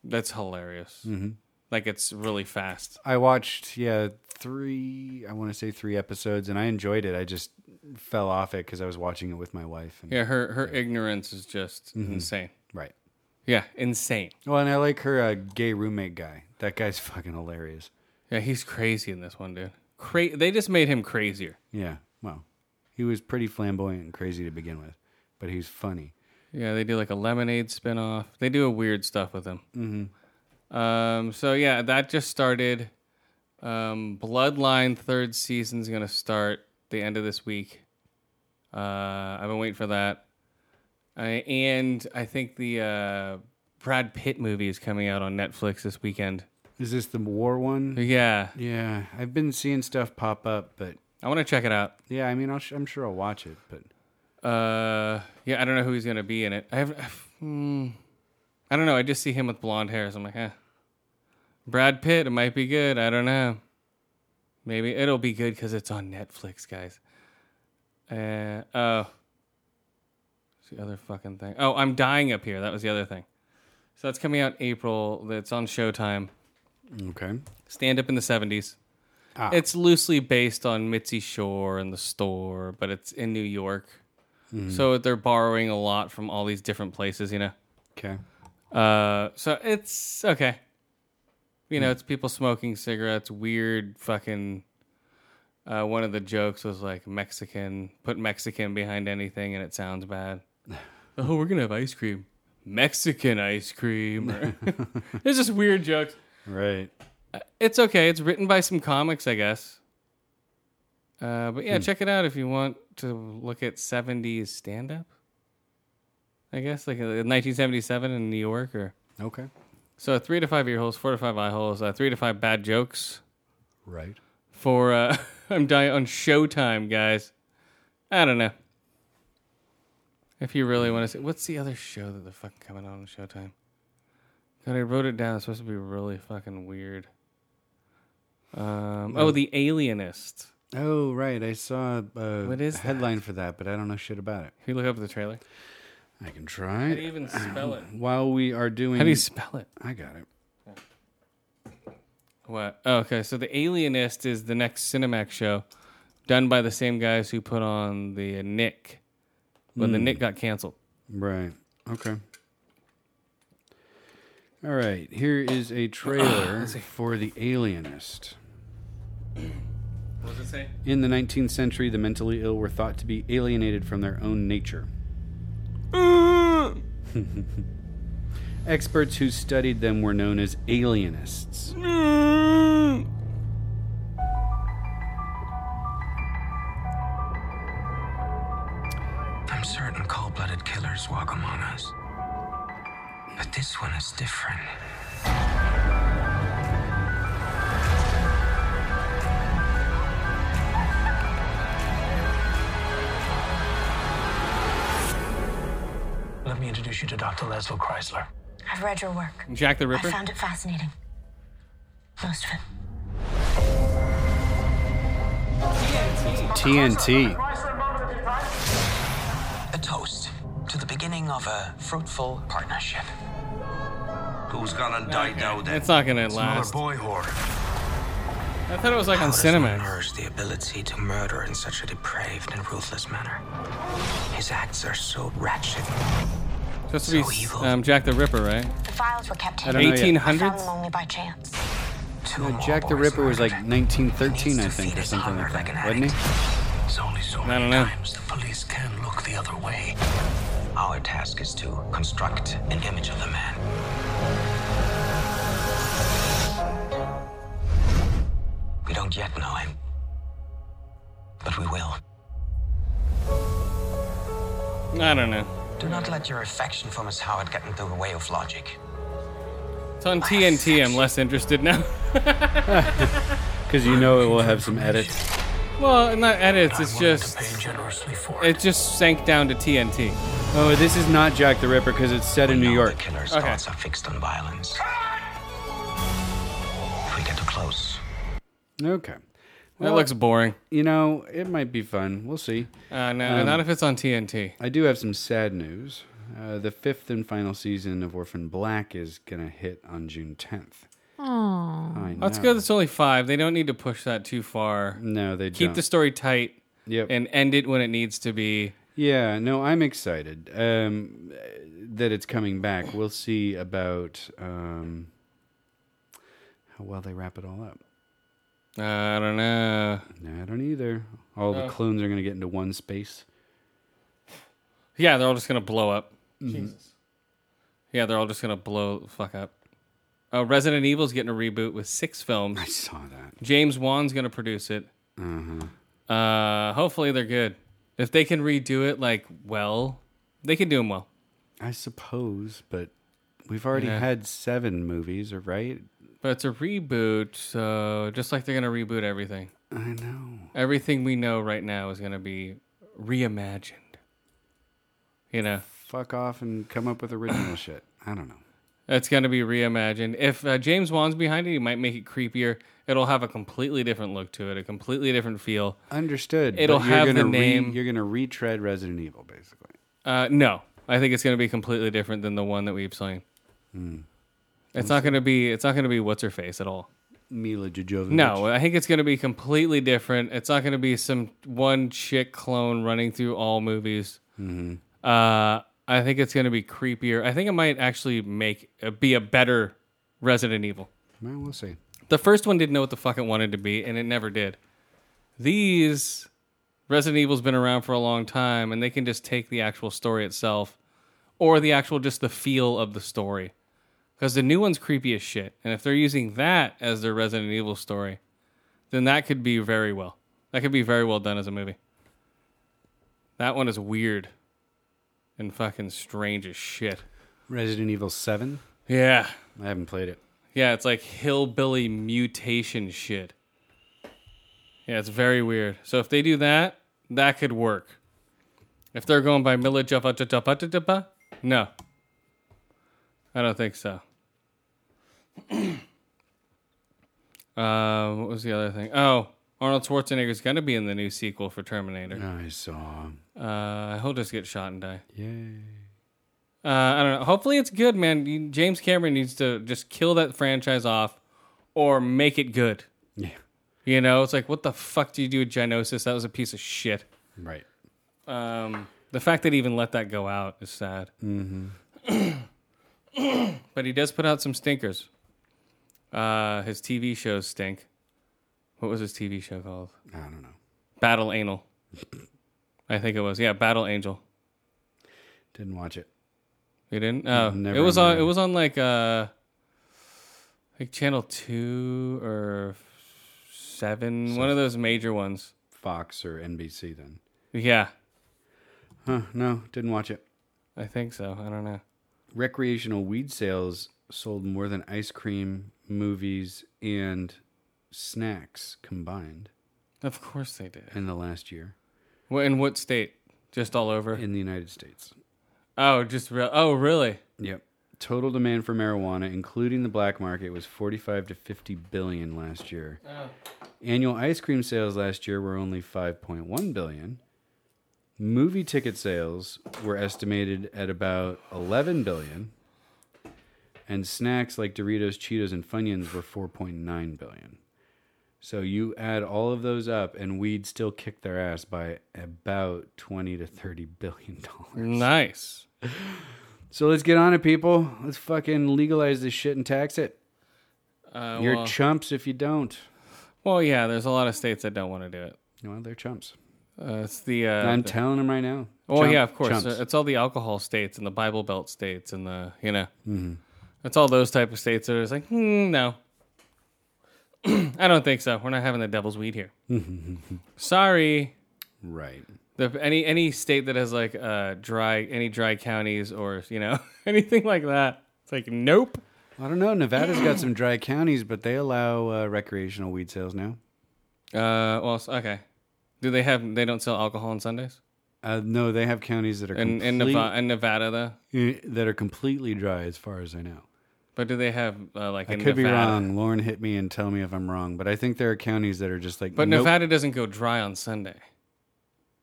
S1: That's hilarious.
S2: Mhm.
S1: Like it's really fast.
S2: I watched, yeah, three. I want to say three episodes, and I enjoyed it. I just fell off it because I was watching it with my wife. And,
S1: Yeah, her her ignorance is just
S2: Mhm.
S1: insane.
S2: Right.
S1: Yeah, insane.
S2: Well, and I like her uh, gay roommate guy. That guy's [laughs] fucking hilarious.
S1: Yeah, he's crazy in this one, dude. Cra- they just made him crazier.
S2: Yeah. Well, he was pretty flamboyant and crazy to begin with, but he's funny.
S1: Yeah, they do like a lemonade spinoff. They do a weird stuff with him. Mm-hmm. Um, so yeah, that just started. Um, Bloodline third season's gonna start the end of this week. Uh, I've been waiting for that. I, and I think the uh, Brad Pitt movie is coming out on Netflix this weekend.
S2: Is this the war one?
S1: Yeah,
S2: Yeah. I've been seeing stuff pop up, but
S1: I want to check it out.
S2: yeah, I mean, I'll sh- I'm sure I'll watch it, but
S1: Uh, yeah, I don't know who he's gonna be in it. I have, hmm, I don't know. I just see him with blonde hair, so I'm like, eh. Brad Pitt, it might be good. I don't know. Maybe it'll be good because it's on Netflix, guys. Uh oh. What's the other fucking thing? Oh, I'm dying up here. That was the other thing. So that's coming out April. That's on Showtime.
S2: okay.
S1: Stand up in the seventies.
S2: Ah.
S1: It's loosely based on Mitzi Shore and the store, but it's in New York.
S2: Mhm.
S1: So they're borrowing a lot from all these different places, you know.
S2: Okay.
S1: Uh, so it's okay. You know, it's people smoking cigarettes. Weird fucking. Uh, one of the jokes was like Mexican. Put Mexican behind anything, and it sounds bad. oh, we're gonna have ice cream. Mexican ice cream. or- It's just weird jokes.
S2: Right.
S1: It's okay. It's written by some comics, I guess. Uh, but yeah, check it out if you want to look at 70s stand up. I guess, like uh, 1977 in New York or.
S2: Okay.
S1: So three to five ear holes, four to five eye holes, uh, three to five bad jokes
S2: Right.
S1: for. Uh, [laughs] I'm dying on Showtime, guys. I don't know. If you really want to see. What's the other show that they're fucking coming on on Showtime? God, I wrote it down. It's supposed to be really fucking weird. Um, oh,
S2: Oh.
S1: The Alienist.
S2: Oh, right. I saw a
S1: What is
S2: headline for that, but I don't know shit about it.
S1: Can you look up the trailer?
S2: I can try.
S1: How do you even spell it?
S2: While we are doing.
S1: How do you spell it?
S2: I got it.
S1: What? Oh, okay, so The Alienist is the next Cinemax show done by the same guys who put on the Nick when the
S2: Mm.
S1: Nick got canceled.
S2: Right. Okay. All right. Here is a
S1: [clears throat]
S2: trailer for The Alienist.
S1: What does it say?
S2: In the 19th century, the mentally ill were thought to be alienated from their
S1: [clears throat]
S2: own nature. [laughs] Experts who studied them were known as alienists.
S11: I'm certain cold blooded killers walk among us. But this one is different. Let me introduce you to Dr. Leslie Chrysler.
S12: I've read your work.
S1: Jack the Ripper?
S12: I found it fascinating. Most of it.
S2: TNT.
S11: A toast to the beginning of a fruitful partnership. Who's gone and died now then?
S1: It's not gonna
S11: It's another
S1: last.
S11: boy horror.
S1: I thought it was like on
S11: does
S1: Cinemax.
S11: one Urge the ability to murder in such a depraved and ruthless manner. His acts are so ratchet.
S1: Supposed to be um, Jack the Ripper, right?
S12: The files were kept
S1: I
S12: hidden.
S1: don't know yet.
S12: I
S1: 1800s?
S12: found them only by chance.
S2: Uh, Jack the Ripper was like 1913, I think, or something like that, wasn't
S11: It's only so
S2: I
S11: many
S2: don't know.
S11: times the police can look the other way. Our task is to construct an image of the man. We don't yet know him, but we will.
S1: I don't know.
S11: Do not let your affection for Miss Howard get into the way of logic.
S1: It's on TNT. I'm less interested now. [laughs]
S2: he? Because you know it will have some edits.
S1: well, not edits. It's just. It just sank down to TNT.
S2: Oh, this is not Jack the Ripper because it's set in New York.
S11: Killer's
S1: Okay.
S11: thoughts are fixed on violence. If we get too close,
S2: Okay.
S1: That looks boring.
S2: You know, it might be fun. We'll see.
S1: Uh, no, not if it's on TNT.
S2: I do have some sad news. Uh, the fifth and final season of Orphan Black is going to hit on June 10th. I
S1: Let's
S2: know.
S1: go. It's only five. They don't need to push that too far.
S2: No, they
S1: keep
S2: don't.
S1: the story tight.
S2: Yep.
S1: And end it when it needs to be.
S2: Yeah, no, I'm excited um, that it's coming back. We'll see about um, how well they wrap it all up.
S1: Uh, I don't know.
S2: No, I don't either. All the
S1: Uh.
S2: clones are going to get into one space.
S1: Yeah, they're all just gonna blow up.
S2: Mhm.
S1: Jesus. Yeah, they're all just gonna blow the fuck up. Uh, Resident Evil's getting a reboot with six films. I
S2: saw that.
S1: James Wan's gonna produce it.
S2: Uh-huh.
S1: Uh, hopefully they're good. If they can redo it like well, they can do them well.
S2: I suppose, but we've already
S1: Yeah.
S2: had seven movies, right?
S1: But it's a reboot, so just like they're gonna reboot everything.
S2: I know.
S1: Everything we know right now is gonna be reimagined. You know,
S2: Fuck off and come up
S1: [sighs]
S2: with original shit. I don't know.
S1: It's going to be reimagined. If uh, James Wan's behind it, he might make it creepier. It'll have a completely different look to it, a completely different feel.
S2: Understood.
S1: It'll
S2: but you're
S1: have
S2: gonna
S1: the
S2: re-
S1: name.
S2: you're going to retread Resident Evil, basically.
S1: Uh, no, I think it's going to be completely different than the one that we've seen.
S2: Mm.
S1: It's not going to be. It's not going to be what's her face at all.
S2: Mila Jovovich.
S1: No, I think it's going to be completely different. It's not going to be some one chick clone running through all movies. Uh, I think it's going to be creepier. I think it might actually make uh, be a better Resident Evil.
S2: Well, we'll see.
S1: The first one didn't know what the fuck it wanted to be, and it never did. These Resident Evil's been around for a long time, and they can just take the actual story itself, or the actual just the feel of the story, because the new one's creepy as shit. And if they're using that as their Resident Evil story, then that could be very well. That could be very well done as a movie. That one is weird and fucking strange as shit.
S2: Resident Evil Seven.
S1: Yeah.
S2: I haven't played it.
S1: Yeah, it's like hillbilly mutation shit. Yeah, it's very weird. So if they do that, that could work. If they're going by Mila Jovovich, no. I don't think so. [clears throat] uh, what was the other thing? Oh, Arnold Schwarzenegger's going to be in the new sequel for Terminator.
S2: I saw.
S1: Uh, he'll just get shot and die.
S2: Yay.
S1: Uh, I don't know. Hopefully, it's good, man. You- James Cameron needs to just kill that franchise off, or make it good.
S2: Yeah.
S1: You know, it's like, what the fuck do you do with Genosis? That was a piece of shit.
S2: Right.
S1: Um, the fact that he even let that go out is sad.
S2: Mm-hmm.
S1: But he does put out some stinkers. Uh, his TV shows stink. What was his TV show called?
S2: I don't know.
S1: Battle Anal. I think it was. Yeah, Battle Angel.
S2: Didn't watch it.
S1: You didn't? Oh,
S2: Never
S1: it was
S2: in my
S1: on. It
S2: life.
S1: was on like uh, like channel two or seven, one of those major ones.
S2: Fox or NBC then.
S1: Yeah,
S2: Huh, no, didn't watch it.
S1: I think so. I don't know.
S2: Recreational weed sales sold more than ice cream, movies, and snacks combined
S1: Of course they did.
S2: in the last year
S1: What in what state? Just all over.
S2: in the United States.
S1: oh, just real. Oh, really?
S2: Yep. Total demand for marijuana, including the black market, was 45 to 50 billion last year. Annual ice cream sales last year were only 5.1 billion. Movie ticket sales were estimated at about 11 billion. And snacks like Doritos, Cheetos, and Funyuns were 4.9 billion. So you add all of those up, and weed still kicked their ass by about 20 to 30 billion dollars.
S1: Nice.
S2: So let's get on it, people. Let's fucking legalize this shit and tax it.
S1: Uh,
S2: You're
S1: well,
S2: chumps if you don't.
S1: well, yeah. There's a lot of states that don't want to do it.
S2: Well, they're chumps.
S1: Uh, it's the. Uh,
S2: I'm
S1: the-
S2: telling them right now.
S1: Oh
S2: Chump-
S1: yeah, of course.
S2: chumps.
S1: It's all the alcohol states and the Bible Belt states and the you know,
S2: Mhm.
S1: it's all those type of states that are just like, hmm, no, [clears throat] I don't think so. We're not having the devil's weed
S2: [laughs]
S1: here. Sorry.
S2: right.
S1: The, any any state that has like uh dry any dry counties or you know [laughs] anything like that, it's like nope.
S2: I don't know. Nevada's got some dry counties, but they allow uh, recreational weed sales now.
S1: Uh, well, s- okay. Do they have? They don't sell alcohol on Sundays
S2: Uh, no, they have counties that are
S1: in in
S2: complete-
S1: Nevada, in Nevada though.
S2: eh, that are completely dry, as far as I know.
S1: But do they have uh, like
S2: I
S1: in
S2: could be
S1: Nevada?
S2: wrong. Lauren hit me and tell me if I'm wrong, but I think there are counties that are just like.
S1: But
S2: nope.
S1: Nevada doesn't go dry on Sunday.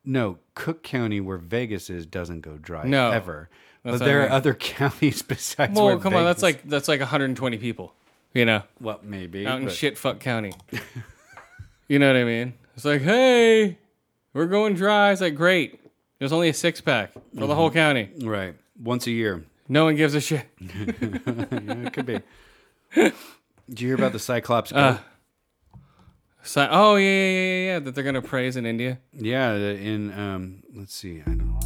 S2: No, Cook County, where Vegas is, doesn't go dry
S1: No.
S2: ever.
S1: That's what
S2: But there
S1: I
S2: are
S1: mean.
S2: other [laughs] counties besides.
S1: Well,
S2: where
S1: come on, that's
S2: Vegas-
S1: like that's like 120 people, you know,
S2: Well, maybe.
S1: out in
S2: but-
S1: shit fuck county. you know what I mean? It's like, hey, we're going dry. It's like, great. There's only a six pack for
S2: Mm-hmm.
S1: the whole county.
S2: Right. Once a year.
S1: No one gives a shit.
S2: Yeah, it
S1: [laughs]
S2: could be. Did you hear about the Cyclops? goat?
S1: Uh, so, oh yeah, yeah, yeah, yeah, that they're gonna praise in India.
S2: yeah, the- in, um, let's see. I don't know.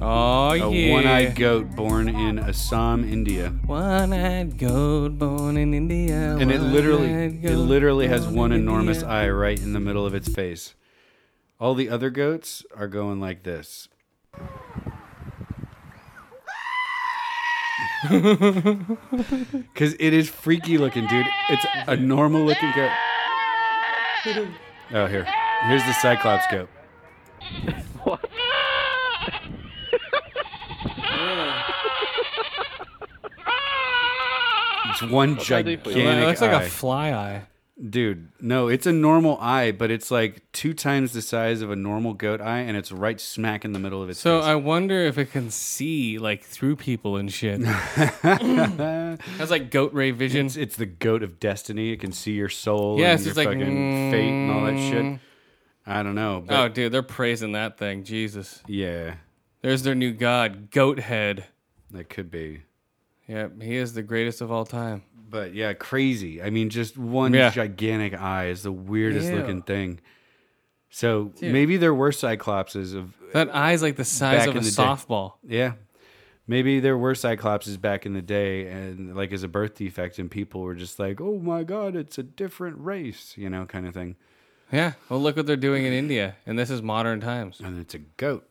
S1: Oh
S2: a
S1: yeah,
S2: one-eyed goat born in Assam, India,
S1: One-eyed goat born in India,
S2: and it literally,
S1: one-eyed
S2: it
S1: goat
S2: literally has
S1: born
S2: one
S1: in
S2: enormous
S1: India.
S2: eye right in the middle of its face. All the other goats are going
S1: [laughs]
S2: like this. Cause it is freaky looking, dude. It's a normal looking goat. Oh, here, here's the Cyclops goat. It's one gigantic
S1: It looks like
S2: eye.
S1: a fly eye.
S2: Dude, no, it's a normal eye, but it's like two times the size of a normal goat eye, and it's right smack in the middle of its
S1: So I wonder if it can see like through people and
S2: [laughs]
S1: shit. That's like goat ray vision.
S2: It's, it's the goat of destiny. It can see your soul
S1: Yes,
S2: and your
S1: it's like, mm.
S2: fucking fate and all that shit. I don't know. But
S1: Oh, dude, they're praising that thing. Jesus.
S2: Yeah.
S1: There's their new god, Goathead.
S2: That could be.
S1: Yep, he is the greatest of all time.
S2: But yeah, crazy. I mean, just one
S1: Yeah.
S2: gigantic eye is the weirdest
S1: Ew.
S2: looking thing. So
S1: Dude.
S2: maybe there were cyclopses of
S1: That eye's like the size
S2: back
S1: of a
S2: in the day.
S1: softball.
S2: Yeah, maybe there were cyclopses back in the day, and like as a birth defect, and people were just like, "Oh my god, it's a different race," you know, kind of thing.
S1: Yeah. Well, look what they're doing in India, and this is modern times.
S2: And it's a goat,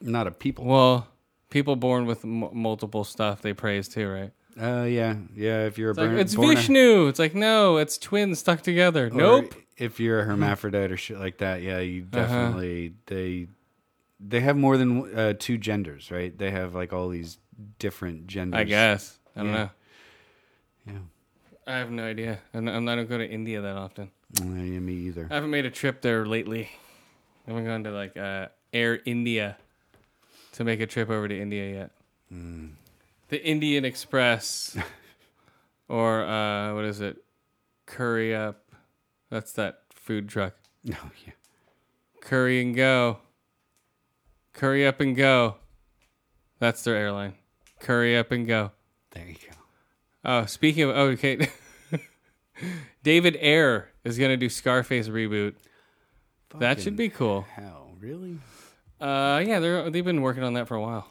S2: not a people.
S1: Well, people born with m- multiple stuff they praise too, right?
S2: Uh, yeah, yeah. If you're a
S1: It's, like,
S2: burn-
S1: it's
S2: born a-
S1: Vishnu. It's like no, it's twins stuck together.
S2: or
S1: nope. Mm-hmm. Uh-huh.
S2: If you're a hermaphrodite or shit like that, yeah, you definitely they they have more than uh, two genders, right? They have like all these different genders.
S1: I guess. I don't
S2: Yeah.
S1: know. I have no idea. I'm not, I'm not- I don't go to India that often.
S2: Mm, yeah, me either. [laughs]
S1: I haven't made a trip there lately. I haven't gone to like uh, Air India to make a trip over to India yet. The Indian Express, [laughs] or uh, what is it? Curry Up. That's that food truck.
S2: No, Oh, yeah.
S1: Curry and Go. Curry Up and Go. That's their airline. Curry Up and Go.
S2: There you go.
S1: Oh, speaking of, oh, okay. [laughs] David Ayer is going to do Scarface reboot. that should be cool.
S2: Hell, really?
S1: Uh, yeah, they're, they've been working on that for a while.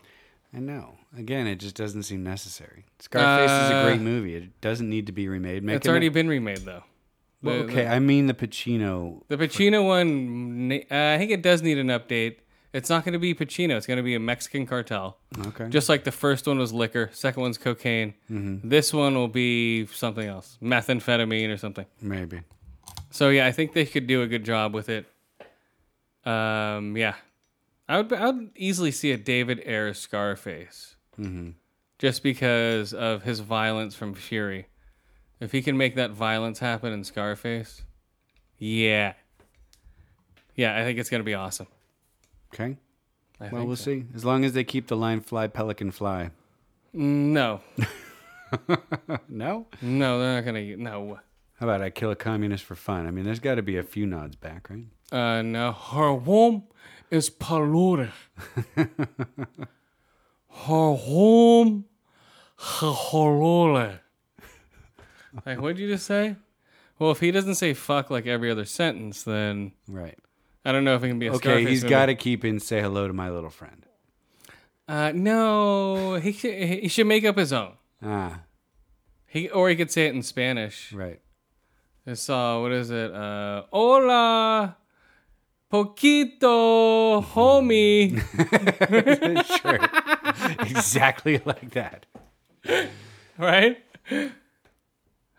S2: I know. Again, it just doesn't seem necessary. Scarface is a
S1: Uh,
S2: great movie. It doesn't need to be remade. Make
S1: it's
S2: an-
S1: already been remade, though.
S2: Well,
S1: The-
S2: okay,
S1: the-
S2: I mean the Pacino.
S1: The Pacino one, na- uh, I think it does need an update. It's not going to be Pacino. It's going to be a Mexican cartel.
S2: Okay.
S1: Just like the first one was liquor, second one's cocaine.
S2: Mhm.
S1: This one will be something else, methamphetamine or something.
S2: Maybe.
S1: So yeah, I think they could do a good job with it. Um, yeah, I would. I would easily see a David Ayer Scarface,
S2: Mhm.
S1: just because of his violence from Fury. If he can make that violence happen in Scarface, yeah, yeah, I think it's gonna be awesome.
S2: Okay.
S1: I
S2: well,
S1: think
S2: we'll
S1: so.
S2: see. As long as they keep the line "fly pelican fly."
S1: No,
S2: no.
S1: no, they're not gonna. No,
S2: How about I kill a communist for fun? I mean, there's got to be a few nods back, right?
S1: uh, no. Her womb is
S2: [laughs]
S1: polluted. Her home, her horole. Like, what'd you just say? Well, if he doesn't say fuck like every other sentence, then
S2: Right.
S1: I don't know if it can be a
S2: okay,
S1: Scarface
S2: he's
S1: movie.
S2: got to keep in "say hello to my little friend."
S1: Uh, no, he should, he should make up his own.
S2: Ah,
S1: He or he could say it in Spanish.
S2: right. [laughs]
S1: I saw what is it? Uh, hola, poquito, homie.
S2: sure. exactly [laughs] like that.
S1: right?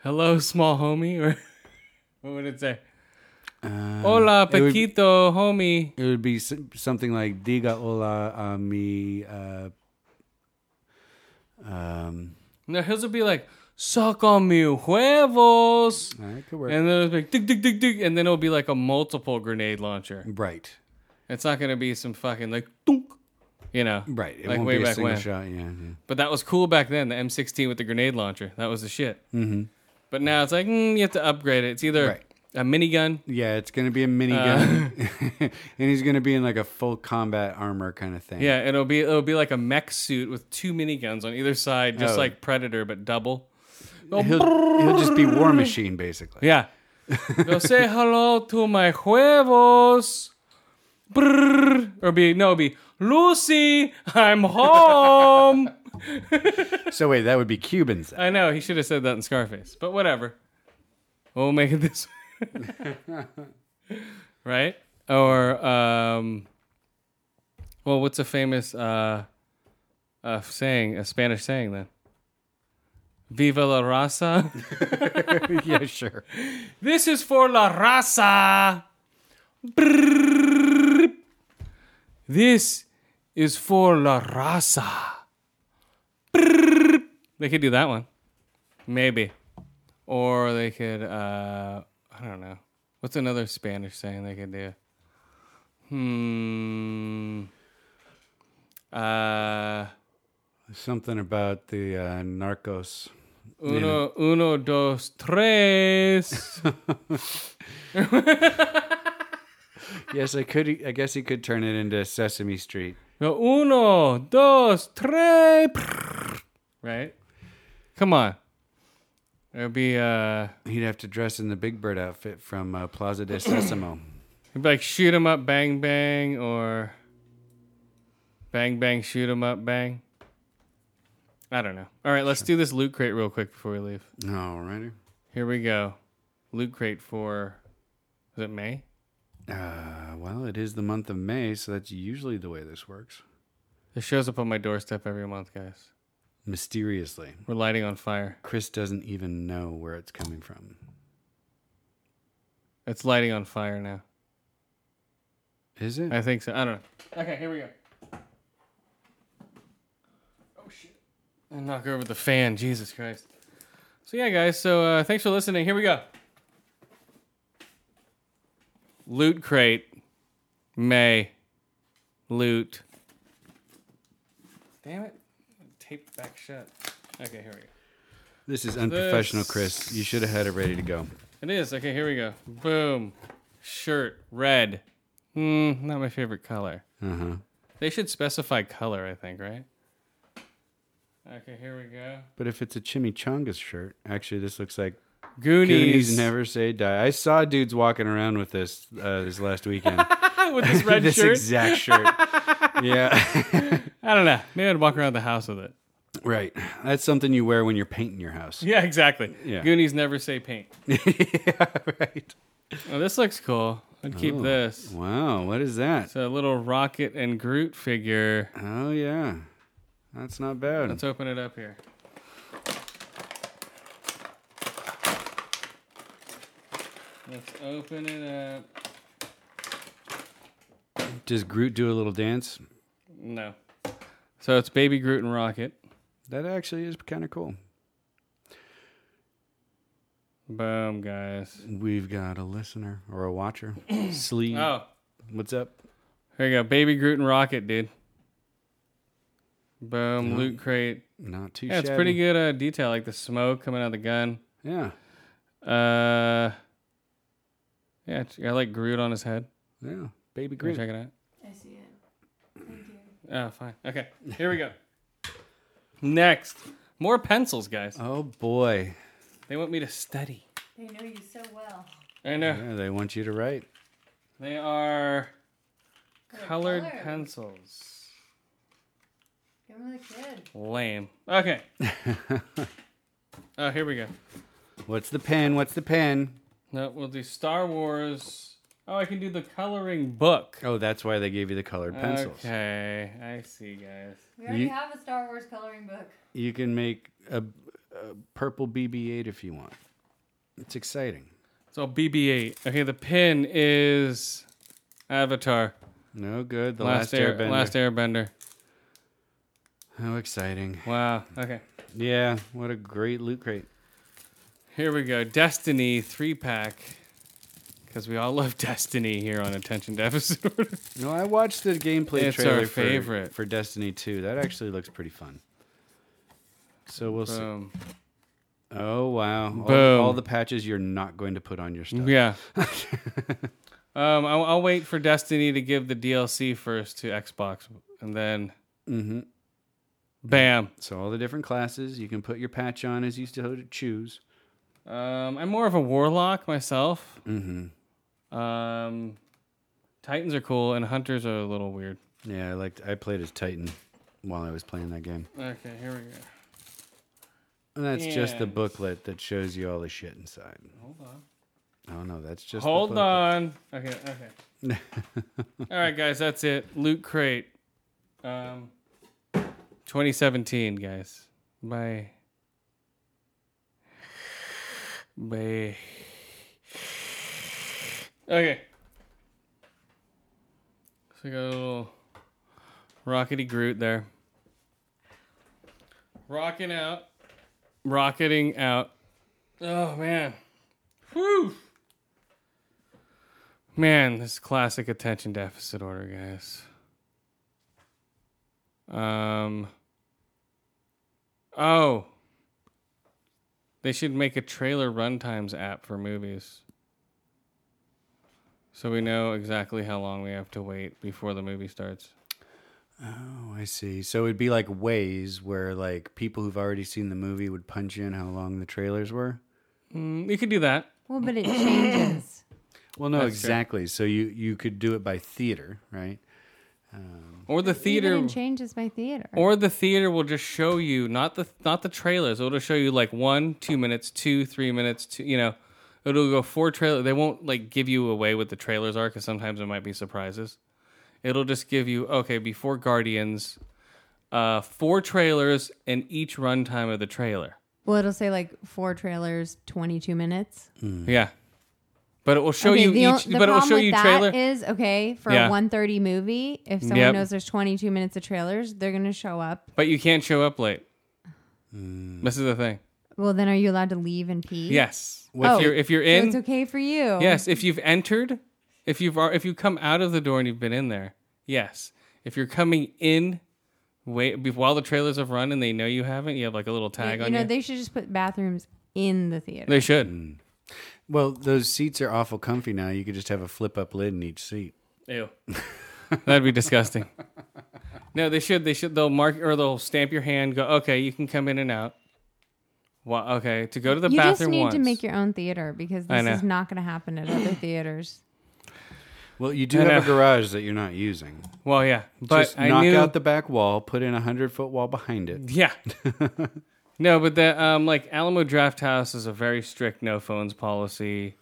S1: Hello, small homie, or [laughs] what would it say?
S2: Uh,
S1: Hola,
S2: it would-
S1: Paquito, homie.
S2: It would be s- something like "Diga hola a mi." Uh, um,
S1: No, his would be like, suck on me huevos.
S2: that could work.
S1: And then it was like, dig, dig, dig, dig. And then it'll be like a multiple grenade launcher.
S2: right,
S1: It's not going to be some fucking like, dunk, you know.
S2: right. It
S1: like
S2: won't
S1: way
S2: be a
S1: back
S2: single
S1: when.
S2: shot. Yeah. yeah.
S1: But that was cool back then, the M16 with the grenade launcher. That was the shit.
S2: hmm
S1: But now it's like, mm, you have to upgrade it. It's either
S2: Right.
S1: a minigun.
S2: Yeah, it's gonna be a [laughs] minigun, and he's gonna be in like a full combat armor kind of thing.
S1: Yeah, it'll be it'll be like a mech suit with two miniguns on either side, just
S2: Oh.
S1: like Predator but double.
S2: he'll, he'll just be War Machine basically.
S1: Yeah. They'll say hello to my huevos. Brrr. Or be, no, be, Lucy, I'm home.
S2: So wait, that would be Cubans. Then.
S1: I know, he should have said that in Scarface, but whatever. We'll make it this [laughs] right? Or, um, well, what's a famous uh, uh, saying, a Spanish saying then? Viva la raza. [laughs]
S2: [laughs] yeah, sure.
S1: This is for La Raza. Brrrr. This is for La Raza. Brrrr. They could do that one. Maybe. Or they could, uh, I don't know. What's another Spanish saying they could do? Hmm. Uh,
S2: Something about the uh, Narcos. you know.
S1: uno, uno, dos, tres.
S2: yes, I could. I guess he could turn it into Sesame Street.
S1: No, uno, dos, tres. Right? Come on. It'd be uh
S2: He'd have to dress in the Big Bird outfit from uh, Plaza de Sesamo. [clears throat]
S1: it'd be like shoot 'em up bang bang or bang bang shoot 'em up bang. I don't know. All right, let's do this loot crate real quick before we leave.
S2: All righty.
S1: Here we go. Loot crate for is it May?
S2: Uh, well, it is the month of May, so that's usually the way this works.
S1: It shows up on my doorstep every month, guys.
S2: Mysteriously,
S1: We're lighting on fire.
S2: Chris doesn't even know where it's coming from.
S1: It's lighting on fire now.
S2: Is it?
S1: I think so. I don't know. Okay, here we go. Oh shit! And knock over the fan. Jesus Christ. So yeah, guys. So uh, thanks for listening. Here we go. Loot crate. May. Loot. Damn it! Taped back shut. Okay, here we go.
S2: This is unprofessional,
S1: This-
S2: Chris. You should have had it ready to go.
S1: It is. Okay, here we go. Boom. Shirt, red. Mm, not my favorite color.
S2: Uh huh.
S1: They should specify color, I think, right? Okay, here we go.
S2: But if it's a chimichangas shirt, actually, this looks like
S1: Goonies.
S2: never say die. I saw dudes walking around with this uh, this last weekend.
S1: With this [laughs] red
S2: [laughs] this
S1: shirt?
S2: exact
S1: [laughs]
S2: shirt. yeah, [laughs]
S1: I don't know. Maybe I'd walk around the house with it. [laughs]
S2: right. That's something you wear when you're painting your house.
S1: Yeah, exactly.
S2: Yeah.
S1: Goonies never say paint.
S2: [laughs] yeah, right.
S1: Oh, this looks cool. I'd keep
S2: Oh,
S1: this.
S2: Wow, what is that?
S1: It's a little Rocket and Groot figure.
S2: Oh yeah, that's not bad.
S1: Let's open it up here. Let's open it up.
S2: Does Groot do a little dance?
S1: No. So it's Baby Groot and Rocket.
S2: That actually is kind of cool.
S1: Boom, guys.
S2: We've got a listener or
S1: [clears throat]
S2: a watcher. Sleeve.
S1: Oh,
S2: What's up?
S1: here you go. Baby Groot and Rocket, dude. Boom,
S2: Yeah.
S1: loot crate.
S2: Not too.
S1: Yeah, it's
S2: shabby.
S1: pretty good uh, detail, like the smoke coming out of the gun.
S2: Yeah,
S1: Uh, yeah, it's- I like Groot on his head.
S2: yeah. Baby
S1: Can we
S2: Groot.
S1: check it out?
S4: I see it.
S1: Oh, fine. Okay, here we go. Next, more pencils, guys.
S2: Oh boy.
S1: They want me to study.
S4: They know you so well.
S1: I know.
S2: Yeah, they want you to write.
S1: They are colored
S4: colored.
S1: pencils.
S4: You're really good.
S1: Lame.
S2: [laughs]
S1: Okay. oh, here we go.
S2: What's the pen? What's the pen?
S1: No, we'll do Star Wars. Oh, I can do the coloring book.
S2: Oh, that's why they gave you the colored pencils.
S1: Okay, I see, guys.
S3: We already
S2: You-
S3: have a Star Wars coloring book.
S2: You can make a, a purple BB-8 if you want. It's exciting.
S1: So BB-8. Okay, the pin is Avatar.
S2: No good. The
S1: last,
S2: last,
S1: air,
S2: airbender.
S1: last Airbender.
S2: How exciting!
S1: Wow. Okay.
S2: Yeah, what a great loot crate.
S1: Here we go. Destiny three pack. Because we all love [laughs] Destiny here on Attention Deficit. [laughs]
S2: No, I watched the gameplay
S1: It's
S2: trailer
S1: our
S2: for-
S1: favorite.
S2: For, Destiny 2. That actually looks pretty fun. So we'll see.
S1: Boom.
S2: Oh wow! All-
S1: Boom.
S2: All, the patches you're not going to put on your stuff. [laughs]
S1: Yeah. um, I'll, I'll wait for Destiny to give the DLC first to Xbox, and then
S2: hmm
S1: bam.
S2: So all the different classes you can put your patch on as you still choose.
S1: Um, I'm more of a warlock myself.
S2: Mm-hmm.
S1: Um, Titans are cool, and hunters are a little weird.
S2: Yeah, I liked. I played as Titan while I was playing that game.
S1: Okay, here we go.
S2: And that's just the
S1: Yes.
S2: booklet that shows you all the shit inside.
S1: Hold on.
S2: Oh no, that's just. the
S1: Hold
S2: booklet.
S1: on. Okay. Okay.
S2: [laughs]
S1: All right, guys, that's it. Loot crate. Um, 2017, guys. Bye. Bye. Okay. So we got a little rockety Groot there. Rocking out. Rocketing out. Oh, man. Whew. Man, this is classic attention deficit order, guys. Um. Oh. They should make a trailer runtimes app for movies. So we know exactly how long we have to wait before the movie starts.
S2: Oh, I see. So it'd be like ways where like people who've already seen the movie would punch in how long the trailers were.
S1: Mm, you could do that.
S3: Well, [clears throat] but it changes.
S2: Well, no,
S1: That's true.
S2: exactly. So you you could do it by theater, right?
S1: Or the theater
S3: Even it changes by theater.
S1: Or the theater will just show you not the not the trailers. It'll just show you like one, two minutes, two, three minutes, two. You know, it'll go four trailer. They won't like give you away what the trailers are because sometimes there might be surprises. It'll just give you okay before Guardians, uh, four trailers and each runtime of the trailer.
S3: Well, it'll say like four trailers, twenty-two minutes.
S1: Yeah, but it will show
S3: Okay,
S1: you
S3: the, o-
S1: each.
S3: the
S1: but it will
S3: problem
S1: show
S3: with
S1: you
S3: that
S1: trailer.
S3: is okay for
S1: Yeah.
S3: a one thirty movie. If someone
S1: Yep.
S3: knows there's twenty-two minutes of trailers, they're gonna show up.
S1: but you can't show up late. This is the thing.
S3: Well, then are you allowed to leave and pee?
S1: Yes.
S3: Oh,
S1: if you're if you're
S3: so
S1: in,
S3: it's okay for you.
S1: Yes, if you've entered, if you've ar- if you come out of the door and you've been in there, yes. If you're coming in, wait be- while the trailers have run and they know you haven't, you have like a little
S3: You-
S1: tag
S3: you
S1: on
S3: know
S1: you.
S3: they should just put bathrooms in the theater.
S1: They should.
S2: Well, those seats are awful comfy now. You could just have a flip up lid in each seat.
S1: Ew. [laughs] That'd be disgusting. No, they should. They should. They'll mark or they'll stamp your hand. Go. Okay, you can come in and out. Well, okay, to go to the
S3: you
S1: bathroom
S3: just need
S1: once.
S3: to make your own theater because
S1: I
S3: this is
S1: know.
S3: not going to happen at
S1: [coughs]
S3: other theaters.
S2: Well, you do
S1: I
S2: have a
S1: know.
S2: garage that you're not using.
S1: Well, yeah, but
S2: just
S1: I
S2: knock
S1: knew-
S2: out the back wall, put in a hundred foot wall behind it.
S1: Yeah. no, but the um like Alamo Draft House is a very strict no phones policy.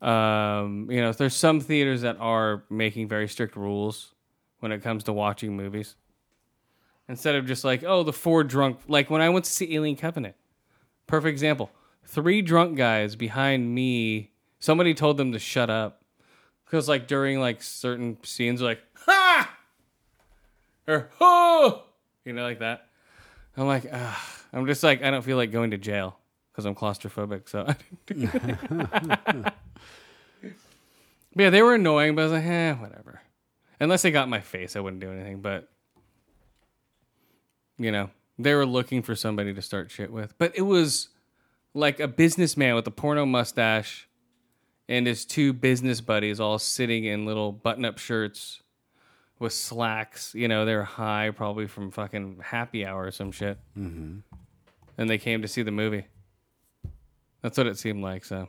S1: Um, you know, there's some theaters that are making very strict rules when it comes to watching movies. Instead of just like, oh, the four drunk like when I went to see Alien Covenant. Perfect example. Three drunk guys behind me, somebody told them to shut up. Cuz like during like certain scenes like, "Ha!" or "Oh!" you know like that. I'm like, Ugh. I'm just like, I don't feel like going to jail because I'm claustrophobic. So, I didn't do it. but yeah, they were annoying, but I was like, eh, whatever. Unless they got my face, I wouldn't do anything. But you know, they were looking for somebody to start shit with. But it was like a businessman with a porno mustache and his two business buddies all sitting in little button-up shirts with slacks. You know, they're high probably from fucking happy hour or some shit.
S2: Mhm.
S1: And they came to see the movie. That's what it seemed like. So,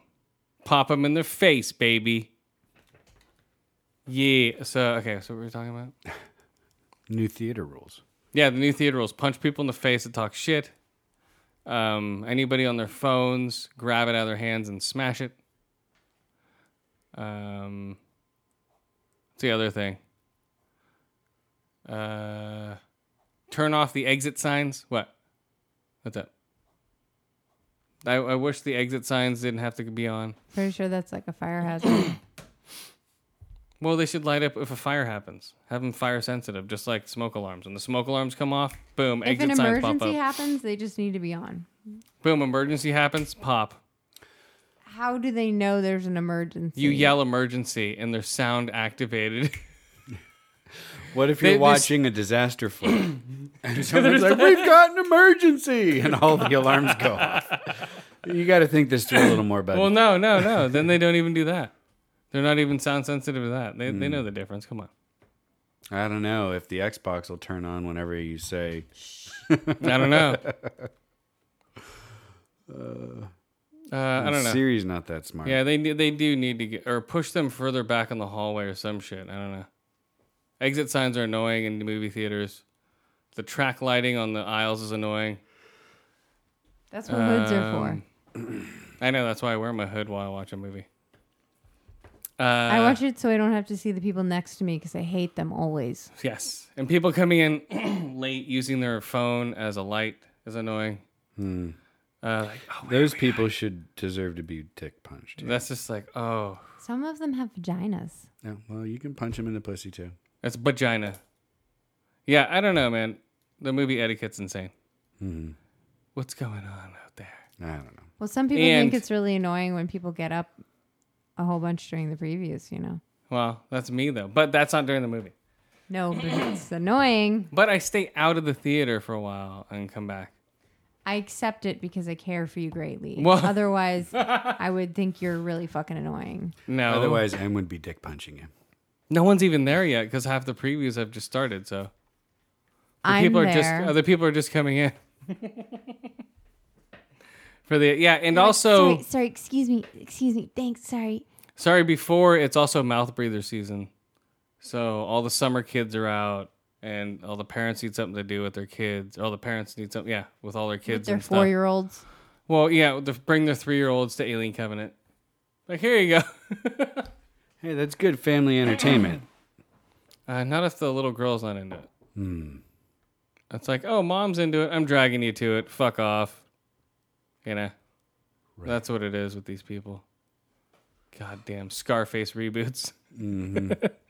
S1: pop them in their face, baby. Yeah. So okay. So what were we talking about?
S2: New theater rules.
S1: Yeah, the new theater rules: punch people in the face that talk shit. Um, anybody on their phones, grab it out of their hands and smash it. Um, what's the other thing? Uh, turn off the exit signs. What? What's that? I, I wish the exit signs didn't have to be on.
S3: Pretty sure that's like
S1: [coughs]
S3: a fire hazard.
S1: Well, they should light up if a fire happens. Have them fire sensitive, just like smoke alarms. When the smoke alarms come off, boom,
S3: if
S1: exit
S3: an
S1: signs pop up.
S3: emergency happens, they just need to be on.
S1: boom, emergency happens, pop.
S3: How do they know there's an emergency?
S1: You yell emergency, and they're sound activated. [laughs]
S2: What if you're
S1: They- they s-
S2: watching
S1: [coughs]
S2: a disaster film and someone's
S6: There's
S2: like,
S6: that-
S2: "We've got an emergency," and all the alarms go off? You got to think this through a little more, buddy.
S1: well, no, no, no. then they don't even do that. They're not even sound sensitive to that. They, they know the difference. Come on.
S2: I don't know if the Xbox will turn on whenever you say.
S1: I don't know.
S2: Uh,
S1: Uh, I don't know.
S2: Siri's not that smart.
S1: Yeah, they ne- they do need to get or push them further back in the hallway or some shit. I don't know. Exit signs are annoying in the movie theaters. The track lighting on the aisles is annoying.
S3: That's what hoods are for.
S1: for. I know that's why I wear my hood while I watch a movie. Uh,
S3: I watch it so I don't have to see the people next to me because I hate them always.
S1: Yes, and people coming in [clears throat] late using their phone as a light is annoying.
S2: Hmm.
S1: Uh, like, oh,
S2: Those people should deserve to be dick punched.
S1: that's just like oh,
S3: Some of them have vaginas.
S2: Yeah, well, you can punch them in the pussy too.
S1: that's vagina. Yeah, I don't know, man. The movie etiquette's insane.
S2: Mhm.
S1: What's going on out there?
S2: I don't know.
S3: Well, some people
S1: And-
S3: think it's really annoying when people get up a whole bunch during the previews, you know.
S1: Well, that's me though, but that's not during the movie. [laughs]
S3: No, but it's annoying.
S1: But I stay out of the theater for a while and come back.
S3: I accept it because I care for you greatly.
S1: Whoa. [laughs]
S3: Otherwise, I would think you're really fucking annoying.
S1: No.
S2: Otherwise, M would be dick punching him.
S1: No one's even there yet because half the previews have just started. So the
S3: I'm
S1: people are just
S3: there.
S1: other people are just coming in [laughs] for the yeah, and also
S3: sorry, sorry, excuse me, excuse me, thanks, sorry.
S1: sorry before it's also mouth breather season, so all the summer kids are out. And all the parents need something to do with their kids. All the parents need something, yeah, with all their kids.
S3: They're
S1: and stuff.
S3: four year olds.
S1: Well, yeah, the, bring their three year olds to Alien Covenant. Like, here you go. [laughs]
S2: Hey, that's good family entertainment.
S1: Uh, not if the little girl's not into it.
S2: Hmm.
S1: It's like, oh, mom's into it. I'm dragging you to it. Fuck off. You know, that's what it is with these people. Goddamn Scarface reboots.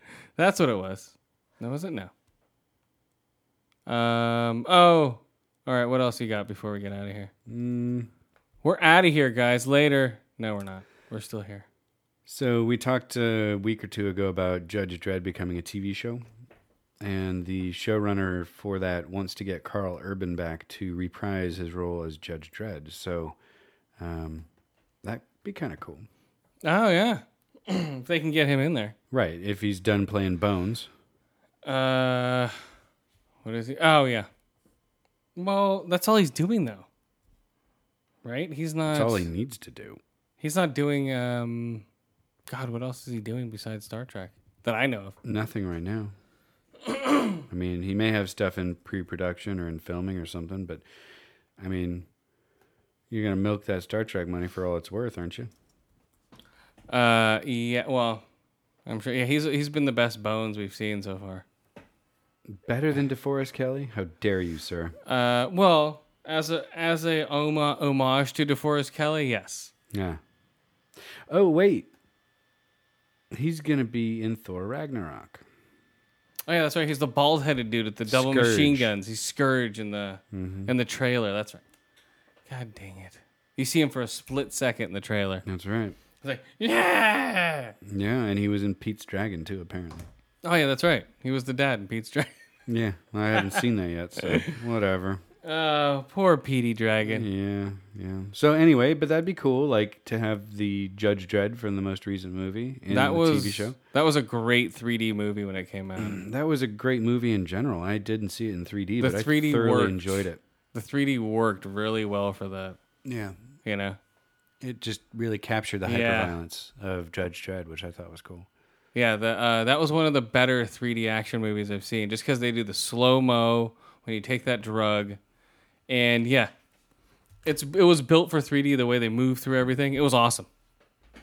S1: [laughs] that's what it was. No, was it? No. Um. Oh. All right. What else you got before we get out of here?
S2: Mm.
S1: We're out of here, guys. Later. No, we're not. We're still here.
S2: So we talked a week or two ago about Judge Dredd becoming a TV show, and the showrunner for that wants to get Carl Urban back to reprise his role as Judge Dredd. So um, that'd be kind of cool,
S1: Oh yeah. [clears throat] if they can get him in there.
S2: right? If he's done playing Bones,
S1: Uh, what is he? Oh yeah. Well, that's all he's doing though, right? He's not.
S2: that's all he needs to do.
S1: He's not doing. Um, God, what else is he doing besides Star Trek that I know of?
S2: Nothing right now. I mean, he may have stuff in pre-production or in filming or something, but I mean, you're gonna milk that Star Trek money for all it's worth, aren't you?
S1: Uh, yeah. Well, I'm sure. Yeah, he's he's been the best bones we've seen so far.
S2: Better than DeForest Kelly? How dare you, sir?
S1: Uh, well, as a as a oma homage to DeForest Kelly, yes.
S2: Yeah. Oh wait, he's gonna be in Thor Ragnarok.
S1: Oh yeah, that's right. He's the bald headed dude with the double
S2: Scourge.
S1: machine guns. He's Scourge in the
S2: Mhm.
S1: in the trailer. That's right. God dang it! You see him for a split second in the trailer.
S2: That's right.
S1: It's like yeah.
S2: Yeah, and he was in Pete's Dragon too, apparently.
S1: Oh yeah, that's right. He was the dad in Pete's [laughs] Dragon.
S2: Yeah, I haven't seen that
S1: [laughs]
S2: yet, so whatever.
S1: Oh, poor Petey Dragon.
S2: Yeah, yeah. So anyway, but that'd be cool, like to have the Judge Dredd from the most recent movie in
S1: that
S2: the
S1: was
S2: TV show.
S1: that was a great 3D movie when it came out.
S2: [clears throat] That was a great movie in general. I didn't see it in
S1: The
S2: 3D, but
S1: 3D
S2: I thoroughly
S1: worked.
S2: enjoyed it.
S1: The 3D worked really well for that.
S2: Yeah.
S1: You know.
S2: It just really captured the
S1: Yeah.
S2: hyperviolence of Judge Dredd, which I thought was cool.
S1: Yeah, the, uh, that was one of the better 3D action movies I've seen, just because they do the slow mo when you take that drug, and yeah, it's it was built for 3D. The way they move through everything, it was awesome.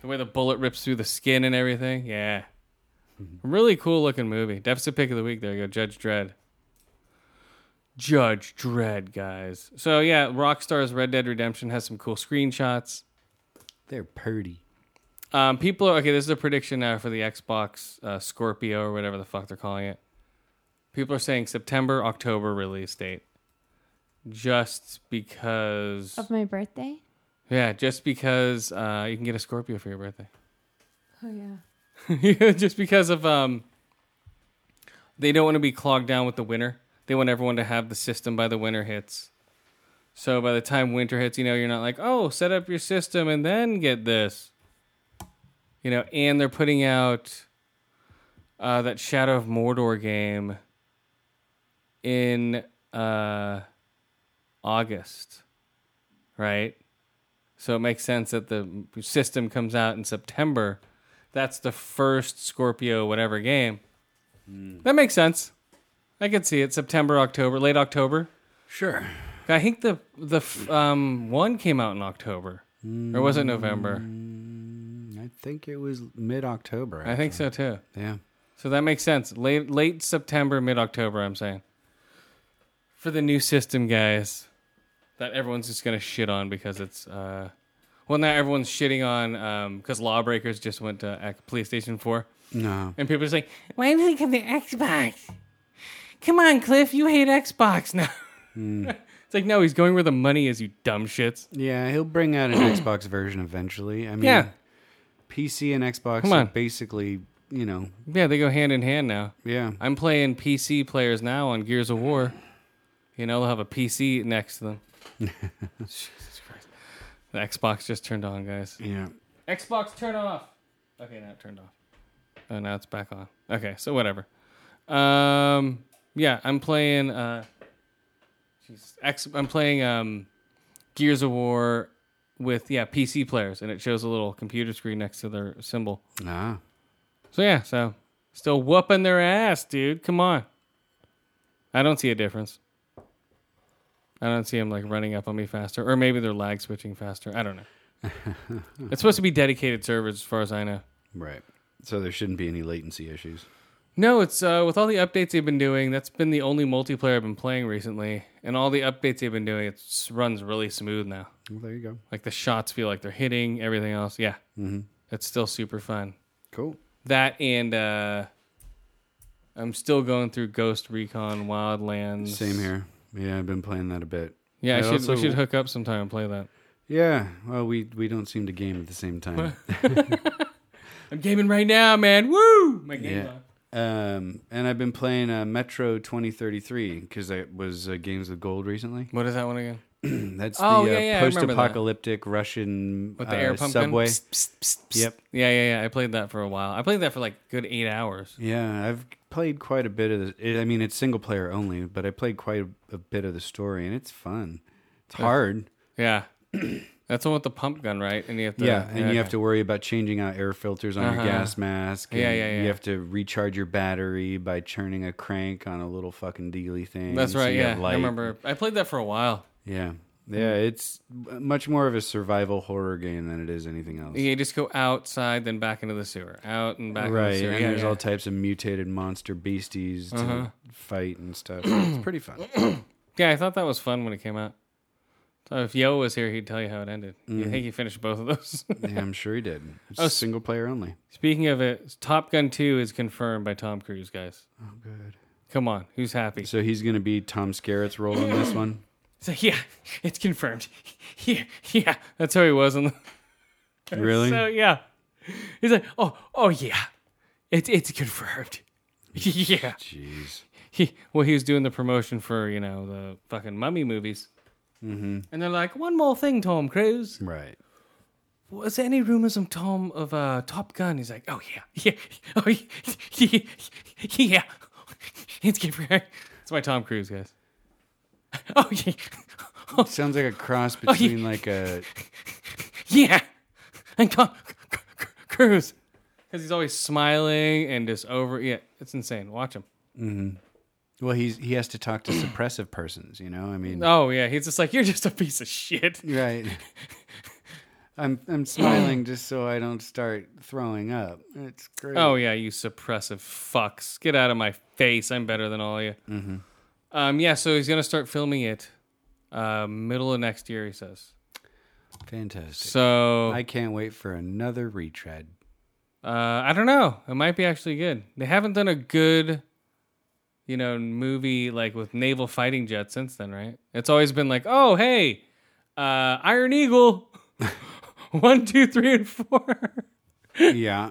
S1: The way the bullet rips through the skin and everything, yeah, really cool looking movie. Deficit pick of the week. There you go, Judge Dredd. Judge Dredd, guys. So yeah, Rockstar's Red Dead Redemption has some cool screenshots.
S2: They're purdy.
S1: Um, people are okay. This is a prediction now for the Xbox uh, Scorpio or whatever the fuck they're calling it. People are saying September, October release date, just because.
S3: Of my birthday?
S1: Yeah, just because uh, you can get a Scorpio for your birthday.
S3: Oh yeah.
S1: Yeah, [laughs] just because of um, they don't want to be clogged down with the winter. They want everyone to have the system by the winter hits. So by the time winter hits, you know, you're not like, oh, set up your system and then get this. You know, and they're putting out uh, that Shadow of Mordor game in uh, August, right? So it makes sense that the system comes out in September. That's the first Scorpio whatever game. That makes sense. I could see it September, October, late October.
S2: Sure.
S1: I think the the f- um, one came out in October, or was it November?
S2: I think it was mid October.
S1: I think so too.
S2: Yeah.
S1: So that makes sense. Late late September, mid October. I'm saying for the new system, guys, that everyone's just gonna shit on because it's uh, well, now everyone's shitting on because Lawbreakers just went to X- PlayStation Four,
S2: No.
S1: and people are just like, why did it come to Xbox? Come on, Cliff, you hate Xbox now. [laughs] it's like no, he's going where the money is. You dumb shits.
S2: Yeah, he'll bring
S1: [clears throat]
S2: out an Xbox version eventually. I mean,
S1: Yeah.
S2: PC and Xbox
S1: Come
S2: are
S1: on.
S2: basically, you know,
S1: Yeah, they go hand in hand now.
S2: yeah.
S1: I'm playing PC players now on Gears of War. You know, they'll have a PC next to them. Jesus Christ. The Xbox just turned on, guys.
S2: Yeah.
S1: Xbox, turn off. Okay, now it turned off. Oh, now it's back on. Okay, so whatever. Um, yeah, I'm playing. Uh, Jesus, X, I'm playing um, Gears of War with yeah PC players, and it shows a little computer screen next to their symbol.
S2: Ah.
S1: So yeah, so still whooping their ass, dude. Come on. I don't see a difference. I don't see them like running up on me faster, or maybe they're lag switching faster. I don't know. it's supposed to be dedicated servers, as far as I know.
S2: Right. So there shouldn't be any latency issues.
S1: No, it's uh, with all the updates they've been doing. That's been the only multiplayer I've been playing recently, and all the updates they've been doing. It runs really smooth now.
S2: Well, there you go.
S1: Like the shots feel like they're hitting everything else. Yeah,
S2: Mhm.
S1: it's still super fun.
S2: Cool.
S1: That and uh, I'm still going through Ghost Recon Wildlands.
S2: Same here. Yeah, I've been playing that a bit.
S1: Yeah, I
S2: I
S1: should,
S2: also-
S1: we should hook up sometime and play that.
S2: Yeah. Well, we we don't seem to game at the same time.
S1: [laughs] I'm gaming right now, man. Woo! My game's
S2: yeah. Um, and I've been playing uh, Metro 2033 because I was uh, Games with Gold recently.
S1: What is that one again?
S2: [clears throat] That's
S1: Oh,
S2: the
S1: yeah,
S2: uh,
S1: yeah, I remember that.
S2: post-apocalyptic Russian
S1: With the
S2: uh,
S1: air pump gun?
S2: subway.
S1: Psst,
S2: Yep.
S1: Yeah, yeah, yeah. I played that for a while. I played that for like a good eight hours.
S2: Yeah, I've played quite a bit of the- it. I mean, it's single player only, but I played quite a, a bit of the story, and it's fun. It's hard. [clears throat]
S1: Yeah. That's the one with the pump gun, right? And you have to
S2: yeah, and you
S1: okay.
S2: have to worry about changing out air filters on
S1: Uh-huh.
S2: your gas mask.
S1: Yeah,
S2: and
S1: yeah, yeah.
S2: You have to recharge your battery by turning a crank on a little fucking dealy thing.
S1: That's
S2: so
S1: right.
S2: you have
S1: yeah, I
S2: light.
S1: remember. Hmm. I played that for a while.
S2: Yeah. Yeah, it's much more of a survival horror game than it is anything else.
S1: You just go outside, then back into the sewer, out and back.
S2: right,
S1: into the sewer.
S2: and
S1: yeah,
S2: there's
S1: yeah.
S2: all types of mutated monster beasties to
S1: Uh-huh.
S2: fight and stuff. it's
S1: [coughs]
S2: pretty fun.
S1: yeah, I thought that was fun when it came out. So if Yo was here, he'd tell you how it ended. You
S2: Mm.
S1: think he finished both of those? [laughs]
S2: Yeah, I'm sure he did. It's
S1: Oh, s-
S2: single player only.
S1: Speaking of it, Top Gun 2 is confirmed by Tom Cruise, guys. Oh,
S2: good.
S1: Come on, who's happy?
S2: So he's going to be Tom Skerritt's role in
S1: [coughs]
S2: this one.
S1: So, yeah, [laughs] it's confirmed. [laughs] Yeah, yeah. That's how he was on the.
S2: [laughs] Really?
S1: So, yeah. He's like, oh, oh, yeah. It's it's confirmed. [laughs] yeah.
S2: Jeez.
S1: He, well, he was doing the promotion for, you know, the fucking mummy movies.
S2: Mm-hmm.
S1: And they're like, one more thing, Tom Cruise. [laughs]
S2: Right.
S1: Was there any rumors of Tom of uh, Top Gun? He's like, oh yeah, yeah, [laughs] oh yeah, [laughs] yeah. It's confirmed. It's my Tom Cruise, guys. [laughs] Oh yeah,
S2: Sounds like a cross
S1: Oh, he-
S2: between like a
S1: yeah. And Tom C- C- Cruise, because he's always smiling and just over. Yeah, it's insane. Watch him.
S2: mhm. Well, he's he has to talk to suppressive persons, you know? I mean,
S1: Oh yeah, he's just like you're just a piece of shit. [laughs]
S2: Right. I'm I'm smiling just so I don't start throwing up. It's great.
S1: Oh yeah, you suppressive fucks. Get out of my face. I'm better than all of you.
S2: Mhm.
S1: Um, yeah, so he's gonna start filming it uh, middle of next year. He says.
S2: Fantastic.
S1: So
S2: I can't wait for
S1: [coughs]
S2: another retread.
S1: uh, I don't know. It might be actually good. They haven't done a good, you know, movie like with naval fighting jets since then, right? It's always been like, oh hey, uh, Iron Eagle, [laughs] one, two, three, and four. [laughs]
S2: yeah.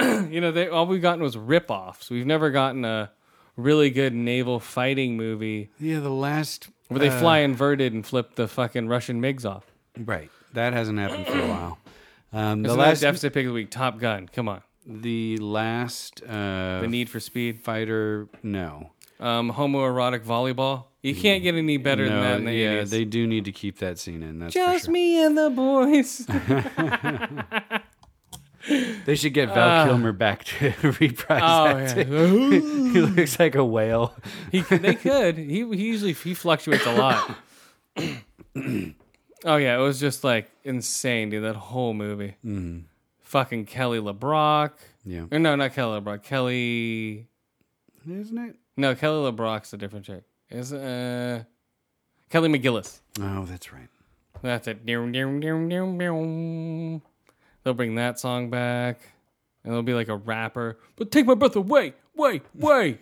S1: you know, they all we've gotten was ripoffs. We've never gotten a really good naval fighting movie
S2: Yeah, the last
S1: where they
S2: uh,
S1: fly inverted and flip the fucking Russian MiGs off.
S2: Right. That hasn't happened [clears throat] for a while. Um,
S1: It's another
S2: the last
S1: deficit pick of the week. Top Gun. Come on.
S2: the last uh
S1: The Need for Speed
S2: fighter no.
S1: Um, homoerotic volleyball. You can't get any better than
S2: No,
S1: that in the
S2: yeah,
S1: 80s.
S2: they do need to keep that scene in. That's for
S1: Just me and the boys.
S2: sure. They should get Val
S1: Ah.
S2: Kilmer back to [laughs] reprise
S1: [laughs] Oh,
S2: that.
S1: yeah.
S2: too. he looks like a whale.
S1: [laughs] he, they could. He, he usually he fluctuates a
S2: [coughs]
S1: lot. oh yeah, it was just like insane, dude. That whole movie.
S2: Mhm.
S1: Fucking Kelly LeBrock.
S2: Yeah.
S1: Or no, not Kelly LeBrock. Kelly.
S2: Isn't it?
S1: No, Kelly LeBrock's a different chick. Is uh, Kelly McGillis.
S2: Oh, that's right.
S1: That's it. Doom, doom, doom, doom, doom. They'll bring that song back, and it'll be like a rapper. But take my breath away, way,
S2: [laughs]
S1: way,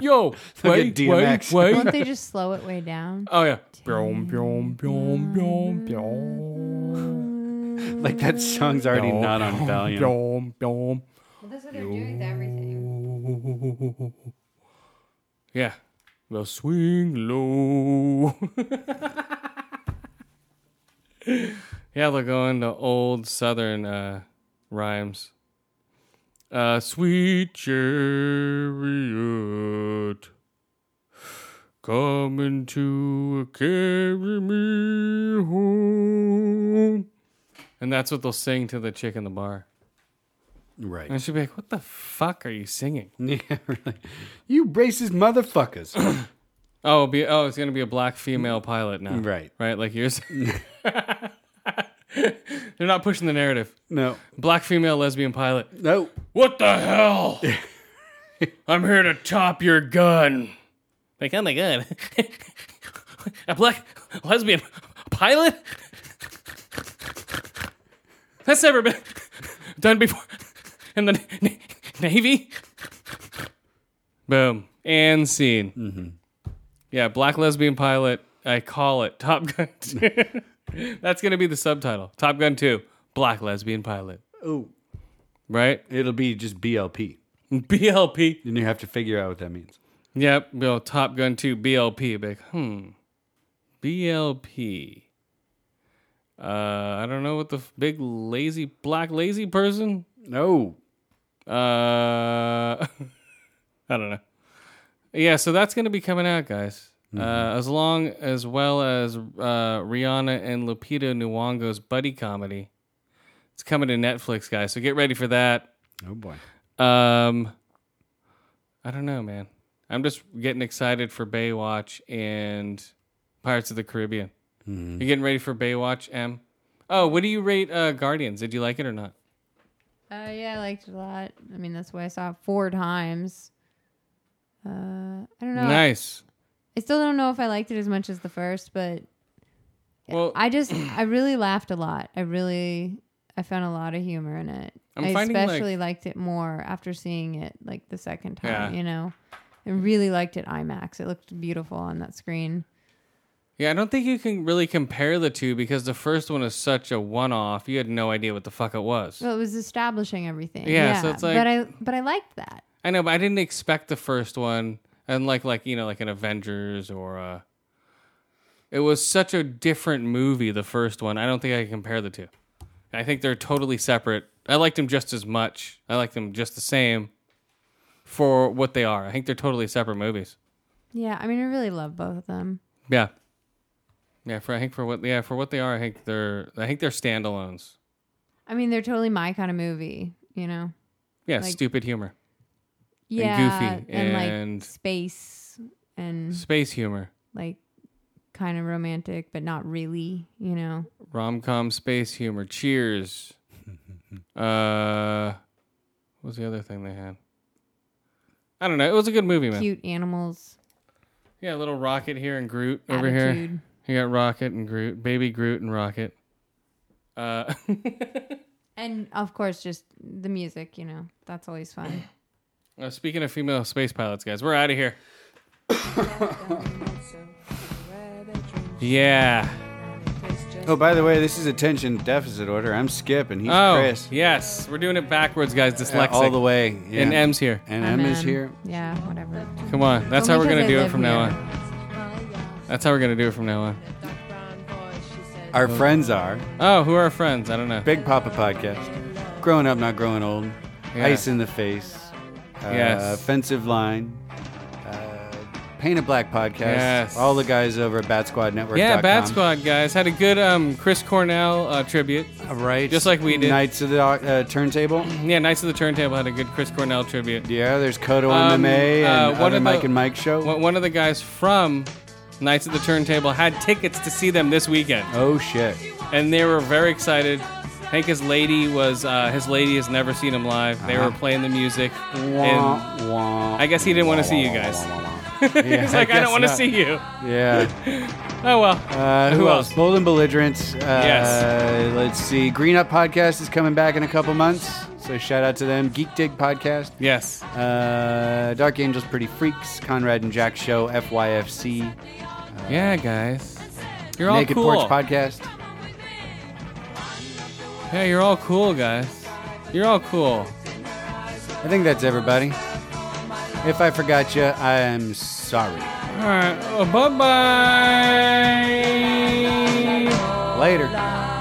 S1: yo,
S2: They'll
S1: way,
S2: get
S1: way,
S2: DMX.
S1: way.
S2: [laughs]
S3: Won't they just slow it
S4: [laughs]
S3: way down?
S1: Oh yeah. Boom, boom, boom, boom, boom.
S2: Like that song's already
S1: Boom,
S2: not on
S1: boom,
S2: Valiant.
S1: Boom, boom.
S4: Well, that's what they're doing with everything.
S1: [laughs] Yeah. Well, swing low. [laughs] Yeah, they're going to old southern uh, rhymes. Uh, sweet chariot, coming to carry me home. And that's what they'll sing to the chick in the bar.
S2: Right. [laughs]
S1: And she'll be like, what the fuck are you singing?
S2: Yeah, really. You racist motherfuckers.
S1: oh, it'll be, oh, it's going to be a black female pilot now.
S2: Right.
S1: Right, like yours. [laughs] They're not pushing the narrative.
S2: [coughs] No.
S1: Black female lesbian pilot.
S2: No.
S1: What the [laughs] hell? I'm here to top your gun. Like, oh my god. [laughs] A black lesbian pilot? That's never been done before in the na- Navy. Boom. And scene. Yeah, black lesbian pilot. I call it Top Gun 2. [laughs] That's going to be the subtitle Top Gun 2, Black Lesbian Pilot.
S2: Oh.
S1: Right?
S2: It'll be just BLP.
S1: BLP.
S2: And you have to figure out what that means.
S1: Yep. Well, Top Gun 2, BLP. Big. Hmm. BLP. Uh, I don't know what the f- big lazy, black lazy person?
S2: No.
S1: Uh, [laughs] I don't know. Yeah, so that's going to be coming out, guys. Uh, as long as well as uh, Rihanna and Lupita Nyong'o's buddy comedy, it's coming to Netflix, guys. So get ready for that.
S2: Oh boy.
S1: Um, I don't know, man. I'm just getting excited for Baywatch and Pirates of the Caribbean. You getting ready for Baywatch, M? Oh, what do you rate uh, Guardians? Did you like it or not?
S3: Uh, yeah, I liked it a lot. I mean, that's why I saw it four times. Uh, I don't know.
S1: Nice.
S3: I still don't know if I liked it as much as the first, but
S1: Well,
S3: I just I really laughed a lot. I really I found a lot of humor in it.
S1: I'm
S3: I
S1: finding, like-
S3: especially liked it more after seeing it like the second time,
S1: Yeah.
S3: you know. I really liked it IMAX. It looked beautiful on that screen.
S1: Yeah, I don't think you can really compare the two because the first one is such a one-off. You had no idea what the fuck it was.
S3: Well, it was establishing everything.
S1: Yeah, so it's like-
S3: but I but I liked that.
S1: I know, but I didn't expect the first one, unlike like you know, like an Avengers or a. It was such a different movie, the first one. I don't think I can compare the two. I think they're totally separate. I liked them just as much. I liked them just the same for what they are. I think they're totally separate movies.
S3: Yeah, I mean I really love both of them.
S1: Yeah. Yeah, for I think for what yeah, for what they are, I think they're I think they're standalones.
S3: I mean they're totally my kind of movie, you know.
S1: Yeah,
S3: Like-
S1: stupid humor. goofy
S3: Yeah,
S1: and-
S3: like space and
S1: Space humor.
S3: like kind of romantic but not really, you know.
S1: Rom com space humor.
S2: [laughs]
S1: Cheers. uh what was the other thing they had? I don't know. It was a good movie, man.
S3: Cute animals.
S1: Yeah, little Rocket here and Groot over
S3: Attitude.
S1: here. You got Rocket and Groot, baby Groot and Rocket. Uh [laughs]
S3: And of course, just the music, you know, that's always fun.
S1: Uh, speaking of female space pilots, guys, we're out of
S3: [coughs]
S1: here. yeah.
S2: Oh, by the way, this is attention deficit order. I'm Skip and he's
S1: oh,
S2: Chris.
S1: yes. We're doing it backwards, guys.
S2: Yeah,
S1: Dyslexic.
S2: all the way. yeah.
S1: And M's here.
S2: And M is here.
S3: Yeah, whatever.
S1: Come on. That's how
S3: Only
S1: we're going to do
S3: 'cause I
S1: it from
S3: live
S1: now
S3: here.
S1: on. That's how we're going to do it from now on.
S2: Our friends are
S1: Oh, who are our friends? I don't know.
S2: Big Papa Podcast, Growing Up Not Growing Old,
S1: Yeah.
S2: Ice in the Face, uh,
S1: Yes.
S2: Offensive Line, uh, Paint a Black Podcast,
S1: Yes.
S2: all the guys over at Bat Squad Network.
S1: Yeah, Bad Squad, guys. Had a good um, Chris Cornell uh, tribute.
S2: Right.
S1: Just like we did. Mm-hmm.
S2: Knights of the uh, Turntable.
S1: Yeah, Knights of the Turntable had a good Chris Cornell tribute.
S2: Yeah, there's Kodo
S1: Um,
S2: MMA and
S1: uh,
S2: other
S1: one of the-
S2: Mike and Mike show.
S1: One one of the guys from Knights of the Turntable had tickets to see them this weekend.
S2: Oh, shit.
S1: and they were very excited. I think his lady was uh, his lady has never seen him live. They were
S2: Uh-huh.
S1: playing the music, and
S2: Wah, wah,
S1: I guess he didn't want
S2: wah,
S1: to see you
S2: wah,
S1: guys.
S2: wah, wah, wah. [laughs]
S1: [laughs]
S2: Yeah,
S1: He's like, I,
S2: guess
S1: don't want to
S2: not.
S1: see you. [laughs]
S2: Yeah.
S1: Oh well.
S2: Uh, who,
S1: Who
S2: else?
S1: else?
S2: Bold and Belligerents. Uh,
S1: Yes.
S2: Let's see. Green Up Podcast is coming back in a couple months. So shout out to them. Geek Dig Podcast.
S1: Yes.
S2: Uh, Dark Angels Pretty Freaks. Conrad and Jack Show. FYFC.
S1: yeah, guys. You're all
S2: Naked
S1: cool.
S2: Porch Podcast.
S1: yeah, you're all cool, guys. You're all cool.
S2: I think that's everybody. If I forgot you, I am sorry.
S1: All right. Well, bye bye.
S13: Later.
S2: Later.